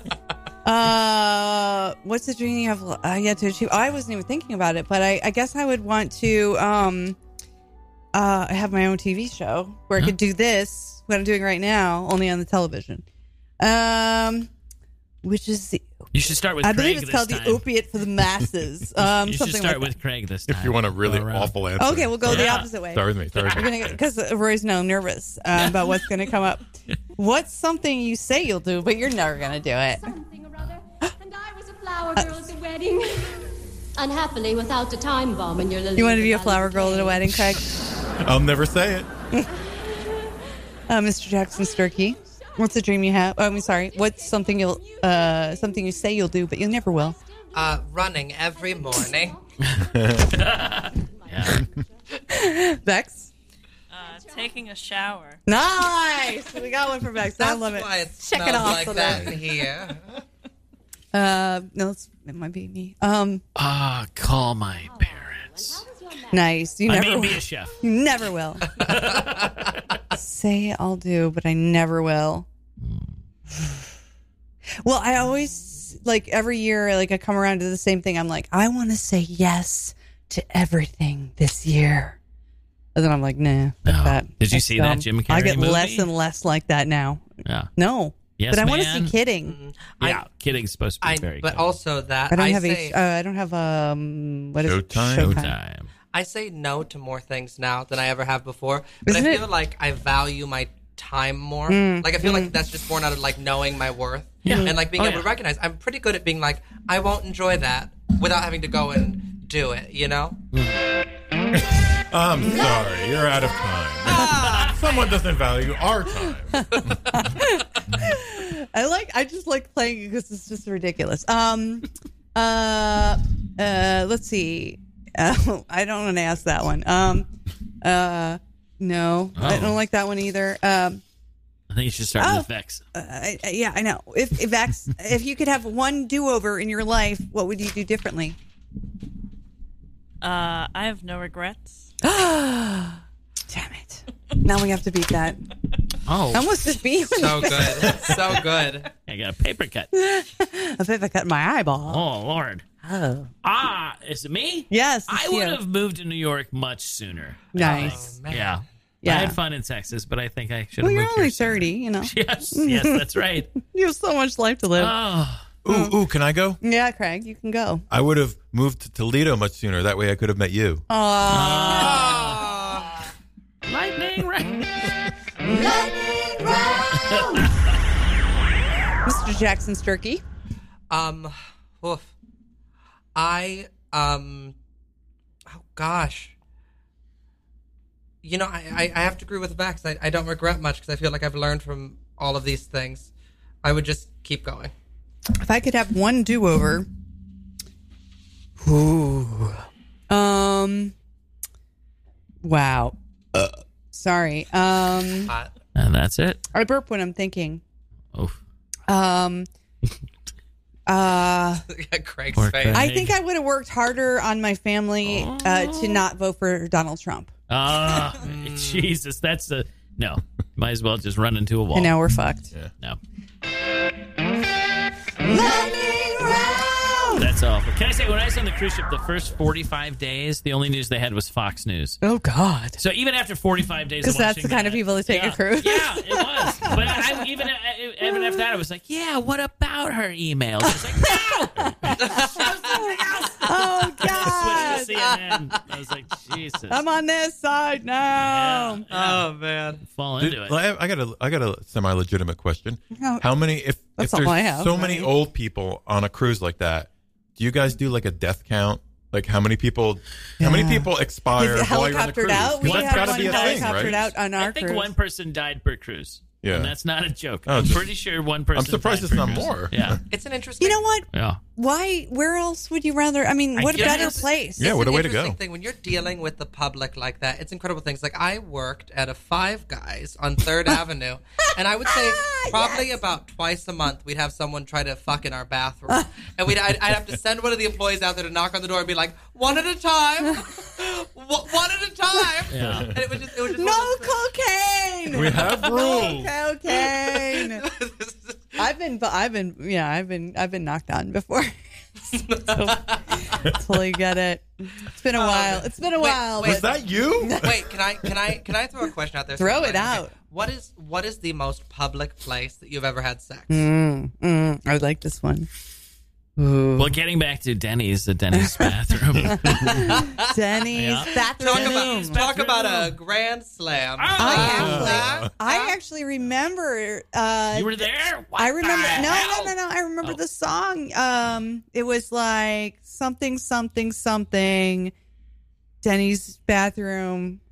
[SPEAKER 6] they are. uh, what's the dream you have uh, yet to achieve? I wasn't even thinking about it, but I, I guess I would want to um, uh, have my own TV show where I could
[SPEAKER 13] Uh-huh.
[SPEAKER 6] do this, what I'm doing right now, only on the television. Um, which is, the,
[SPEAKER 13] You should start with.
[SPEAKER 6] I
[SPEAKER 13] Craig
[SPEAKER 6] believe it's
[SPEAKER 13] this
[SPEAKER 6] called
[SPEAKER 13] time.
[SPEAKER 6] the opiate for the masses. Um,
[SPEAKER 13] you should
[SPEAKER 6] something
[SPEAKER 13] start
[SPEAKER 6] like
[SPEAKER 13] with Craig this time.
[SPEAKER 7] If you want a really
[SPEAKER 13] Go around.
[SPEAKER 7] awful answer.
[SPEAKER 6] that. Okay, we'll go the
[SPEAKER 13] Yeah.
[SPEAKER 6] opposite way.
[SPEAKER 7] Start with me. Start with me.
[SPEAKER 6] You're gonna because Roy's now nervous uh, about what's gonna come up. What's something you say you'll do, but you're never gonna do it?
[SPEAKER 14] And I was a flower girl at the wedding. Unhappily, without a time bomb in your little.
[SPEAKER 6] You want to be a flower girl at a wedding, Craig?
[SPEAKER 7] I'll never say it.
[SPEAKER 6] Uh, Mr. Jackson Sturkey, what's a dream you have? Oh, I'm sorry. What's something you'll uh, something you say you'll do, but you never will?
[SPEAKER 12] uh, running every morning.
[SPEAKER 6] Bex?
[SPEAKER 15] Uh, taking a shower.
[SPEAKER 6] Nice. We got one for Bex. I love it. Check it off.
[SPEAKER 12] like that in here.
[SPEAKER 6] Uh, no, it's, it might be me. Um,
[SPEAKER 13] Ah, call my parents.
[SPEAKER 6] nice. You
[SPEAKER 13] I
[SPEAKER 6] never
[SPEAKER 13] may be
[SPEAKER 6] will.
[SPEAKER 13] a chef.
[SPEAKER 6] You never will. Say I'll do, but I never will. Well, I always like every year, like I come around to the same thing. I'm like, I want to say yes to everything this year, and then I'm like, nah. fuck that.
[SPEAKER 13] Did you
[SPEAKER 6] That's
[SPEAKER 13] see that
[SPEAKER 6] dumb.
[SPEAKER 13] Jim Carrey
[SPEAKER 6] I get
[SPEAKER 13] movie?
[SPEAKER 6] less and less like that now.
[SPEAKER 13] Yeah.
[SPEAKER 6] No.
[SPEAKER 13] Yes,
[SPEAKER 6] but I want to
[SPEAKER 13] man.
[SPEAKER 6] see kidding.
[SPEAKER 13] Yeah, kidding's supposed to be
[SPEAKER 12] I-
[SPEAKER 13] very
[SPEAKER 12] but
[SPEAKER 13] good.
[SPEAKER 12] also that
[SPEAKER 6] I don't
[SPEAKER 12] I
[SPEAKER 6] have
[SPEAKER 12] say,
[SPEAKER 6] a. Uh, I don't have um. What is it?
[SPEAKER 12] Showtime.
[SPEAKER 13] Showtime.
[SPEAKER 12] I say no to more things now than I ever have before. But
[SPEAKER 6] Isn't
[SPEAKER 12] I
[SPEAKER 6] it-
[SPEAKER 12] feel like I value my time more.
[SPEAKER 6] Mm,
[SPEAKER 12] like I feel like that's just born out of like knowing my worth
[SPEAKER 6] Yeah.
[SPEAKER 12] and like being
[SPEAKER 6] Oh,
[SPEAKER 12] able to recognize. I'm pretty good at being like I won't enjoy that without having to go and do it. You know.
[SPEAKER 7] Mm. I'm sorry, you're out of time.
[SPEAKER 6] Ah.
[SPEAKER 7] Someone doesn't value our time.
[SPEAKER 6] I like. I just like playing it because it's just ridiculous. Um. Uh. Uh. Let's see. Uh, I don't want to ask that one. Um. Uh. No, I
[SPEAKER 13] Oh.
[SPEAKER 6] don't like that one either. Um.
[SPEAKER 13] I think you should start
[SPEAKER 6] Oh.
[SPEAKER 13] with Vex.
[SPEAKER 6] uh, I, I- yeah, I know. If if Vax, if you could have one do over in your life, what would you do differently?
[SPEAKER 15] Uh, I have no regrets.
[SPEAKER 6] Damn it! Now we have to beat that.
[SPEAKER 13] Oh.
[SPEAKER 6] I almost just beat.
[SPEAKER 12] So good. so good.
[SPEAKER 13] I got a paper cut.
[SPEAKER 6] I think I cut my eyeball.
[SPEAKER 13] Oh, Lord.
[SPEAKER 6] Oh.
[SPEAKER 13] Ah, is it me?
[SPEAKER 6] Yes, it's
[SPEAKER 13] I
[SPEAKER 6] you.
[SPEAKER 13] would have moved to New York much sooner. I
[SPEAKER 6] Nice.
[SPEAKER 13] think. yeah.
[SPEAKER 6] Yeah.
[SPEAKER 13] I had fun in Texas, but I think I should have
[SPEAKER 6] Well, you're
[SPEAKER 13] moved
[SPEAKER 6] only
[SPEAKER 13] here. sooner.
[SPEAKER 6] thirty, you know.
[SPEAKER 13] Yes, yes, that's Ah. right.
[SPEAKER 6] You have so much life to live.
[SPEAKER 7] Ooh, ooh, can I go?
[SPEAKER 6] Yeah, Craig, you can go.
[SPEAKER 7] I would have moved to Toledo much sooner. That way I could have met you.
[SPEAKER 6] Ah.
[SPEAKER 13] Ah. Lightning round.
[SPEAKER 6] Mr. Jackson's turkey.
[SPEAKER 12] Um, oof. I um, oh gosh. You know, I, I, I have to agree with Max. I, I don't regret much because I feel like I've learned from all of these things. I would just keep going.
[SPEAKER 6] If I could have one do over. Ooh. Um. Wow. Sorry. Um.
[SPEAKER 13] And that's it.
[SPEAKER 6] I burp when I'm thinking.
[SPEAKER 13] Oh.
[SPEAKER 6] Um. Uh,
[SPEAKER 12] Craig's
[SPEAKER 13] Poor
[SPEAKER 12] face.
[SPEAKER 13] Craig.
[SPEAKER 6] I think I would have worked harder on my family
[SPEAKER 13] Oh.
[SPEAKER 6] uh, to not vote for Donald Trump.
[SPEAKER 13] Ah,
[SPEAKER 6] Mm.
[SPEAKER 13] Jesus, that's the no. Might as well just run into a wall.
[SPEAKER 6] And now we're fucked.
[SPEAKER 7] Yeah.
[SPEAKER 13] No. That's awful. Can I say when I was on the cruise ship, the first forty-five days, the only news they had was Fox News.
[SPEAKER 6] Oh God.
[SPEAKER 13] So even after forty-five days, of
[SPEAKER 6] Because that's the
[SPEAKER 13] watching
[SPEAKER 6] kind of people that take
[SPEAKER 13] Yeah.
[SPEAKER 6] a cruise.
[SPEAKER 13] Yeah, it was. But I, even even after that, I was like, yeah, what about her emails? It's like,
[SPEAKER 6] oh
[SPEAKER 13] I
[SPEAKER 6] God.
[SPEAKER 13] switched to CNN. I was like, Jesus,
[SPEAKER 6] I'm on this side now. Um,
[SPEAKER 12] Oh man,
[SPEAKER 13] fall
[SPEAKER 7] Did-
[SPEAKER 13] into it.
[SPEAKER 7] I, I got a I got a semi legitimate question.
[SPEAKER 6] No.
[SPEAKER 7] How many if, if
[SPEAKER 6] That's
[SPEAKER 7] there's
[SPEAKER 6] all I have,
[SPEAKER 7] so many
[SPEAKER 6] right?
[SPEAKER 7] old people on a cruise like that, do you guys do like a death count? Like how many people how many
[SPEAKER 6] Yeah.
[SPEAKER 7] people expire
[SPEAKER 6] He's
[SPEAKER 7] while you're on the
[SPEAKER 6] helicoptered
[SPEAKER 7] cruise?
[SPEAKER 6] out. We
[SPEAKER 7] That's
[SPEAKER 6] had
[SPEAKER 7] gotta
[SPEAKER 6] one
[SPEAKER 7] be a thing,
[SPEAKER 6] helicoptered
[SPEAKER 7] right?
[SPEAKER 6] out on our
[SPEAKER 13] I think
[SPEAKER 6] cruise.
[SPEAKER 13] one person died per cruise.
[SPEAKER 7] Yeah.
[SPEAKER 13] and that's not a joke.
[SPEAKER 7] Oh,
[SPEAKER 13] I'm
[SPEAKER 7] just-
[SPEAKER 13] pretty sure one person.
[SPEAKER 7] surprised
[SPEAKER 13] died
[SPEAKER 7] it's
[SPEAKER 13] per
[SPEAKER 7] not
[SPEAKER 13] cruise.
[SPEAKER 7] more.
[SPEAKER 13] Yeah,
[SPEAKER 12] it's an interesting.
[SPEAKER 6] You know what?
[SPEAKER 13] yeah.
[SPEAKER 6] Why? Where else would you rather? I mean,
[SPEAKER 13] I
[SPEAKER 6] what a
[SPEAKER 13] guess.
[SPEAKER 6] better place?
[SPEAKER 7] Yeah,
[SPEAKER 12] It's
[SPEAKER 7] what
[SPEAKER 12] an
[SPEAKER 7] a way to
[SPEAKER 12] interesting
[SPEAKER 7] go.
[SPEAKER 12] Thing when you're dealing with the public like that, it's incredible things. Like I worked at a Five Guys on Third Avenue, and I would say probably about twice a month we'd have someone try to fuck in our
[SPEAKER 6] Uh.
[SPEAKER 12] bathroom, and we'd I'd, I'd have to send one of the employees out there to knock on the door and be like, one at a time, one one at a time,
[SPEAKER 13] Yeah.
[SPEAKER 12] and it would just it would just
[SPEAKER 6] No cocaine.
[SPEAKER 7] We have rules.
[SPEAKER 6] No cocaine. I've been, but I've been, yeah, I've been, I've been knocked on before. so, totally get it. It's been a while. It's been a
[SPEAKER 12] Oh, Wait,
[SPEAKER 6] while.
[SPEAKER 12] wait.
[SPEAKER 7] Was that you?
[SPEAKER 12] Wait, can I can I can I throw a question out there?
[SPEAKER 6] Throw it
[SPEAKER 12] Okay.
[SPEAKER 6] out.
[SPEAKER 12] What is what is the most public place that you've ever had sex?
[SPEAKER 6] Mm, mm, I like this one.
[SPEAKER 13] Well, getting back to Denny's, the Denny's bathroom.
[SPEAKER 6] Denny's
[SPEAKER 13] Yeah.
[SPEAKER 6] bathroom.
[SPEAKER 12] Talk about, talk about a grand slam.
[SPEAKER 16] Ah.
[SPEAKER 6] I actually, I actually remember. Uh,
[SPEAKER 13] you were there. What
[SPEAKER 6] I remember.
[SPEAKER 13] the
[SPEAKER 6] No,
[SPEAKER 13] hell?
[SPEAKER 6] no, no, no. I
[SPEAKER 16] Oh.
[SPEAKER 6] remember the song. Um, it was like something, something, something. Denny's bathroom.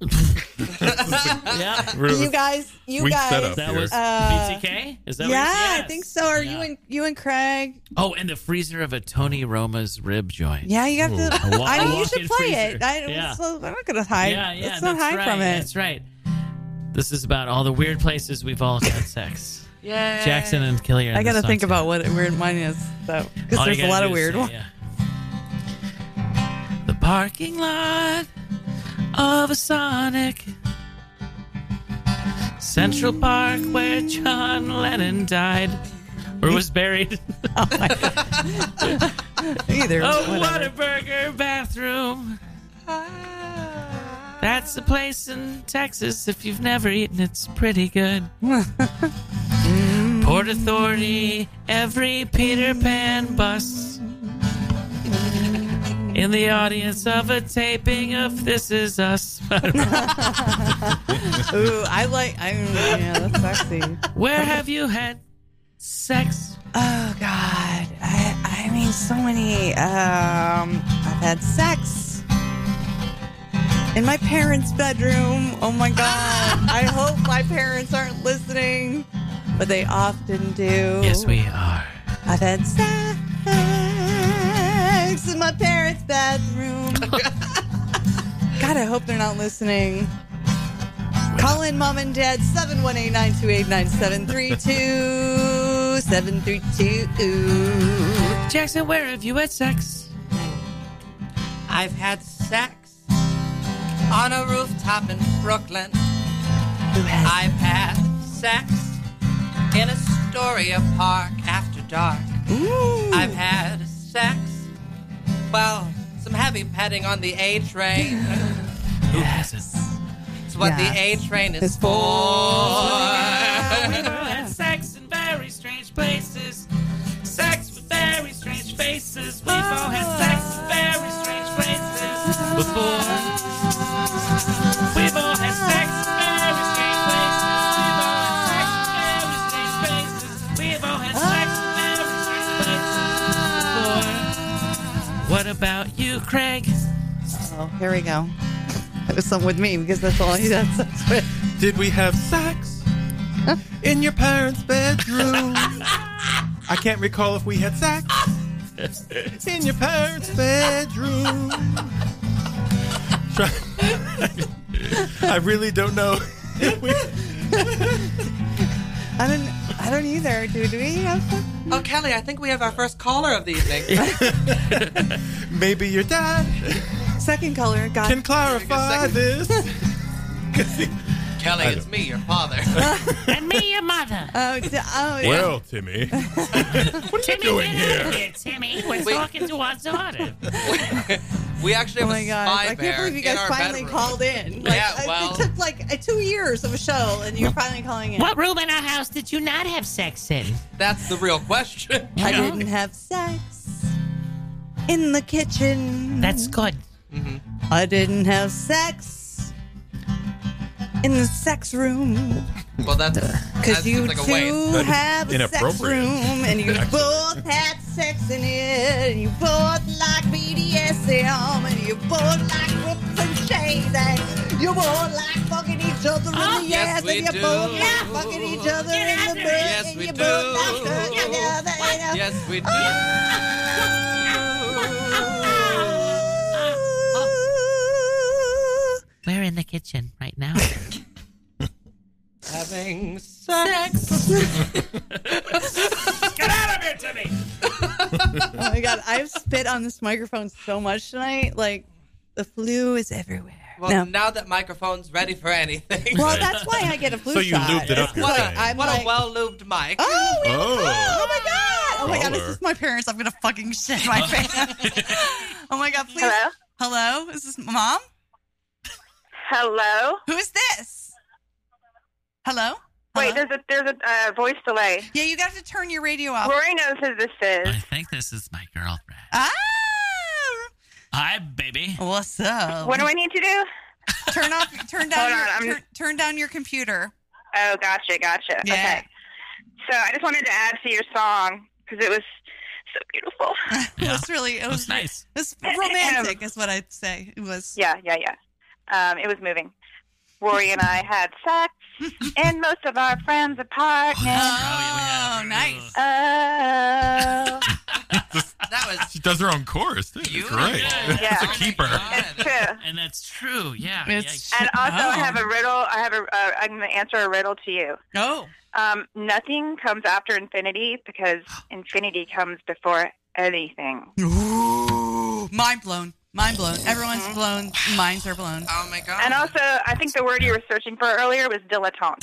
[SPEAKER 16] yeah.
[SPEAKER 6] You guys, you guys.
[SPEAKER 16] That was
[SPEAKER 6] uh,
[SPEAKER 16] BTK? Is that
[SPEAKER 6] yeah,
[SPEAKER 16] what
[SPEAKER 6] I think so. Are you and you and Craig?
[SPEAKER 12] uh,
[SPEAKER 16] Oh, and the freezer of a Tony Roma's rib joint.
[SPEAKER 6] Yeah, you have to.
[SPEAKER 16] Ooh. A wa-
[SPEAKER 6] I mean, you
[SPEAKER 16] walk-in
[SPEAKER 6] should play
[SPEAKER 16] freezer.
[SPEAKER 6] it. I,
[SPEAKER 16] Yeah.
[SPEAKER 6] so, I'm not gonna hide.
[SPEAKER 16] Yeah, yeah,
[SPEAKER 6] Let's not
[SPEAKER 16] that's
[SPEAKER 6] hide
[SPEAKER 16] right,
[SPEAKER 6] from it.
[SPEAKER 16] That's right. This is about all the weird places we've all had sex.
[SPEAKER 6] Yeah.
[SPEAKER 16] Jackson and Killian.
[SPEAKER 6] I gotta think about what weird mine is, though, because there's a lot of weird ones.
[SPEAKER 16] The parking lot of a Sonic. Central Park, where John Lennon died or was buried. oh my God.
[SPEAKER 6] Either.
[SPEAKER 16] A
[SPEAKER 6] whatever.
[SPEAKER 16] Whataburger bathroom. That's the place in Texas. If you've never eaten, it's pretty good. Port Authority, every Peter Pan bus. In the audience of a taping of This Is Us.
[SPEAKER 6] Ooh, I like. I mean, yeah, that's sexy.
[SPEAKER 16] Where have you had sex?
[SPEAKER 6] Oh God, I, I mean, so many. Um, I've had sex in my parents' bedroom. Oh my God, I hope my parents aren't listening, but they often do.
[SPEAKER 16] Yes, we are.
[SPEAKER 6] I've had sex in my parents' bedroom. God, I hope they're not listening. Call in mom and dad 718 928 9732 732.
[SPEAKER 16] Jackson, where have you had sex?
[SPEAKER 4] I've had sex on a rooftop in Brooklyn. I've had sex in Astoria Park after dark. I've had sex, well, some heavy petting on the A train.
[SPEAKER 16] Who hasn't?
[SPEAKER 4] It's what
[SPEAKER 16] Yes.
[SPEAKER 4] the A train is
[SPEAKER 16] It's
[SPEAKER 4] for.
[SPEAKER 16] We've all had sex in very strange places. Sex with very strange faces. We've all had sex in very strange places before. We've all had sex in very strange places. We've all had sex in very strange places. We've all had sex in very strange places before. What about you, Craig?
[SPEAKER 6] Oh, here we go. That was something with me because that's all he does.
[SPEAKER 7] Did we have sex in your parents' bedroom? I can't recall if we had sex in your parents' bedroom. I really don't know.
[SPEAKER 6] I don't, I don't either. Do, do we have sex?
[SPEAKER 4] Oh, Kelly, I think we have our first caller of the evening.
[SPEAKER 7] Maybe your dad
[SPEAKER 6] Second color. God.
[SPEAKER 7] can clarify this.
[SPEAKER 4] Kelly,
[SPEAKER 7] I
[SPEAKER 4] it's me, your father.
[SPEAKER 16] And me, your mother.
[SPEAKER 6] Oh, d- oh
[SPEAKER 7] Well, Timmy, what are you
[SPEAKER 16] Timmy,
[SPEAKER 7] doing
[SPEAKER 16] get
[SPEAKER 7] here?
[SPEAKER 16] out of here, Timmy. We're
[SPEAKER 4] Wait.
[SPEAKER 16] talking to our daughter.
[SPEAKER 4] We actually
[SPEAKER 6] Oh
[SPEAKER 4] have
[SPEAKER 6] my
[SPEAKER 4] a
[SPEAKER 6] god!
[SPEAKER 4] spy
[SPEAKER 6] I can't
[SPEAKER 4] bear
[SPEAKER 6] believe you
[SPEAKER 4] in
[SPEAKER 6] guys
[SPEAKER 4] our
[SPEAKER 6] finally
[SPEAKER 4] bedroom.
[SPEAKER 6] called in. Like,
[SPEAKER 4] Yeah,
[SPEAKER 6] I-
[SPEAKER 4] well-
[SPEAKER 6] it took like uh, two years of a show, and you're finally calling in.
[SPEAKER 17] What room in our house did you not have sex in?
[SPEAKER 4] That's the real question.
[SPEAKER 6] I didn't have sex in the kitchen. Mm-hmm.
[SPEAKER 17] That's good.
[SPEAKER 6] I didn't have sex in the sex room
[SPEAKER 4] Well, that's
[SPEAKER 6] because
[SPEAKER 4] that
[SPEAKER 6] you
[SPEAKER 4] seems like a
[SPEAKER 6] two
[SPEAKER 4] waste.
[SPEAKER 6] have a sex
[SPEAKER 4] inappropriate,
[SPEAKER 6] room and you
[SPEAKER 4] actually.
[SPEAKER 6] both had sex in it and you both like BDSM and you both like whips and shades and you both like fucking each other in the
[SPEAKER 4] Ah, yes,
[SPEAKER 6] ass
[SPEAKER 4] we
[SPEAKER 6] and you
[SPEAKER 4] do.
[SPEAKER 6] both like fucking each other in the butt
[SPEAKER 4] Yes,
[SPEAKER 6] and
[SPEAKER 4] we
[SPEAKER 6] you
[SPEAKER 4] do.
[SPEAKER 6] both like fucking together in a-
[SPEAKER 4] Yes, we do.
[SPEAKER 17] We're in the kitchen right now.
[SPEAKER 4] Having sex.
[SPEAKER 16] Get out of here, Timmy.
[SPEAKER 6] oh my god, I've spit on this microphone so much tonight. Like the flu is everywhere.
[SPEAKER 4] Well,
[SPEAKER 6] No.
[SPEAKER 4] now that microphone's ready for anything.
[SPEAKER 6] Well, that's why I get a flu
[SPEAKER 7] So you
[SPEAKER 6] shot.
[SPEAKER 7] lubed it up,
[SPEAKER 6] It's
[SPEAKER 7] you're
[SPEAKER 6] like,
[SPEAKER 7] saying.
[SPEAKER 6] I'm
[SPEAKER 4] what
[SPEAKER 6] like,
[SPEAKER 4] a well lubed mic.
[SPEAKER 6] oh, we have a
[SPEAKER 7] Oh.
[SPEAKER 6] flu. oh my god, oh my god,
[SPEAKER 7] Baller.
[SPEAKER 6] this is my parents. I'm gonna fucking shit my pants. oh my god, please. Hello, hello, is this mom?
[SPEAKER 18] Hello.
[SPEAKER 6] Who is this? Hello.
[SPEAKER 18] Wait, there's a there's a uh, voice delay.
[SPEAKER 6] Yeah, you got to turn your radio off.
[SPEAKER 18] Rory knows who this is.
[SPEAKER 16] I think this is my girlfriend.
[SPEAKER 6] Ah,
[SPEAKER 16] Hi, baby.
[SPEAKER 6] What's up?
[SPEAKER 18] What do I need to do?
[SPEAKER 6] Um, turn off, turn down,
[SPEAKER 18] Hold on, I'm-
[SPEAKER 6] your, turn, turn down your computer.
[SPEAKER 18] Oh, gotcha, gotcha.
[SPEAKER 6] Yeah.
[SPEAKER 18] Okay. So I just wanted to add to your song because it was so beautiful.
[SPEAKER 6] It was really, it was
[SPEAKER 16] nice.
[SPEAKER 6] It's romantic, is what I'd say. It was.
[SPEAKER 18] Yeah, yeah, yeah. Um, it was moving. Rory and I had sex, and most of our friends are partners.
[SPEAKER 6] Oh,
[SPEAKER 18] nice. Oh.
[SPEAKER 12] that was.
[SPEAKER 7] She does her own chorus. Too. It's
[SPEAKER 13] Oh
[SPEAKER 7] great. It's a keeper.
[SPEAKER 18] It's true.
[SPEAKER 13] And that's true. Yeah.
[SPEAKER 18] It's, and also, I have a riddle. I have a. Uh, I'm going to answer a riddle to you.
[SPEAKER 6] Oh.
[SPEAKER 18] Um, nothing comes after infinity because infinity comes before anything.
[SPEAKER 6] Ooh, mind blown. Mind blown. Everyone's blown. Minds are blown.
[SPEAKER 12] Oh my god.
[SPEAKER 18] Mm-hmm. And also, I think the word you were searching for earlier was dilettante.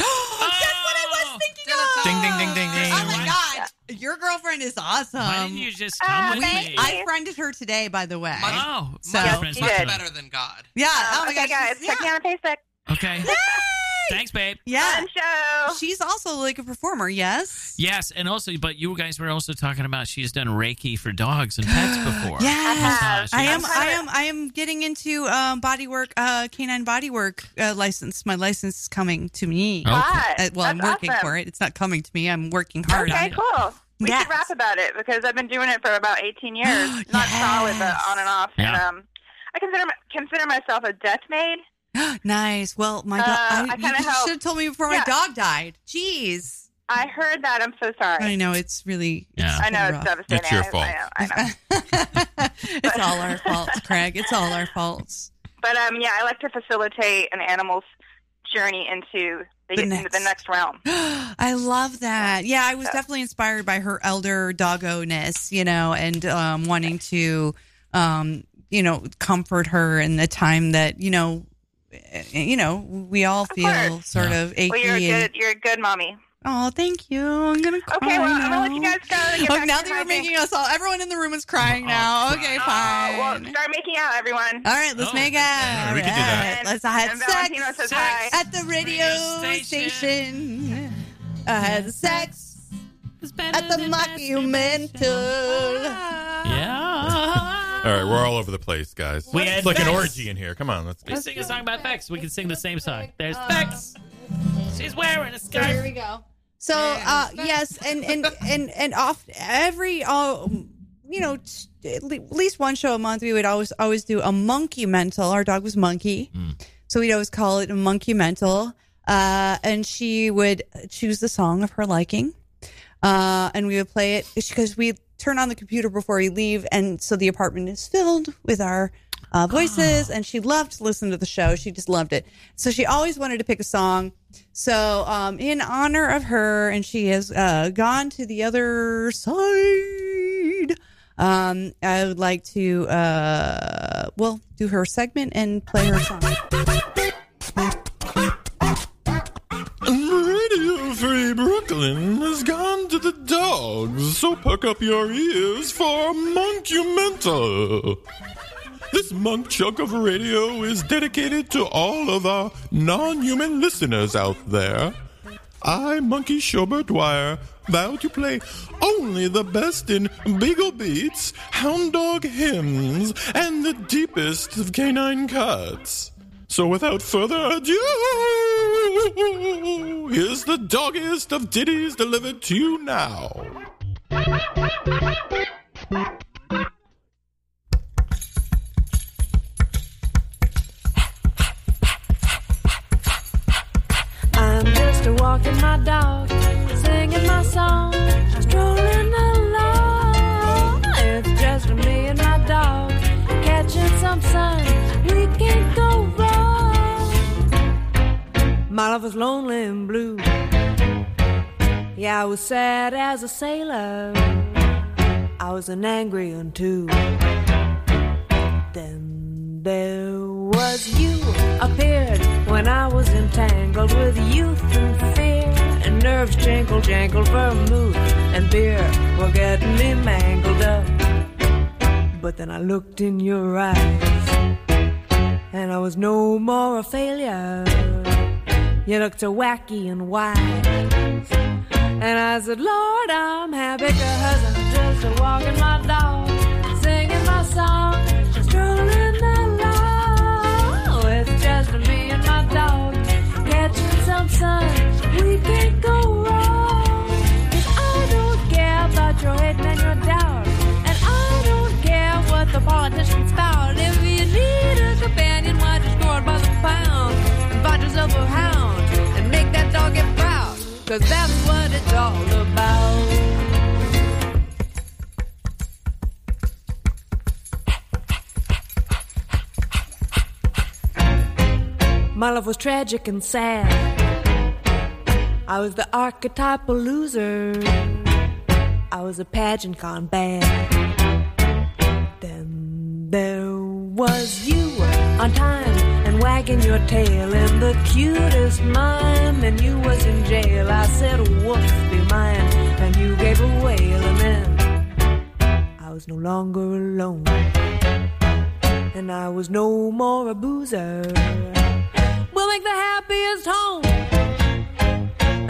[SPEAKER 13] Oh.
[SPEAKER 7] Ding ding ding ding ding.
[SPEAKER 6] Oh my god. Your girlfriend is awesome.
[SPEAKER 13] Why didn't you just
[SPEAKER 18] Uh,
[SPEAKER 13] come with
[SPEAKER 6] we,
[SPEAKER 13] me?
[SPEAKER 6] I friended her today, by the way.
[SPEAKER 13] Oh,
[SPEAKER 6] So-
[SPEAKER 13] my
[SPEAKER 6] Yes,
[SPEAKER 13] friend's
[SPEAKER 6] you
[SPEAKER 13] much
[SPEAKER 6] did.
[SPEAKER 13] better.
[SPEAKER 12] than God.
[SPEAKER 6] Yeah.
[SPEAKER 18] Uh,
[SPEAKER 6] oh my
[SPEAKER 18] okay,
[SPEAKER 6] gosh.
[SPEAKER 18] guys,
[SPEAKER 6] she's-
[SPEAKER 18] check me
[SPEAKER 6] yeah.
[SPEAKER 18] on Facebook.
[SPEAKER 13] Okay. Thanks, babe.
[SPEAKER 6] Yeah.
[SPEAKER 18] show.
[SPEAKER 6] She's also like a performer, yes?
[SPEAKER 13] Yes, and also, but you guys were also talking about she's done Reiki for dogs and pets before.
[SPEAKER 6] Yes.
[SPEAKER 18] Uh-huh.
[SPEAKER 13] Massage,
[SPEAKER 6] I am
[SPEAKER 13] yes.
[SPEAKER 6] I am I am getting into um body work, uh canine body work uh, license. My license is coming to me.
[SPEAKER 13] Okay.
[SPEAKER 18] Hot.
[SPEAKER 6] Uh, well, I'm
[SPEAKER 18] That's
[SPEAKER 6] working
[SPEAKER 18] awesome.
[SPEAKER 6] for it. It's not coming to me. I'm working hard on
[SPEAKER 18] Okay,
[SPEAKER 6] it.
[SPEAKER 18] cool. We
[SPEAKER 6] Yes.
[SPEAKER 18] should rap about it because I've been doing it for about 18 years. Not solid, but on and off. And,
[SPEAKER 6] Yeah.
[SPEAKER 18] um, I consider my- consider myself a death maid.
[SPEAKER 6] nice. Well, my
[SPEAKER 18] Uh,
[SPEAKER 6] dog.
[SPEAKER 18] I
[SPEAKER 6] I,
[SPEAKER 18] kinda
[SPEAKER 6] you
[SPEAKER 18] help.
[SPEAKER 6] should have told me before
[SPEAKER 18] Yeah.
[SPEAKER 6] my dog died. Jeez.
[SPEAKER 18] I heard that. I'm so sorry.
[SPEAKER 6] I know it's really.
[SPEAKER 13] Yeah.
[SPEAKER 18] I know it's
[SPEAKER 6] pretty rough.
[SPEAKER 18] devastating.
[SPEAKER 7] It's your
[SPEAKER 18] I- I,
[SPEAKER 7] fault.
[SPEAKER 18] know, I know.
[SPEAKER 6] It's all our faults, Craig. It's all our faults.
[SPEAKER 18] But um, yeah, I like to facilitate an animal's journey into the,
[SPEAKER 6] The
[SPEAKER 18] into
[SPEAKER 6] next.
[SPEAKER 18] the next realm.
[SPEAKER 6] I love that. Yeah, I was definitely inspired by her elder doggo ness, you know, and um, wanting to, um, you know, comfort her in the time that you know, eh, you know, we all feel
[SPEAKER 18] course.
[SPEAKER 6] sort of achy.
[SPEAKER 18] Well, you're a
[SPEAKER 6] and-
[SPEAKER 18] good, you're a good mommy.
[SPEAKER 6] oh, thank you. I'm gonna cry
[SPEAKER 18] Okay, well, I'm
[SPEAKER 6] now.
[SPEAKER 18] gonna let you guys go. and get
[SPEAKER 6] Oh,
[SPEAKER 18] back
[SPEAKER 6] now
[SPEAKER 18] to
[SPEAKER 6] that
[SPEAKER 18] my
[SPEAKER 6] you're
[SPEAKER 18] thing.
[SPEAKER 6] making us all, everyone in the room is crying now. Okay,
[SPEAKER 18] Oh, well,
[SPEAKER 6] fine.
[SPEAKER 18] start making out, everyone.
[SPEAKER 6] All right, let's make out.
[SPEAKER 7] Oh, We could do that.
[SPEAKER 6] All right, Let's have
[SPEAKER 18] And Valentino
[SPEAKER 6] sex
[SPEAKER 18] says hi.
[SPEAKER 6] at the radio,
[SPEAKER 13] Radio station.
[SPEAKER 6] station. I had sex at the mockumental.
[SPEAKER 7] Ah.
[SPEAKER 13] Yeah.
[SPEAKER 7] All right, we're all over the place, guys.
[SPEAKER 13] We had
[SPEAKER 7] it's like an
[SPEAKER 13] sex.
[SPEAKER 7] orgy in here. Come on, let's
[SPEAKER 13] We
[SPEAKER 7] go.
[SPEAKER 13] sing a song about Bex. We can sing the same song. There's
[SPEAKER 6] Uh,
[SPEAKER 13] Bex. She's wearing a
[SPEAKER 6] So here
[SPEAKER 13] scarf.
[SPEAKER 6] we go. So uh, yes, and and and and off every uh, you know t- at le- at least one show a month we would always always do a monkey mental. Our dog was monkey, so we'd always call it a monkey mental. Uh, and she would choose the song of her liking, uh, and we would play it because we turn on the computer before we leave, and so the apartment is filled with our uh, voices. And she loved to listen to the show; she just loved it. So she always wanted to pick a song. So, um, in honor of her, and she has uh, gone to the other side. Um, I would like to, uh, well, do her segment and play her song.
[SPEAKER 7] Radio Free Brooklyn has gone to the dogs, so puck up your ears for Monumental. This monk chunk of radio is dedicated to all of our non human listeners out there. I, Monkey Schobert Dwyer, vow to play only the best in beagle beats, hound dog hymns, and the deepest of canine cuts. So without further ado, here's the doggiest of ditties delivered to you now.
[SPEAKER 19] I'm just a walking my dog, singing my song, strolling along. It's just me and my dog, catching some sun. We can't go wrong. My love was lonely and blue. Yeah, I was sad as a sailor. I was an angry one too. Then there was you appeared when I was entangled with youth and fear. And nerves jingle, jangle, vermouth and beer were getting me mangled up. But then I looked in your eyes, and I was no more a failure. You looked so wacky and wise. And I said, Lord, I'm happy because I'm just a walking my dog, singing my song, strolling along. It's just me and my dog, catching some sun. We can't go wrong. And I don't care about your hate and your doubt. And I don't care what the politicians spout. If you need a companion, why just go out by the pound? And Buy yourself a
[SPEAKER 20] Cause that's what it's all about.
[SPEAKER 19] My life was tragic and sad. I was the archetypal loser. I was a pageant gone bad. Then there was you on time and wagging your tail in the cutest mime. And you was in jail. I said, Wolf, be mine. And you gave a wail, and then I was no longer alone. And I was no more a boozer we'll make the happiest home.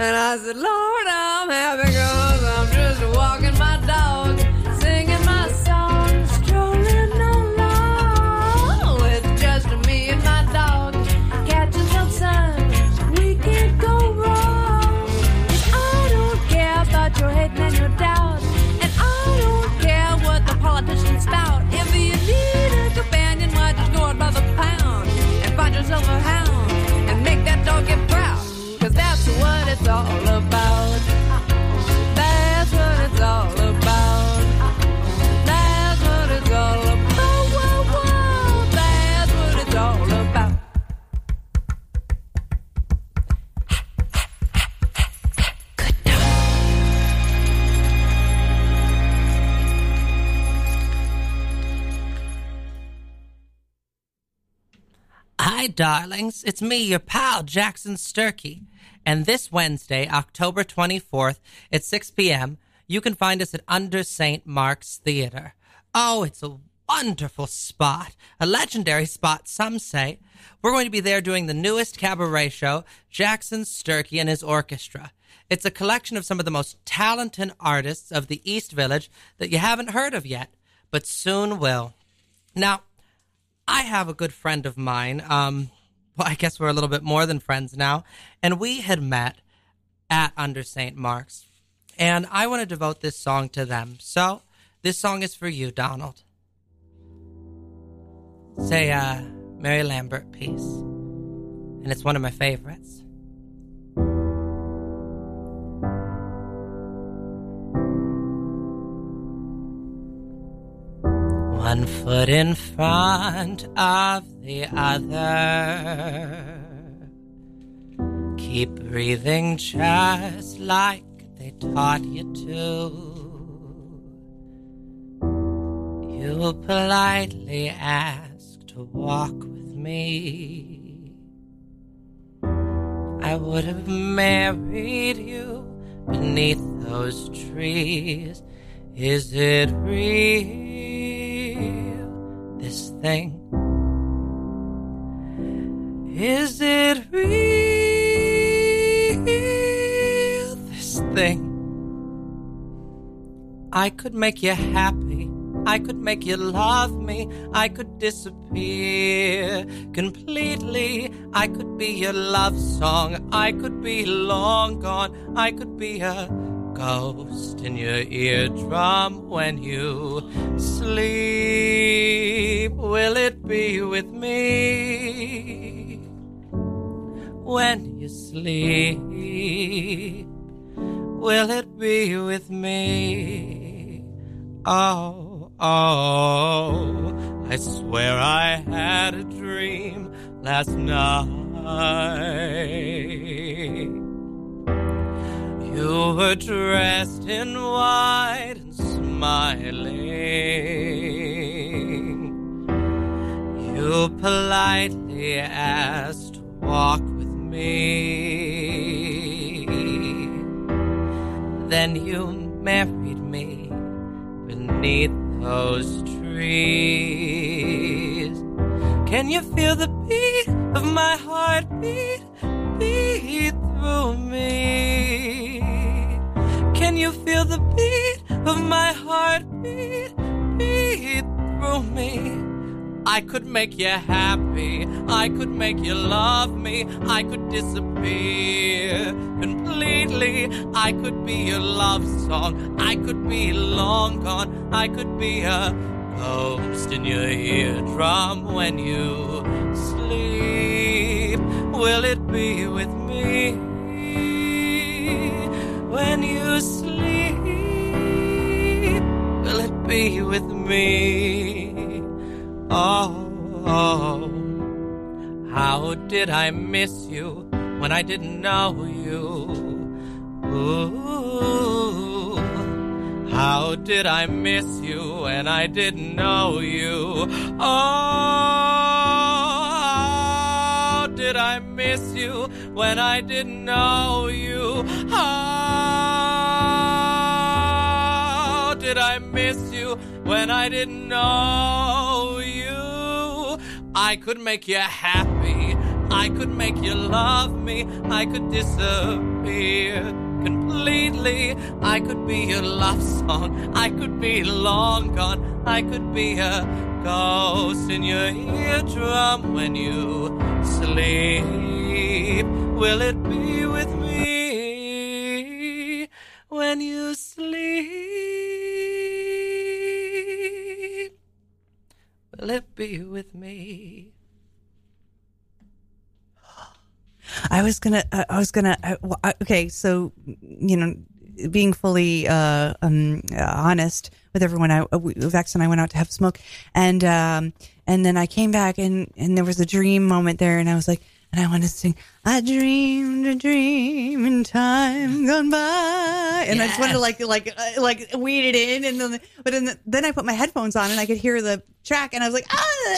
[SPEAKER 19] And I said, Lord, I'm happy because I'm just walking my dog, singing my song, strolling along with just me and my dog, catching some sun. We can't go wrong. And I don't care about your hate and your doubt. And I don't care what the politicians spout. If you need a companion, why just go out by the pound and find yourself a hound and make that dog get proud. Cause that's what it's all about. That's what it's all about. That's what it's all about. Whoa, whoa. That's what it's all about.
[SPEAKER 4] Hi, darlings. It's me, your pal, Jackson Sturkey. And this Wednesday, October 24th, at 6 p.m., you can find us at Under St. Mark's Theater. Oh, it's a wonderful spot, a legendary spot, some say. We're going to be there doing the newest cabaret show, Jackson Sturkey and his orchestra. It's a collection of some of the most talented artists of the East Village that you haven't heard of yet, but soon will. Now, I have a good friend of mine. Um, well, I guess we're a little bit more than friends now. And we had met at Under St. Mark's. And I want to devote this song to them. So this song is for you, Donald. Say, uh, Mary Lambert piece. And it's one of my favorites. One foot in front of the other. Keep breathing just like they taught you to. You politely ask to walk with me. I would have married you beneath those trees. Is it real, this thing? Is it real, this thing? I could make you happy. I could make you love me. I could disappear completely. I could be your love song. I could be long gone. I could be a ghost in your eardrum when you sleep. Will it be with me when you sleep? Will it be with me? Oh, oh, I swear I had a dream last night. You were dressed in white and smiling. You politely asked to walk with me. Then you married me beneath those trees. Can you feel the beat of my heartbeat beat through me? Can you feel the beat of my heartbeat beat through me? I could make you happy. I could make you love me. I could disappear completely. I could be your love song. I could be long gone. I could be a ghost in your eardrum when you sleep. Will it be with me
[SPEAKER 21] when you sleep? Will it be with me?
[SPEAKER 12] Oh, oh, how did I miss you when I didn't know you? Ooh, how did I miss you when I didn't know you? Oh, how did I miss you when I didn't know you? How did I miss you when I didn't know you? I could make you happy. I could make you love me. I could disappear completely. I could be your love song. I could be long gone. I could be a ghost in your eardrum when you sleep. Will it be with me when you sleep? Will it be with me?
[SPEAKER 6] I was gonna. I I was gonna. I, well, I- okay, so you know, being fully uh, um, uh, honest with everyone, I uh, we- Vex and I went out to have a smoke, and um, and then I came back, and and there was a dream moment there, and I was like, and I want to sing, I dreamed a dream in time gone by, and I just wanted to like like uh, like weed it in, and then but in the, then I put my headphones on, and I could hear the track, and I was like, ah,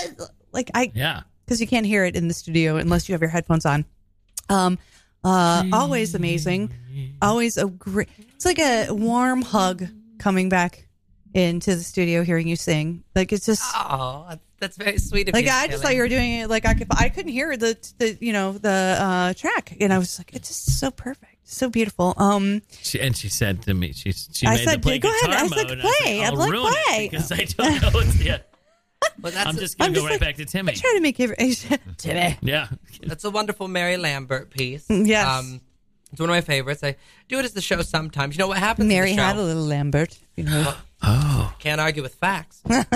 [SPEAKER 6] like I
[SPEAKER 13] yeah,
[SPEAKER 6] because you can't hear it in the studio unless you have your headphones on. Um, uh, always amazing. Always a great. It's like a warm hug coming back into the studio, hearing you sing. Like it's just
[SPEAKER 12] Oh, that's very sweet of
[SPEAKER 6] like
[SPEAKER 12] you.
[SPEAKER 6] I just thought
[SPEAKER 12] Kelly.
[SPEAKER 6] you were doing it. Like I could, I couldn't hear the the you know the uh, track, and I was like, it's just so perfect, so beautiful. Um,
[SPEAKER 13] She, and she said to me, she she
[SPEAKER 6] I
[SPEAKER 13] made
[SPEAKER 6] said,
[SPEAKER 13] the play
[SPEAKER 6] "Go
[SPEAKER 13] guitar
[SPEAKER 6] ahead." I
[SPEAKER 13] mode.
[SPEAKER 6] said,
[SPEAKER 13] and
[SPEAKER 6] "Play." I'm
[SPEAKER 13] I'll
[SPEAKER 6] like,
[SPEAKER 13] ruin it
[SPEAKER 6] "Play."
[SPEAKER 13] because I don't know. What's, Oh, yeah. I'm just gonna
[SPEAKER 6] I'm
[SPEAKER 13] go
[SPEAKER 6] just
[SPEAKER 13] right
[SPEAKER 6] like-
[SPEAKER 13] back to Timmy.
[SPEAKER 6] I try to make every today.
[SPEAKER 13] Yeah,
[SPEAKER 12] That's a wonderful Mary Lambert piece. Um,
[SPEAKER 6] Yes.
[SPEAKER 12] it's one of my favorites. I do it as the show sometimes. You know what happens? in
[SPEAKER 6] Mary
[SPEAKER 12] the show?
[SPEAKER 6] had a little Lambert, you know.
[SPEAKER 13] Oh.
[SPEAKER 12] Can't argue with facts. um,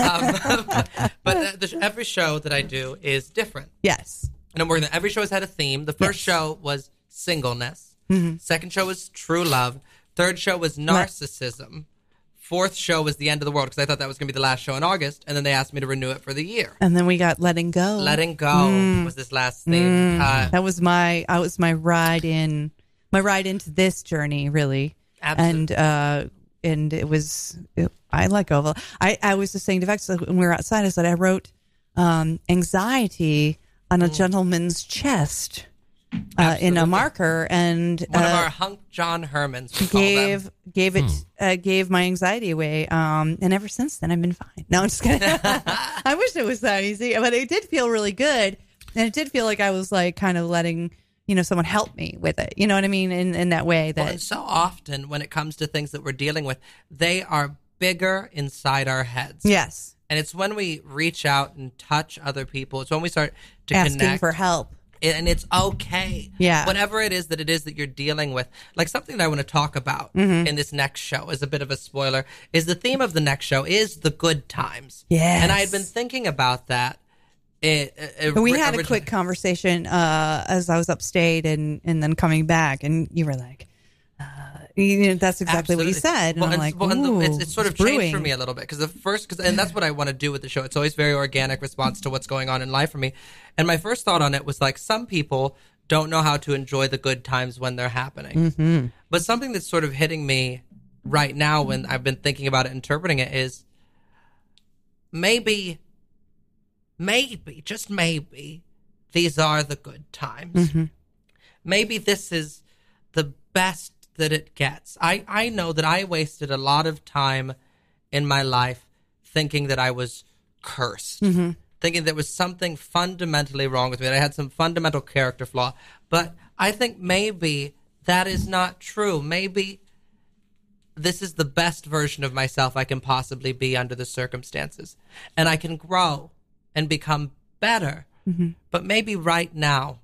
[SPEAKER 12] but uh, the, every show that I do is different.
[SPEAKER 6] Yes.
[SPEAKER 12] And I'm working. Every show has had a theme. The first show was singleness.
[SPEAKER 6] Mhm.
[SPEAKER 12] Second show was true love. Third show was narcissism. Fourth show was the end of the world because I thought that was going to be the last show in August, and then they asked me to renew it for the year.
[SPEAKER 6] And then we got letting go.
[SPEAKER 12] Letting go
[SPEAKER 6] Mm.
[SPEAKER 12] was this last thing.
[SPEAKER 6] Mm.
[SPEAKER 12] Uh,
[SPEAKER 6] that was my I was my ride in my ride into this journey really. And
[SPEAKER 12] Absolutely.
[SPEAKER 6] uh and it was it, I let go of a- I I was just saying to Vex like, when we were outside I said I wrote um anxiety on
[SPEAKER 12] Mm.
[SPEAKER 6] a gentleman's chest uh, in a marker and
[SPEAKER 12] one of
[SPEAKER 6] uh,
[SPEAKER 12] our hunk John Hermans we call them. Hmm.
[SPEAKER 6] gave gave it uh, gave my anxiety away um and ever since then I've been fine. No, I'm just kidding. I wish it was that easy, but it did feel really good, and it did feel like I was like kind of letting you know someone help me with it. You know what I mean? In in that way
[SPEAKER 12] Well,
[SPEAKER 6] that
[SPEAKER 12] and so often when it comes to things that we're dealing with, they are bigger inside our heads.
[SPEAKER 6] yes,
[SPEAKER 12] And it's when we reach out and touch other people. It's when we start to
[SPEAKER 6] asking
[SPEAKER 12] connect.
[SPEAKER 6] for help.
[SPEAKER 12] and it's okay.
[SPEAKER 6] Yeah.
[SPEAKER 12] Whatever it is that it is that you're dealing with. Like something that I want to talk about
[SPEAKER 6] Mhm.
[SPEAKER 12] in this next show is a bit of a spoiler, is the theme of the next show is the good times.
[SPEAKER 6] Yes.
[SPEAKER 12] And I had been thinking about that. eh, It, it,
[SPEAKER 6] we had a
[SPEAKER 12] originally.
[SPEAKER 6] quick conversation uh, as I was upstate and and then coming back, and you were like, uh, you know, "That's exactly what you
[SPEAKER 12] Absolutely.
[SPEAKER 6] said," and
[SPEAKER 12] Well,
[SPEAKER 6] I'm like,
[SPEAKER 12] well, and the-
[SPEAKER 6] "Ooh,
[SPEAKER 12] it's, it's sort of changed for
[SPEAKER 6] brewing."
[SPEAKER 12] me a little bit because the first, cause, and that's what I want to do with the show. It's always very organic response to what's going on in life for me. And my first thought on it was like, some people don't know how to enjoy the good times when they're happening.
[SPEAKER 16] Mm-hmm.
[SPEAKER 12] But something that's sort of hitting me right now when I've been thinking about it, interpreting it is maybe, maybe, just maybe, these are the good times
[SPEAKER 9] Mhm.
[SPEAKER 12] maybe this is the best that it gets. I, I know that I wasted a lot of time in my life thinking that I was cursed,
[SPEAKER 9] Mhm.
[SPEAKER 12] thinking there was something fundamentally wrong with me, that I had some fundamental character flaw. But I think maybe that is not true. Maybe this is the best version of myself I can possibly be under the circumstances. And I can grow and become better.
[SPEAKER 9] Mhm.
[SPEAKER 12] But maybe right now,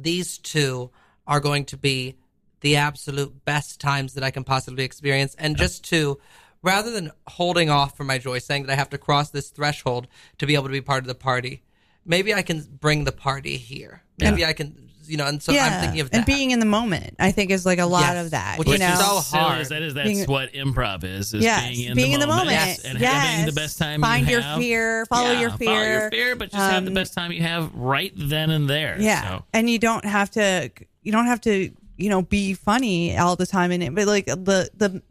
[SPEAKER 12] these two are going to be the absolute best times that I can possibly experience. And just to, rather than holding off for my joy, saying that I have to cross this threshold to be able to be part of the party, maybe I can bring the party here. Maybe I can, you know. And so I'm thinking of that.
[SPEAKER 6] and being in the moment. I think is like a lot
[SPEAKER 12] Yes.
[SPEAKER 6] of that.
[SPEAKER 12] Which
[SPEAKER 6] you
[SPEAKER 12] is
[SPEAKER 6] know,
[SPEAKER 12] so
[SPEAKER 13] Silly as that is, that's
[SPEAKER 6] Being-
[SPEAKER 13] what improv is. is
[SPEAKER 6] Yes,
[SPEAKER 13] being in
[SPEAKER 6] being
[SPEAKER 13] the
[SPEAKER 6] in the
[SPEAKER 13] moment,
[SPEAKER 6] moment.
[SPEAKER 13] and
[SPEAKER 6] Yes.
[SPEAKER 13] having the best time.
[SPEAKER 6] Find
[SPEAKER 13] you
[SPEAKER 6] your
[SPEAKER 13] have.
[SPEAKER 6] fear, follow your
[SPEAKER 13] follow your
[SPEAKER 6] fear.
[SPEAKER 13] fear, but just have the
[SPEAKER 6] Um,
[SPEAKER 13] best time you have right then and there.
[SPEAKER 6] Yeah,
[SPEAKER 13] So,
[SPEAKER 6] and you don't have to. You don't have to. You know, be funny all the time in it, but like the the,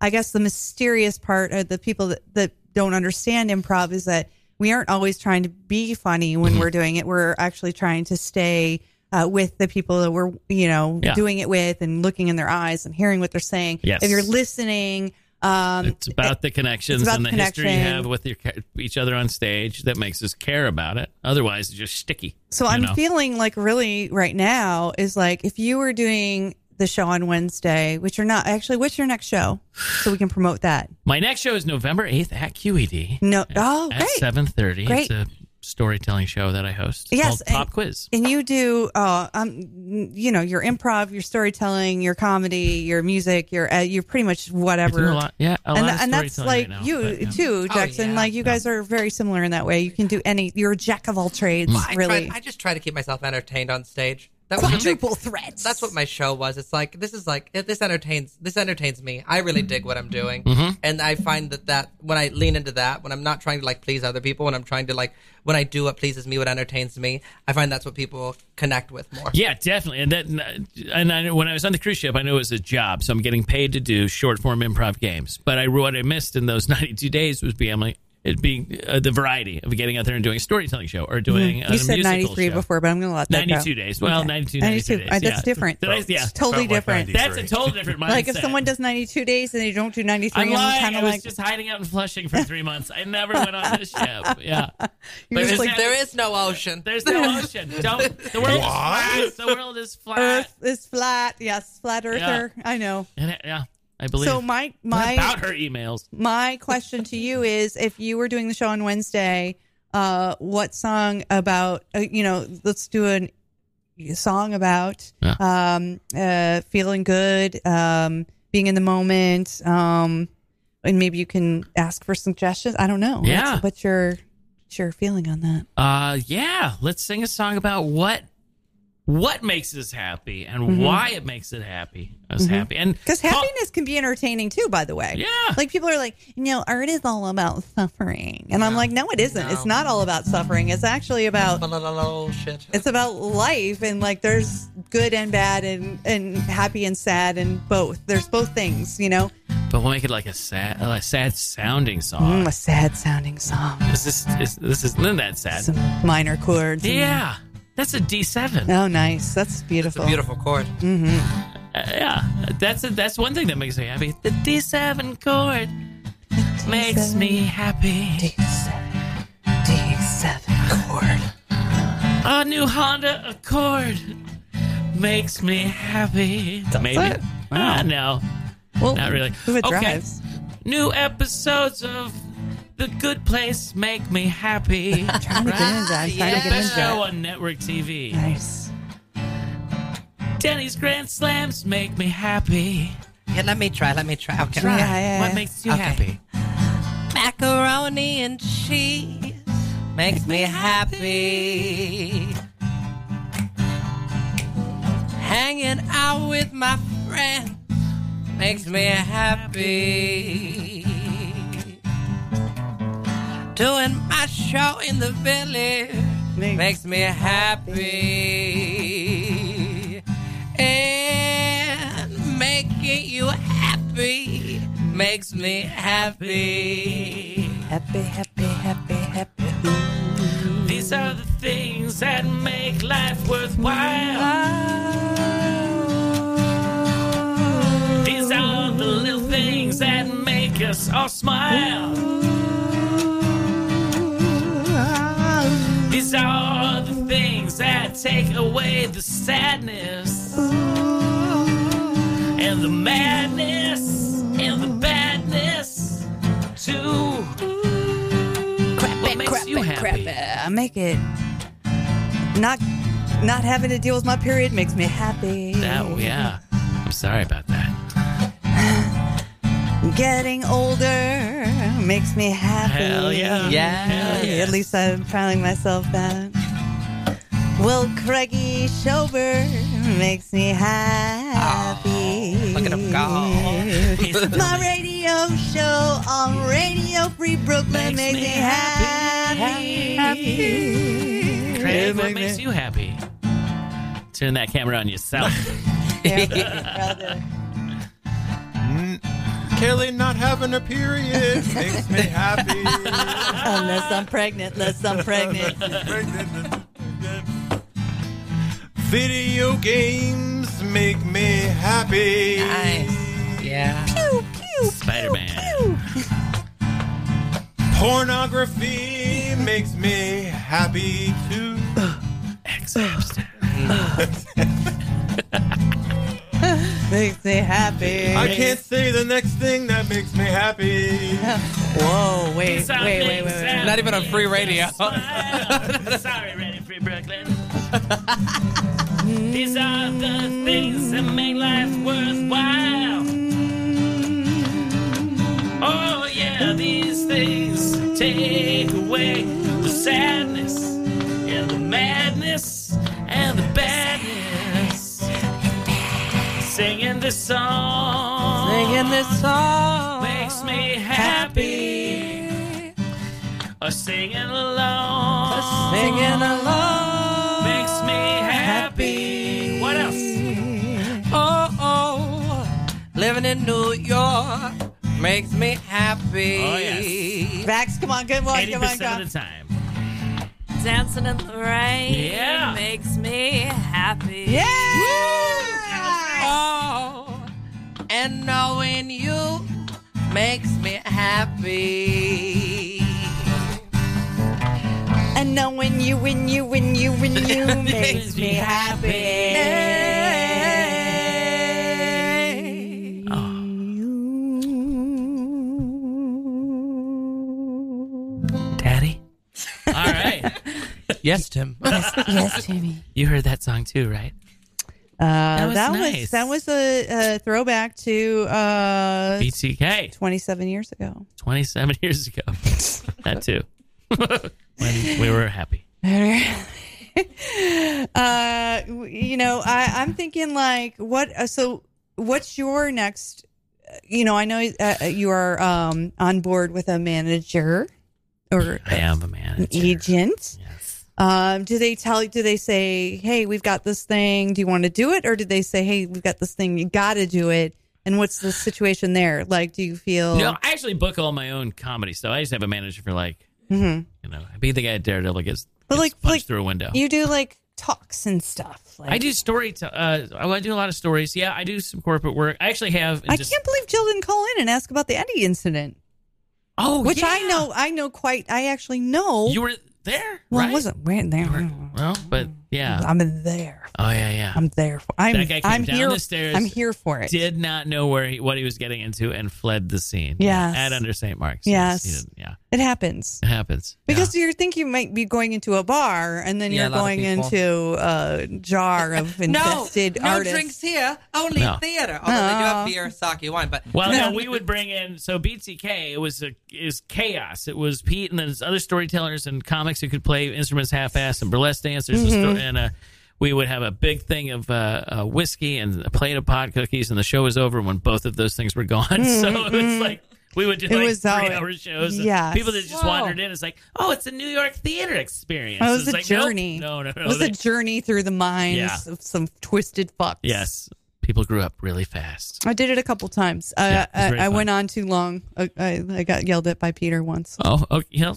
[SPEAKER 6] I guess the mysterious part of the people that, that don't understand improv is that we aren't always trying to be funny
[SPEAKER 12] Mm-hmm.
[SPEAKER 6] when we're doing it. We're actually trying to stay uh, with the people that we're you know
[SPEAKER 13] Yeah.
[SPEAKER 6] doing it with and looking in their eyes and hearing what they're saying.
[SPEAKER 13] Yes.
[SPEAKER 6] If you're listening, um,
[SPEAKER 13] it's about the connections
[SPEAKER 6] about
[SPEAKER 13] and the
[SPEAKER 6] the
[SPEAKER 13] history you
[SPEAKER 6] connection.
[SPEAKER 13] have with your, ca- each other on stage that makes us care about it. Otherwise, it's just sticky.
[SPEAKER 6] So
[SPEAKER 13] you
[SPEAKER 6] I'm
[SPEAKER 13] know?
[SPEAKER 6] feeling like really right now is like if you were doing the show on Wednesday, which you're not actually, what's your next show? So we can promote that.
[SPEAKER 13] My next show is November 8th at QED.
[SPEAKER 6] No, oh,
[SPEAKER 13] at
[SPEAKER 6] great.
[SPEAKER 13] 7.30. It's
[SPEAKER 6] Great.
[SPEAKER 13] a storytelling show that I host. It's
[SPEAKER 6] Yes,
[SPEAKER 13] called Pop Quiz.
[SPEAKER 6] And you do, uh, um, you know, your improv, your storytelling, your comedy, your music, your, uh, you're pretty much whatever.
[SPEAKER 13] a lot- yeah, a
[SPEAKER 6] and,
[SPEAKER 13] lot of
[SPEAKER 6] and that's
[SPEAKER 13] storytelling
[SPEAKER 6] like
[SPEAKER 13] right now,
[SPEAKER 6] you
[SPEAKER 13] but, yeah.
[SPEAKER 6] too,
[SPEAKER 12] Oh,
[SPEAKER 6] Jackson.
[SPEAKER 12] yeah.
[SPEAKER 6] like you guys are very similar in that way. You can do any, you're a jack of all trades,
[SPEAKER 12] Well, I try-
[SPEAKER 6] really.
[SPEAKER 12] I just try to keep myself entertained on stage. That
[SPEAKER 6] Quadruple
[SPEAKER 12] threats. That's what my show was. It's like this is like this entertains this entertains me. I really dig what I'm doing,
[SPEAKER 13] Mhm.
[SPEAKER 12] and I find that that when I lean into that, when I'm not trying to like please other people, when I'm trying to like when I do what pleases me, what entertains me, I find that's what people connect with more.
[SPEAKER 13] Yeah, definitely. And that, and I, when I was on the cruise ship, I knew it was a job, so I'm getting paid to do short form improv games. But I what I missed in those 92 days was being like it being uh, the variety of getting out there and doing a storytelling show or doing
[SPEAKER 6] Mhm.
[SPEAKER 13] a
[SPEAKER 6] you said
[SPEAKER 13] musical
[SPEAKER 6] 93
[SPEAKER 13] show.
[SPEAKER 6] before, but I'm going to let that go.
[SPEAKER 13] 92 days. Well, 92, 93 days.
[SPEAKER 6] Uh, that's
[SPEAKER 13] yeah.
[SPEAKER 6] different.
[SPEAKER 13] Did I- yeah.
[SPEAKER 6] It's totally different.
[SPEAKER 13] That's a total different mindset.
[SPEAKER 6] Like if someone does 92 days and they don't do 93,
[SPEAKER 13] I'm
[SPEAKER 6] I'm,
[SPEAKER 13] lying.
[SPEAKER 6] kind
[SPEAKER 13] I
[SPEAKER 6] of
[SPEAKER 13] was
[SPEAKER 6] like,
[SPEAKER 13] just hiding out in Flushing for three months. I never went on this ship. Yeah. But
[SPEAKER 12] There's,
[SPEAKER 13] it's
[SPEAKER 12] like, there is no ocean.
[SPEAKER 13] There's no ocean. Don't. The world is flat. The world
[SPEAKER 6] Uh,
[SPEAKER 13] is flat.
[SPEAKER 6] Earth is flat. Yes, flat earther. I know.
[SPEAKER 13] And it- yeah, I believe.
[SPEAKER 6] So my
[SPEAKER 13] What
[SPEAKER 6] my
[SPEAKER 13] about her emails?
[SPEAKER 6] my question to you is: If you were doing the show on Wednesday, uh, what song about uh, you know? Let's do an, a song about um, uh, feeling good, um, being in the moment, um, and maybe you can ask for suggestions. I don't know. What's-
[SPEAKER 13] Yeah.
[SPEAKER 6] what's your what's your feeling on that?
[SPEAKER 13] Uh, yeah. Let's sing a song about what what makes us happy and
[SPEAKER 6] Mhm.
[SPEAKER 13] why it makes it happy. Us
[SPEAKER 6] Mhm.
[SPEAKER 13] happy and
[SPEAKER 6] Because happiness can be entertaining too, by the way.
[SPEAKER 13] Yeah.
[SPEAKER 6] Like people are like, no, art is all about suffering. And I'm like, no, it isn't. It's not all about suffering. It's actually about
[SPEAKER 12] shit.
[SPEAKER 6] it's about life and like there's good and bad and, and happy and sad and both. There's both things, you know?
[SPEAKER 13] But we'll make it like a sad, a sad sounding song.
[SPEAKER 6] Mm, a sad sounding song.
[SPEAKER 13] Is this is, this is isn't that sad?
[SPEAKER 6] Some minor chords. and-
[SPEAKER 13] yeah, that's a D seven.
[SPEAKER 6] Oh, nice. That's beautiful.
[SPEAKER 12] beautiful chord.
[SPEAKER 6] Mm-hmm.
[SPEAKER 13] Uh, yeah, that's a, that's one thing that makes me happy. The D seven chord makes me happy. D
[SPEAKER 6] seven, D seven chord.
[SPEAKER 13] A new Honda Accord makes me happy. Maybe.
[SPEAKER 6] it?
[SPEAKER 13] Ah, no.
[SPEAKER 6] Well,
[SPEAKER 13] not really.
[SPEAKER 6] who it
[SPEAKER 13] okay.
[SPEAKER 6] drives.
[SPEAKER 13] New episodes of The Good Place make me happy.
[SPEAKER 6] trying to get into that. I'm trying to get
[SPEAKER 13] Best
[SPEAKER 6] into
[SPEAKER 13] show
[SPEAKER 6] that.
[SPEAKER 13] on network TV.
[SPEAKER 6] Nice.
[SPEAKER 13] Denny's Grand Slams make me happy.
[SPEAKER 12] Yeah, let me try. Let me try. Okay.
[SPEAKER 13] Try. Yeah, yeah, What yeah. makes you
[SPEAKER 12] happy? Macaroni and cheese makes me happy. Hanging out with my friend makes me happy. Doing my show in the village makes, me happy. And making you happy makes me happy.
[SPEAKER 6] Happy, happy, happy, happy.
[SPEAKER 13] These are the things that make life worthwhile. These are the little things that make us all smile. These are the things that take away the sadness and the madness and the badness too. What makes you happy?
[SPEAKER 6] I make it not not having to deal with my period makes me happy.
[SPEAKER 13] That, oh, yeah. I'm sorry about that.
[SPEAKER 6] Getting older makes me happy.
[SPEAKER 13] Hell yeah. Yeah. Hell yes.
[SPEAKER 6] At least I'm finding myself that. Well, Craigie Schober makes me happy.
[SPEAKER 12] Oh, Look at him go.
[SPEAKER 6] My radio show on Radio Free Brooklyn makes, me, happy.
[SPEAKER 13] Craig, what makes you happy? Turn that camera on yourself.
[SPEAKER 7] Kelly not having a period makes me happy.
[SPEAKER 6] Unless I'm pregnant, unless I'm pregnant.
[SPEAKER 7] Video games make me happy.
[SPEAKER 12] Nice. Yeah.
[SPEAKER 6] Pew, pew,
[SPEAKER 13] Spider Man.
[SPEAKER 7] Pornography makes me happy too.
[SPEAKER 6] makes me happy.
[SPEAKER 7] I can't say the next thing that makes me happy.
[SPEAKER 6] Whoa, wait, wait, wait, wait, wait.
[SPEAKER 12] Not even on free radio.
[SPEAKER 13] Sorry, Ready Free Brooklyn. These are the things that make life worthwhile. Oh, yeah, these things take away the sadness and the madness and the badness. Singing this song.
[SPEAKER 21] Singing this song
[SPEAKER 13] makes me happy. Or singing along.
[SPEAKER 21] Singing along
[SPEAKER 13] makes me happy. What else?
[SPEAKER 21] Oh, oh,
[SPEAKER 12] Living in New York makes me happy.
[SPEAKER 13] Oh, yes.
[SPEAKER 6] Vax, come on, good one,
[SPEAKER 13] Eighty
[SPEAKER 6] come on,
[SPEAKER 13] percent
[SPEAKER 6] come
[SPEAKER 13] of the time.
[SPEAKER 15] Dancing in the rain
[SPEAKER 13] Yeah.
[SPEAKER 15] makes me happy.
[SPEAKER 6] Yeah!
[SPEAKER 12] Oh, and knowing you makes me happy.
[SPEAKER 6] And knowing you, when you, when you, when you makes me happy.
[SPEAKER 13] Daddy? All right.
[SPEAKER 12] Yes, Tim.
[SPEAKER 6] yes, Jamie.
[SPEAKER 13] You heard that song too, right?
[SPEAKER 6] Uh, that
[SPEAKER 13] was
[SPEAKER 6] was
[SPEAKER 13] nice.
[SPEAKER 6] that was a, a throwback to uh,
[SPEAKER 13] BTK,
[SPEAKER 6] 27 years ago.
[SPEAKER 13] 27 years ago. that too. when we were happy.
[SPEAKER 6] uh, you know, I, I'm thinking like, what? Uh, so, what's your next? You know, I know uh, you are um, on board with a manager or
[SPEAKER 13] I am a man.
[SPEAKER 6] an agent.
[SPEAKER 13] Yes.
[SPEAKER 6] Um, do they tell? Do they say, "Hey, we've got this thing. Do you want to do it?" Or do they say, "Hey, we've got this thing. You got to do it." And what's the situation there? Like, do you feel?
[SPEAKER 13] No, I actually book all my own comedy stuff. I just have a manager for like,
[SPEAKER 6] Mhm.
[SPEAKER 13] you know, I be the guy at Daredevil gets,
[SPEAKER 6] But
[SPEAKER 13] gets
[SPEAKER 6] like-
[SPEAKER 13] punched
[SPEAKER 6] like,
[SPEAKER 13] through a window.
[SPEAKER 6] You do like talks and stuff. Like,
[SPEAKER 13] I do story. T- uh, well, I do a lot of stories. Yeah, I do some corporate work. I actually have.
[SPEAKER 6] I
[SPEAKER 13] just-
[SPEAKER 6] can't believe Jill didn't call in and ask about the Eddie incident.
[SPEAKER 13] Oh,
[SPEAKER 6] which
[SPEAKER 13] yeah.
[SPEAKER 6] I know, I know quite. I actually know.
[SPEAKER 13] You were there,
[SPEAKER 6] well,
[SPEAKER 13] right?
[SPEAKER 6] I wasn't right there.
[SPEAKER 13] Well, but yeah.
[SPEAKER 6] I'm in there.
[SPEAKER 13] Oh yeah, yeah.
[SPEAKER 6] I'm there. For, I'm.
[SPEAKER 13] That guy came
[SPEAKER 6] I'm
[SPEAKER 13] down
[SPEAKER 6] here.
[SPEAKER 13] the stairs.
[SPEAKER 6] I'm here for it.
[SPEAKER 13] Did not know where he, what he was getting into and fled the scene.
[SPEAKER 6] Yes.
[SPEAKER 13] At under St. Mark's. He
[SPEAKER 6] Yes.
[SPEAKER 13] didn't- yeah.
[SPEAKER 6] It happens
[SPEAKER 13] It happens.
[SPEAKER 6] because you think you might be going into a bar and then
[SPEAKER 12] Yeah,
[SPEAKER 6] you're
[SPEAKER 12] a lot of
[SPEAKER 6] going
[SPEAKER 12] people.
[SPEAKER 6] into a jar of
[SPEAKER 12] No,
[SPEAKER 6] infested
[SPEAKER 12] no
[SPEAKER 6] artists.
[SPEAKER 12] drinks here. Only
[SPEAKER 13] No.
[SPEAKER 12] theater. Although oh, they do have
[SPEAKER 6] No.
[SPEAKER 12] beer, sake, wine. But
[SPEAKER 13] Well, no, we would bring in so BTK. It was a is chaos. It was Pete and then his other storytellers and comics who could play instruments half-ass and burlesque dancers. and
[SPEAKER 6] Mm-hmm.
[SPEAKER 13] sto- And uh, we would have a big thing of uh, uh, whiskey and a plate of pot cookies. And the show was over when both of those things were gone. So
[SPEAKER 6] Hmm.
[SPEAKER 13] it was like. We would do
[SPEAKER 6] Mm-hmm. It
[SPEAKER 13] like
[SPEAKER 6] was how it-
[SPEAKER 13] three-hour shows. and
[SPEAKER 6] Yes.
[SPEAKER 13] people that just
[SPEAKER 6] Whoa.
[SPEAKER 13] wandered in. It's like, oh, it's a New York theater experience.
[SPEAKER 6] Oh, it was
[SPEAKER 13] It's
[SPEAKER 6] a
[SPEAKER 13] like, nope.
[SPEAKER 6] journey.
[SPEAKER 13] No, no, no.
[SPEAKER 6] It was
[SPEAKER 13] They-
[SPEAKER 6] a journey through the minds
[SPEAKER 13] Yeah.
[SPEAKER 6] of some twisted fucks.
[SPEAKER 13] yes, people grew up really fast.
[SPEAKER 6] I did it a couple times. I,
[SPEAKER 13] Yeah, it was very
[SPEAKER 6] I, I
[SPEAKER 13] fun.
[SPEAKER 6] went on too long. I, I, I got yelled at by Peter once.
[SPEAKER 13] Oh, okay. You know,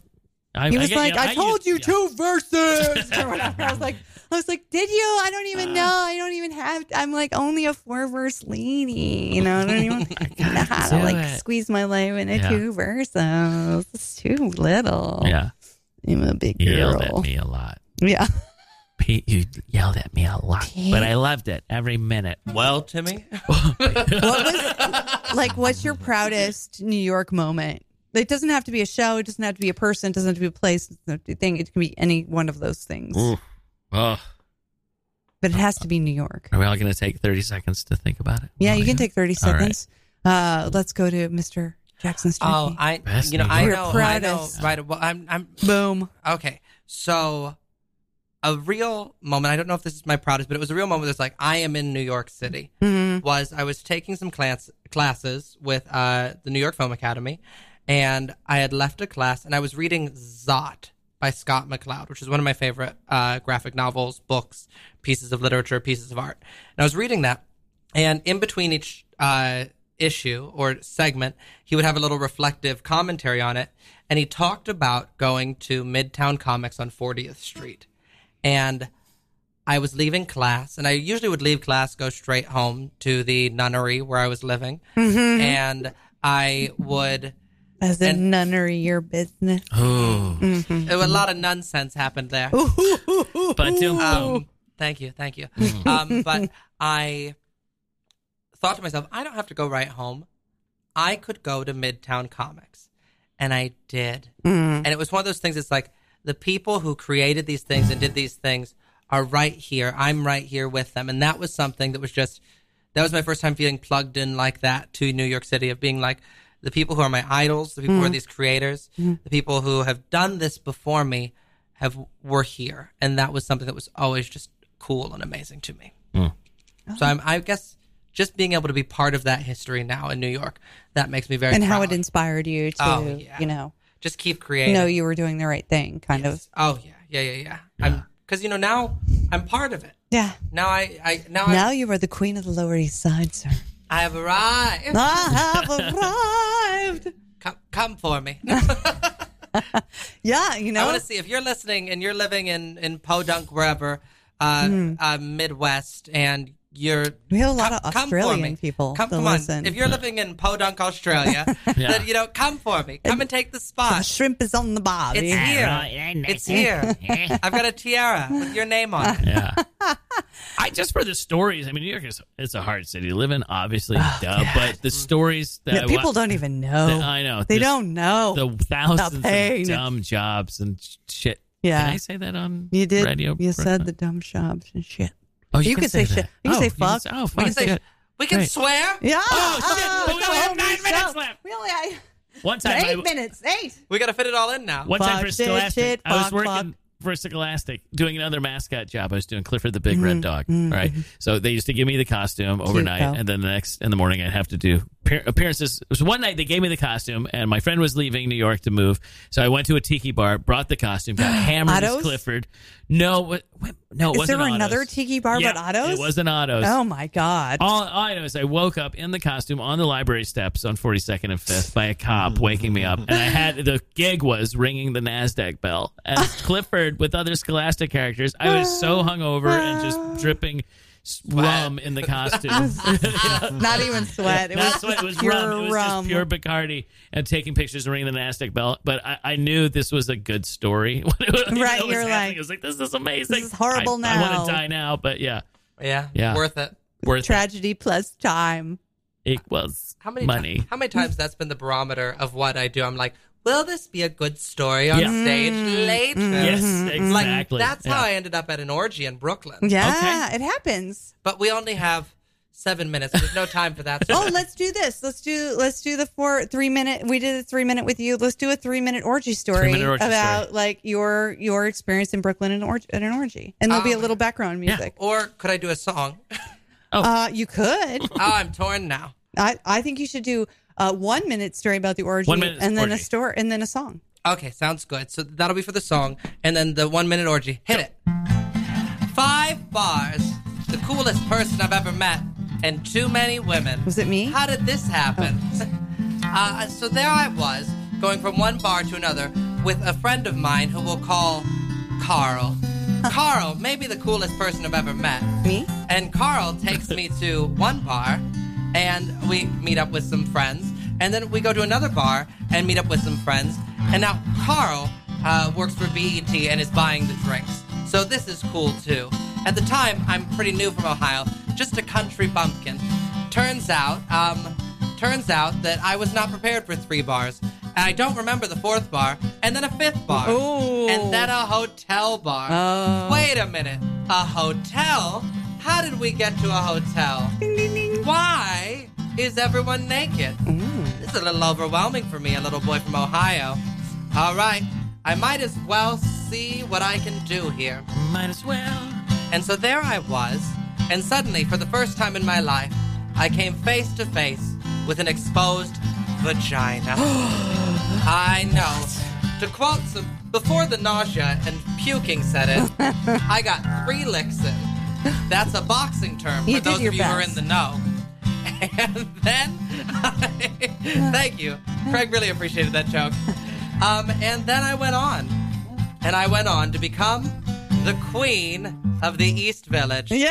[SPEAKER 13] I,
[SPEAKER 6] He
[SPEAKER 13] I
[SPEAKER 6] was
[SPEAKER 13] get-
[SPEAKER 6] like,
[SPEAKER 13] yeah,
[SPEAKER 6] "I, told
[SPEAKER 13] used-
[SPEAKER 6] you
[SPEAKER 13] yeah.
[SPEAKER 6] two verses." Or whatever. I was like, "I was like, did you? I don't even know. I don't even have. I'm like only a four verse lady. You know, I don't even know how to
[SPEAKER 13] do
[SPEAKER 6] like
[SPEAKER 13] it.
[SPEAKER 6] squeeze my life into
[SPEAKER 13] Yeah.
[SPEAKER 6] two verses. It's too little.
[SPEAKER 13] Yeah.
[SPEAKER 6] I'm a big
[SPEAKER 13] You
[SPEAKER 6] girl.
[SPEAKER 13] yelled at me a lot.
[SPEAKER 6] Yeah,
[SPEAKER 13] Pete, you yelled at me a lot, but I loved it every minute.
[SPEAKER 12] well, Timmy,
[SPEAKER 6] like what's your proudest New York moment? It doesn't have to be a show. It doesn't have to be a person. It doesn't have to be a place. It doesn't have to be a thing. It can be any one of those things.
[SPEAKER 13] Oh,
[SPEAKER 6] But it has to be New York.
[SPEAKER 13] are we all going to take 30 seconds to think about it?
[SPEAKER 6] Yeah, you can take 30
[SPEAKER 13] All right.
[SPEAKER 6] seconds. Uh, let's go to Mr. Jackson's Jackie.
[SPEAKER 12] oh, I,
[SPEAKER 13] Best
[SPEAKER 12] you know,
[SPEAKER 13] New
[SPEAKER 12] I
[SPEAKER 13] York.
[SPEAKER 12] know, I know,
[SPEAKER 6] Proudest.
[SPEAKER 12] right? Well, I'm, I'm
[SPEAKER 6] Boom.
[SPEAKER 12] okay. So, a real moment. I don't know if this is my proudest, but it was a real moment. That's like I am in New York City.
[SPEAKER 6] Mhm.
[SPEAKER 12] Was I was taking some class, classes with uh, the New York Film Academy, and I had left a class and I was reading Zot by Scott McLeod, which is one of my favorite uh, graphic novels, books, pieces of literature, pieces of art. And I was reading that, and in between each uh, issue or segment, he would have a little reflective commentary on it. And he talked about going to Midtown Comics on 40th Street. And I was leaving class, and I usually would leave class, go straight home to the nunnery where I was living.
[SPEAKER 6] Mhm.
[SPEAKER 12] And I would.
[SPEAKER 6] As a nunnery, your business.
[SPEAKER 12] Oh.
[SPEAKER 6] Mhm.
[SPEAKER 12] A lot of nonsense happened there.
[SPEAKER 13] But do-
[SPEAKER 12] um, thank you, thank you. um, but I thought to myself, I don't have to go right home. I could go to Midtown Comics, and I did.
[SPEAKER 6] Mm.
[SPEAKER 12] And it was one of those things. It's like the people who created these things and did these things are right here. I'm right here with them, and that was something that was just that was my first time feeling plugged in like that to New York City of being like the people who are my idols, the people who are
[SPEAKER 22] Mm.
[SPEAKER 12] these creators,
[SPEAKER 6] Mm-hmm.
[SPEAKER 22] Mm.
[SPEAKER 12] the people who have done this before me have were here, and that was something that was always just cool and amazing to me.
[SPEAKER 13] Mm.
[SPEAKER 6] Oh.
[SPEAKER 12] So I'm, I guess just being able to be part of that history now in New York that makes me very
[SPEAKER 6] and
[SPEAKER 12] proud.
[SPEAKER 6] how it inspired you to,
[SPEAKER 12] Oh, yeah.
[SPEAKER 6] you know,
[SPEAKER 12] just keep creating.
[SPEAKER 6] know you were doing the right thing, kind of.
[SPEAKER 12] oh yeah, yeah, yeah, yeah. I'm because you know now I'm part of it.
[SPEAKER 6] Yeah.
[SPEAKER 12] Now I, I now,
[SPEAKER 6] Now
[SPEAKER 12] I,
[SPEAKER 6] you are the queen of the Lower East Side, sir.
[SPEAKER 12] I have arrived.
[SPEAKER 6] I have arrived.
[SPEAKER 12] Come, come for me.
[SPEAKER 6] Yeah, you know.
[SPEAKER 12] I want to see if you're listening and you're living in in Podunk wherever, uh,
[SPEAKER 6] Mm.
[SPEAKER 12] uh, Midwest, and you're
[SPEAKER 6] we have a lot
[SPEAKER 12] come-
[SPEAKER 6] of
[SPEAKER 12] come for
[SPEAKER 6] Australian
[SPEAKER 12] me.
[SPEAKER 6] people.
[SPEAKER 12] Come,
[SPEAKER 6] that
[SPEAKER 12] come
[SPEAKER 6] listen.
[SPEAKER 12] on. If you're living in Podunk, Australia, then you know, come for me. Come and take the spot.
[SPEAKER 6] shrimp is on the bob.
[SPEAKER 12] It's here. It's here. I've got a tiara with your name on it.
[SPEAKER 13] Yeah. I just for the stories. I mean, New York is it's a hard city to live in, obviously, duh, but the stories that
[SPEAKER 6] Oh, Yeah, people don't even know.
[SPEAKER 13] that- I know
[SPEAKER 6] They
[SPEAKER 13] Just
[SPEAKER 6] don't know
[SPEAKER 13] the thousands
[SPEAKER 6] pain.
[SPEAKER 13] of dumb jobs and sh- shit.
[SPEAKER 6] Yeah.
[SPEAKER 13] Did I say that on
[SPEAKER 6] You did.
[SPEAKER 13] radio?
[SPEAKER 6] you said
[SPEAKER 13] Brooklyn?
[SPEAKER 6] the dumb shops and shit.
[SPEAKER 13] Oh, you
[SPEAKER 6] you
[SPEAKER 13] can
[SPEAKER 6] could
[SPEAKER 13] say
[SPEAKER 6] shit.
[SPEAKER 13] that.
[SPEAKER 6] You can
[SPEAKER 13] Oh,
[SPEAKER 6] say
[SPEAKER 13] you can
[SPEAKER 6] fuck.
[SPEAKER 13] say- oh,
[SPEAKER 6] We
[SPEAKER 13] fuck,
[SPEAKER 6] can say.
[SPEAKER 13] good.
[SPEAKER 12] We can
[SPEAKER 13] Great.
[SPEAKER 12] swear.
[SPEAKER 6] Yeah.
[SPEAKER 13] Oh, shit,
[SPEAKER 6] Oh,
[SPEAKER 13] but we only have nine minutes left.
[SPEAKER 6] We only have
[SPEAKER 13] One time, I,
[SPEAKER 6] eight minutes. Eight.
[SPEAKER 12] We got to fit it all in now.
[SPEAKER 13] One time for
[SPEAKER 6] Fuck, shit,
[SPEAKER 13] Scholastic,
[SPEAKER 6] shit,
[SPEAKER 13] I was
[SPEAKER 6] fuck,
[SPEAKER 13] working
[SPEAKER 6] fuck.
[SPEAKER 13] for Scholastic doing another mascot job. I was doing Clifford the Big
[SPEAKER 6] Mm-hmm.
[SPEAKER 13] Red Dog. Right, so they used to give me the costume overnight,
[SPEAKER 6] though.
[SPEAKER 13] and then the next in the morning I'd have to do appear- appearances. It was one night they gave me the costume, and my friend was leaving New York to move, so I went to a tiki bar, brought the costume, got hammered as
[SPEAKER 6] Otto's?
[SPEAKER 13] Clifford. No, what, what- no, it
[SPEAKER 6] Is
[SPEAKER 13] wasn't
[SPEAKER 6] there another
[SPEAKER 13] Otto's.
[SPEAKER 6] tiki bar
[SPEAKER 13] Yeah,
[SPEAKER 6] but Otto's?
[SPEAKER 13] It wasn't Otto's.
[SPEAKER 6] Oh my god.
[SPEAKER 13] All, all I know is I woke up in the costume on the library steps on 42nd and 5th by a
[SPEAKER 6] Hmm.
[SPEAKER 13] cop waking me up. And I had the gig was ringing the NASDAQ bell as Clifford with other Scholastic characters. I was so hungover and just dripping s- rum in the costume.
[SPEAKER 6] Not even sweat. It
[SPEAKER 13] Not
[SPEAKER 6] was,
[SPEAKER 13] sweat, it was
[SPEAKER 6] pure
[SPEAKER 13] rum. It was
[SPEAKER 6] rum.
[SPEAKER 13] just pure Bacardi and taking pictures and ringing the NASDAQ bell. But I, I knew this was a good story. When it was- when
[SPEAKER 6] Right,
[SPEAKER 13] it was
[SPEAKER 6] you're
[SPEAKER 13] happening,
[SPEAKER 6] like,
[SPEAKER 13] I was like, this is amazing.
[SPEAKER 6] this is horrible
[SPEAKER 13] I- I
[SPEAKER 6] now.
[SPEAKER 13] want to die now, but yeah.
[SPEAKER 12] Yeah.
[SPEAKER 13] Yeah.
[SPEAKER 12] Worth it.
[SPEAKER 13] Worth it.
[SPEAKER 6] Tragedy plus time.
[SPEAKER 13] equals
[SPEAKER 12] How many
[SPEAKER 13] money.
[SPEAKER 12] ti- how many times that's been the barometer of what I do? I'm like, will this be a good story on
[SPEAKER 13] Yeah.
[SPEAKER 12] stage
[SPEAKER 6] Mm-hmm.
[SPEAKER 12] later?
[SPEAKER 13] Yes,
[SPEAKER 12] Like
[SPEAKER 13] exactly.
[SPEAKER 12] that's how
[SPEAKER 13] Yeah.
[SPEAKER 12] I ended up at an orgy in Brooklyn.
[SPEAKER 6] Yeah, it happens.
[SPEAKER 12] But we only have seven minutes. There's no time for that.
[SPEAKER 6] Oh, let's do this. Let's do let's do the four three minute. We did a three minute with you. Let's do a three minute orgy story
[SPEAKER 13] Three-minute orgy
[SPEAKER 6] about like your your experience in Brooklyn in or, at an orgy, and there'll be a little background music.
[SPEAKER 12] Or could I do a song?
[SPEAKER 6] Uh, you could.
[SPEAKER 12] Oh, I'm torn now.
[SPEAKER 6] I I think you should do a one minute story about the orgy,
[SPEAKER 12] One minute
[SPEAKER 6] and then
[SPEAKER 12] orgy.
[SPEAKER 6] a story, and then a song.
[SPEAKER 12] Okay, sounds good. So that'll be for the song, and then the one minute orgy. Hit it. Five bars. The coolest person I've ever met, and too many women.
[SPEAKER 6] Was it me? Oh.
[SPEAKER 12] How did this happen? Uh, so there I was, going from one bar to another with a friend of mine who we'll call Carl. Carl, maybe the coolest person I've ever met.
[SPEAKER 6] Me?
[SPEAKER 12] And Carl takes me to one bar, and we meet up with some friends. And then we go to another bar and meet up with some friends. And now Carl uh, works for BET and is buying the drinks. So this is cool too. At the time, I'm pretty new from Ohio, just a country bumpkin. Turns out, um, Turns out that I was not prepared for three bars. And I don't remember the fourth bar, and then a fifth bar, and then a hotel bar. Wait a minute, a hotel? How did we get to a hotel? Why is everyone naked? This is a little overwhelming for me, a little boy from Ohio. All right, I might as well see what I can do here.
[SPEAKER 13] Might as well.
[SPEAKER 12] And so there I was, and suddenly, for the first time in my life, I came face to face with an exposed vagina. I know. To quote some, before the nausea and puking set in, I got three licks in. That's a boxing term for
[SPEAKER 9] You did
[SPEAKER 12] those
[SPEAKER 9] your
[SPEAKER 12] of you who are
[SPEAKER 9] best.
[SPEAKER 12] in the know. And then, thank you. Craig really appreciated that joke. Um, and then I went on. And I went on to become the queen of the East Village. Yay!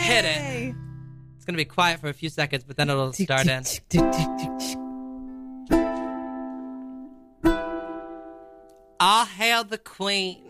[SPEAKER 12] Hit it. It's going to be quiet for a few seconds, but then it'll start in. I hail the queen.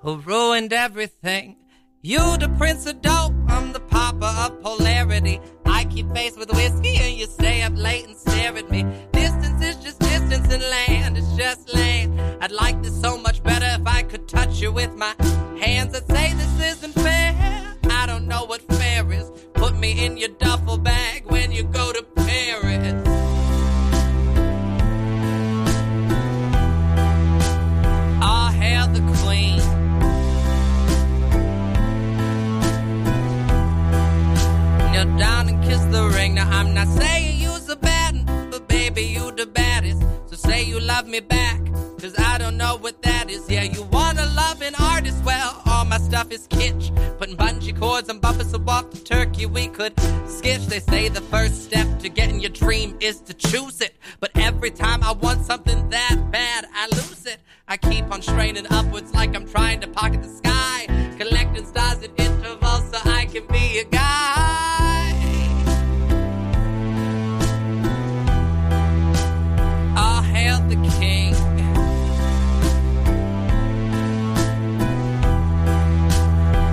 [SPEAKER 12] Who ruined everything? You, the prince of dope, I'm the papa of polarity. I keep pace with whiskey, and you stay up late and stare at me. Distance is just distance, and land is just land. I'd like this so much better if I could touch you with my hands. I'd say this isn't fair. I don't know what fair is. Put me in your duffel bag when you go to Paris. I hail the queen. Kneel down and kiss the ring. Now I'm not saying you's a bad un, but baby you the baddest. So say you love me back, cause I don't know what that is. Yeah, you wanna love an artist? Well, all my stuff is kitsch. Putting bungee cords on bumpers so off the turkey we could skitch. They say the first step to getting your dream is to choose it, but every time I want something that bad, I lose it. I keep on straining upwards like I'm trying to pocket the sky, collecting stars at intervals so I can be a guy. All hail the king.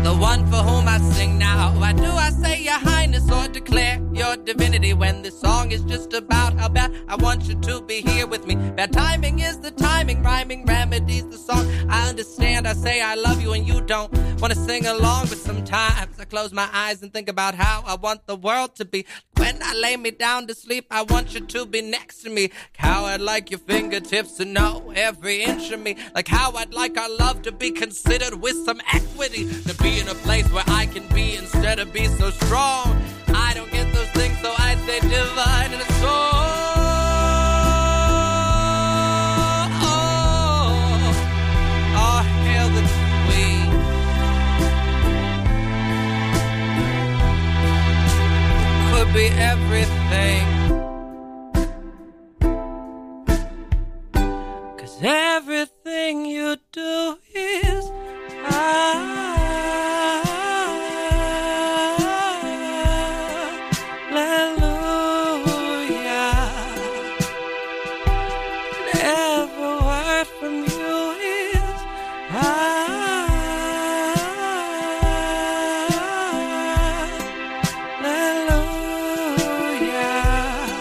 [SPEAKER 12] The one for whom I sing now. Why do I say your highness or declare your divinity when this song is just about how bad I want you to be here with me? Bad timing is the timing, rhyming remedies the song. I understand, I say I love you and you don't want to sing along, but sometimes I close my eyes and think about how I want the world to be. When I lay me down to sleep, I want you to be next to me. How I'd like your fingertips to know every inch of me. Like how I'd like our love to be considered with some equity. To be in a place where I can be instead of be so strong. I don't get those things, so I say divine and soul. Oh, hail the queen. Could be everything. Cause everything you do is hallelujah. And every word from you is hallelujah.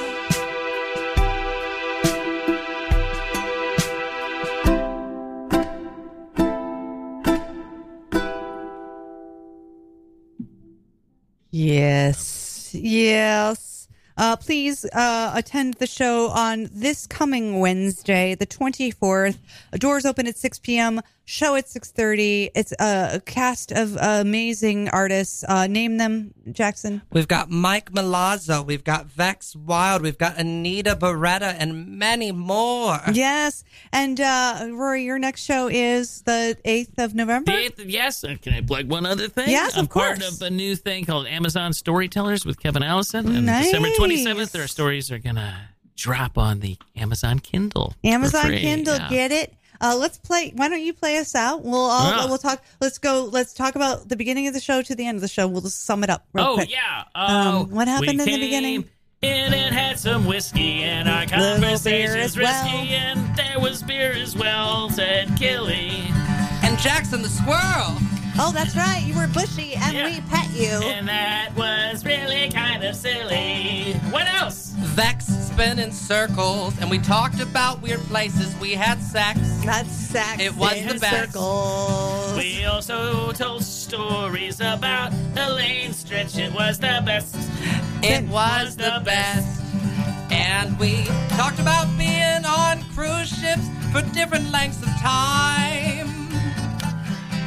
[SPEAKER 6] Yes. Yes. Uh, please uh, attend the show on this coming Wednesday, the 24th. Doors open at 6 p.m. Show at 6:30. It's a cast of amazing artists. Uh, name them, Jackson.
[SPEAKER 12] We've got Mike Milazzo, we've got Vex Wild, we've got Anita Beretta, and many more.
[SPEAKER 6] Yes. And uh, Rory, your next show is the 8th of November.
[SPEAKER 13] The eighth- yes. uh, Can I plug one other thing?
[SPEAKER 6] Yes,
[SPEAKER 13] I'm
[SPEAKER 6] of
[SPEAKER 13] part
[SPEAKER 6] course.
[SPEAKER 13] of a new thing called Amazon Storytellers with Kevin Allison. And December
[SPEAKER 6] Nice.
[SPEAKER 13] 27th, our stories are going to drop on the Amazon Kindle. for
[SPEAKER 6] Amazon
[SPEAKER 13] free.
[SPEAKER 6] Kindle,
[SPEAKER 13] Yeah.
[SPEAKER 6] get it. Uh, let's play. Why don't you play us out? We'll all
[SPEAKER 13] Yeah.
[SPEAKER 6] we'll talk. Let's go. Let's talk about the beginning of the show to the end of the show. We'll just sum it up. Real
[SPEAKER 13] Oh,
[SPEAKER 6] quick.
[SPEAKER 13] yeah.
[SPEAKER 6] Um,
[SPEAKER 13] Oh,
[SPEAKER 6] what happened
[SPEAKER 13] we
[SPEAKER 6] in the beginning?
[SPEAKER 13] came In and had some whiskey, and our
[SPEAKER 6] Little beer
[SPEAKER 13] conversation's
[SPEAKER 6] as
[SPEAKER 13] risky,
[SPEAKER 6] well.
[SPEAKER 13] and there was beer as well, said Killy.
[SPEAKER 12] And Jackson the Squirrel.
[SPEAKER 6] Oh, that's right. You were bushy, and we pet you.
[SPEAKER 13] And that was really kind of silly. What else?
[SPEAKER 12] Vex spin in circles, and we talked about weird places. We had sex.
[SPEAKER 6] That's sex.
[SPEAKER 12] It was
[SPEAKER 13] in
[SPEAKER 12] the best.
[SPEAKER 13] We also told stories about Elaine Stretch. It was the best.
[SPEAKER 12] It was the best. And we
[SPEAKER 4] We talked about being on cruise ships for different lengths of time.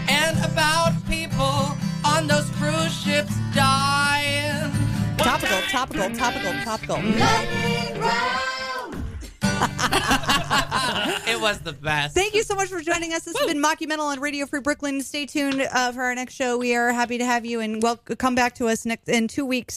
[SPEAKER 4] And about people on those cruise ships dying.
[SPEAKER 6] Topical, topical, topical, topical.
[SPEAKER 4] It was the best.
[SPEAKER 6] Thank you so much for joining us. This has been Mockumental on Radio Free Brooklyn. Stay tuned uh, for our next show. We are happy to have you and well, come back to us next in two weeks.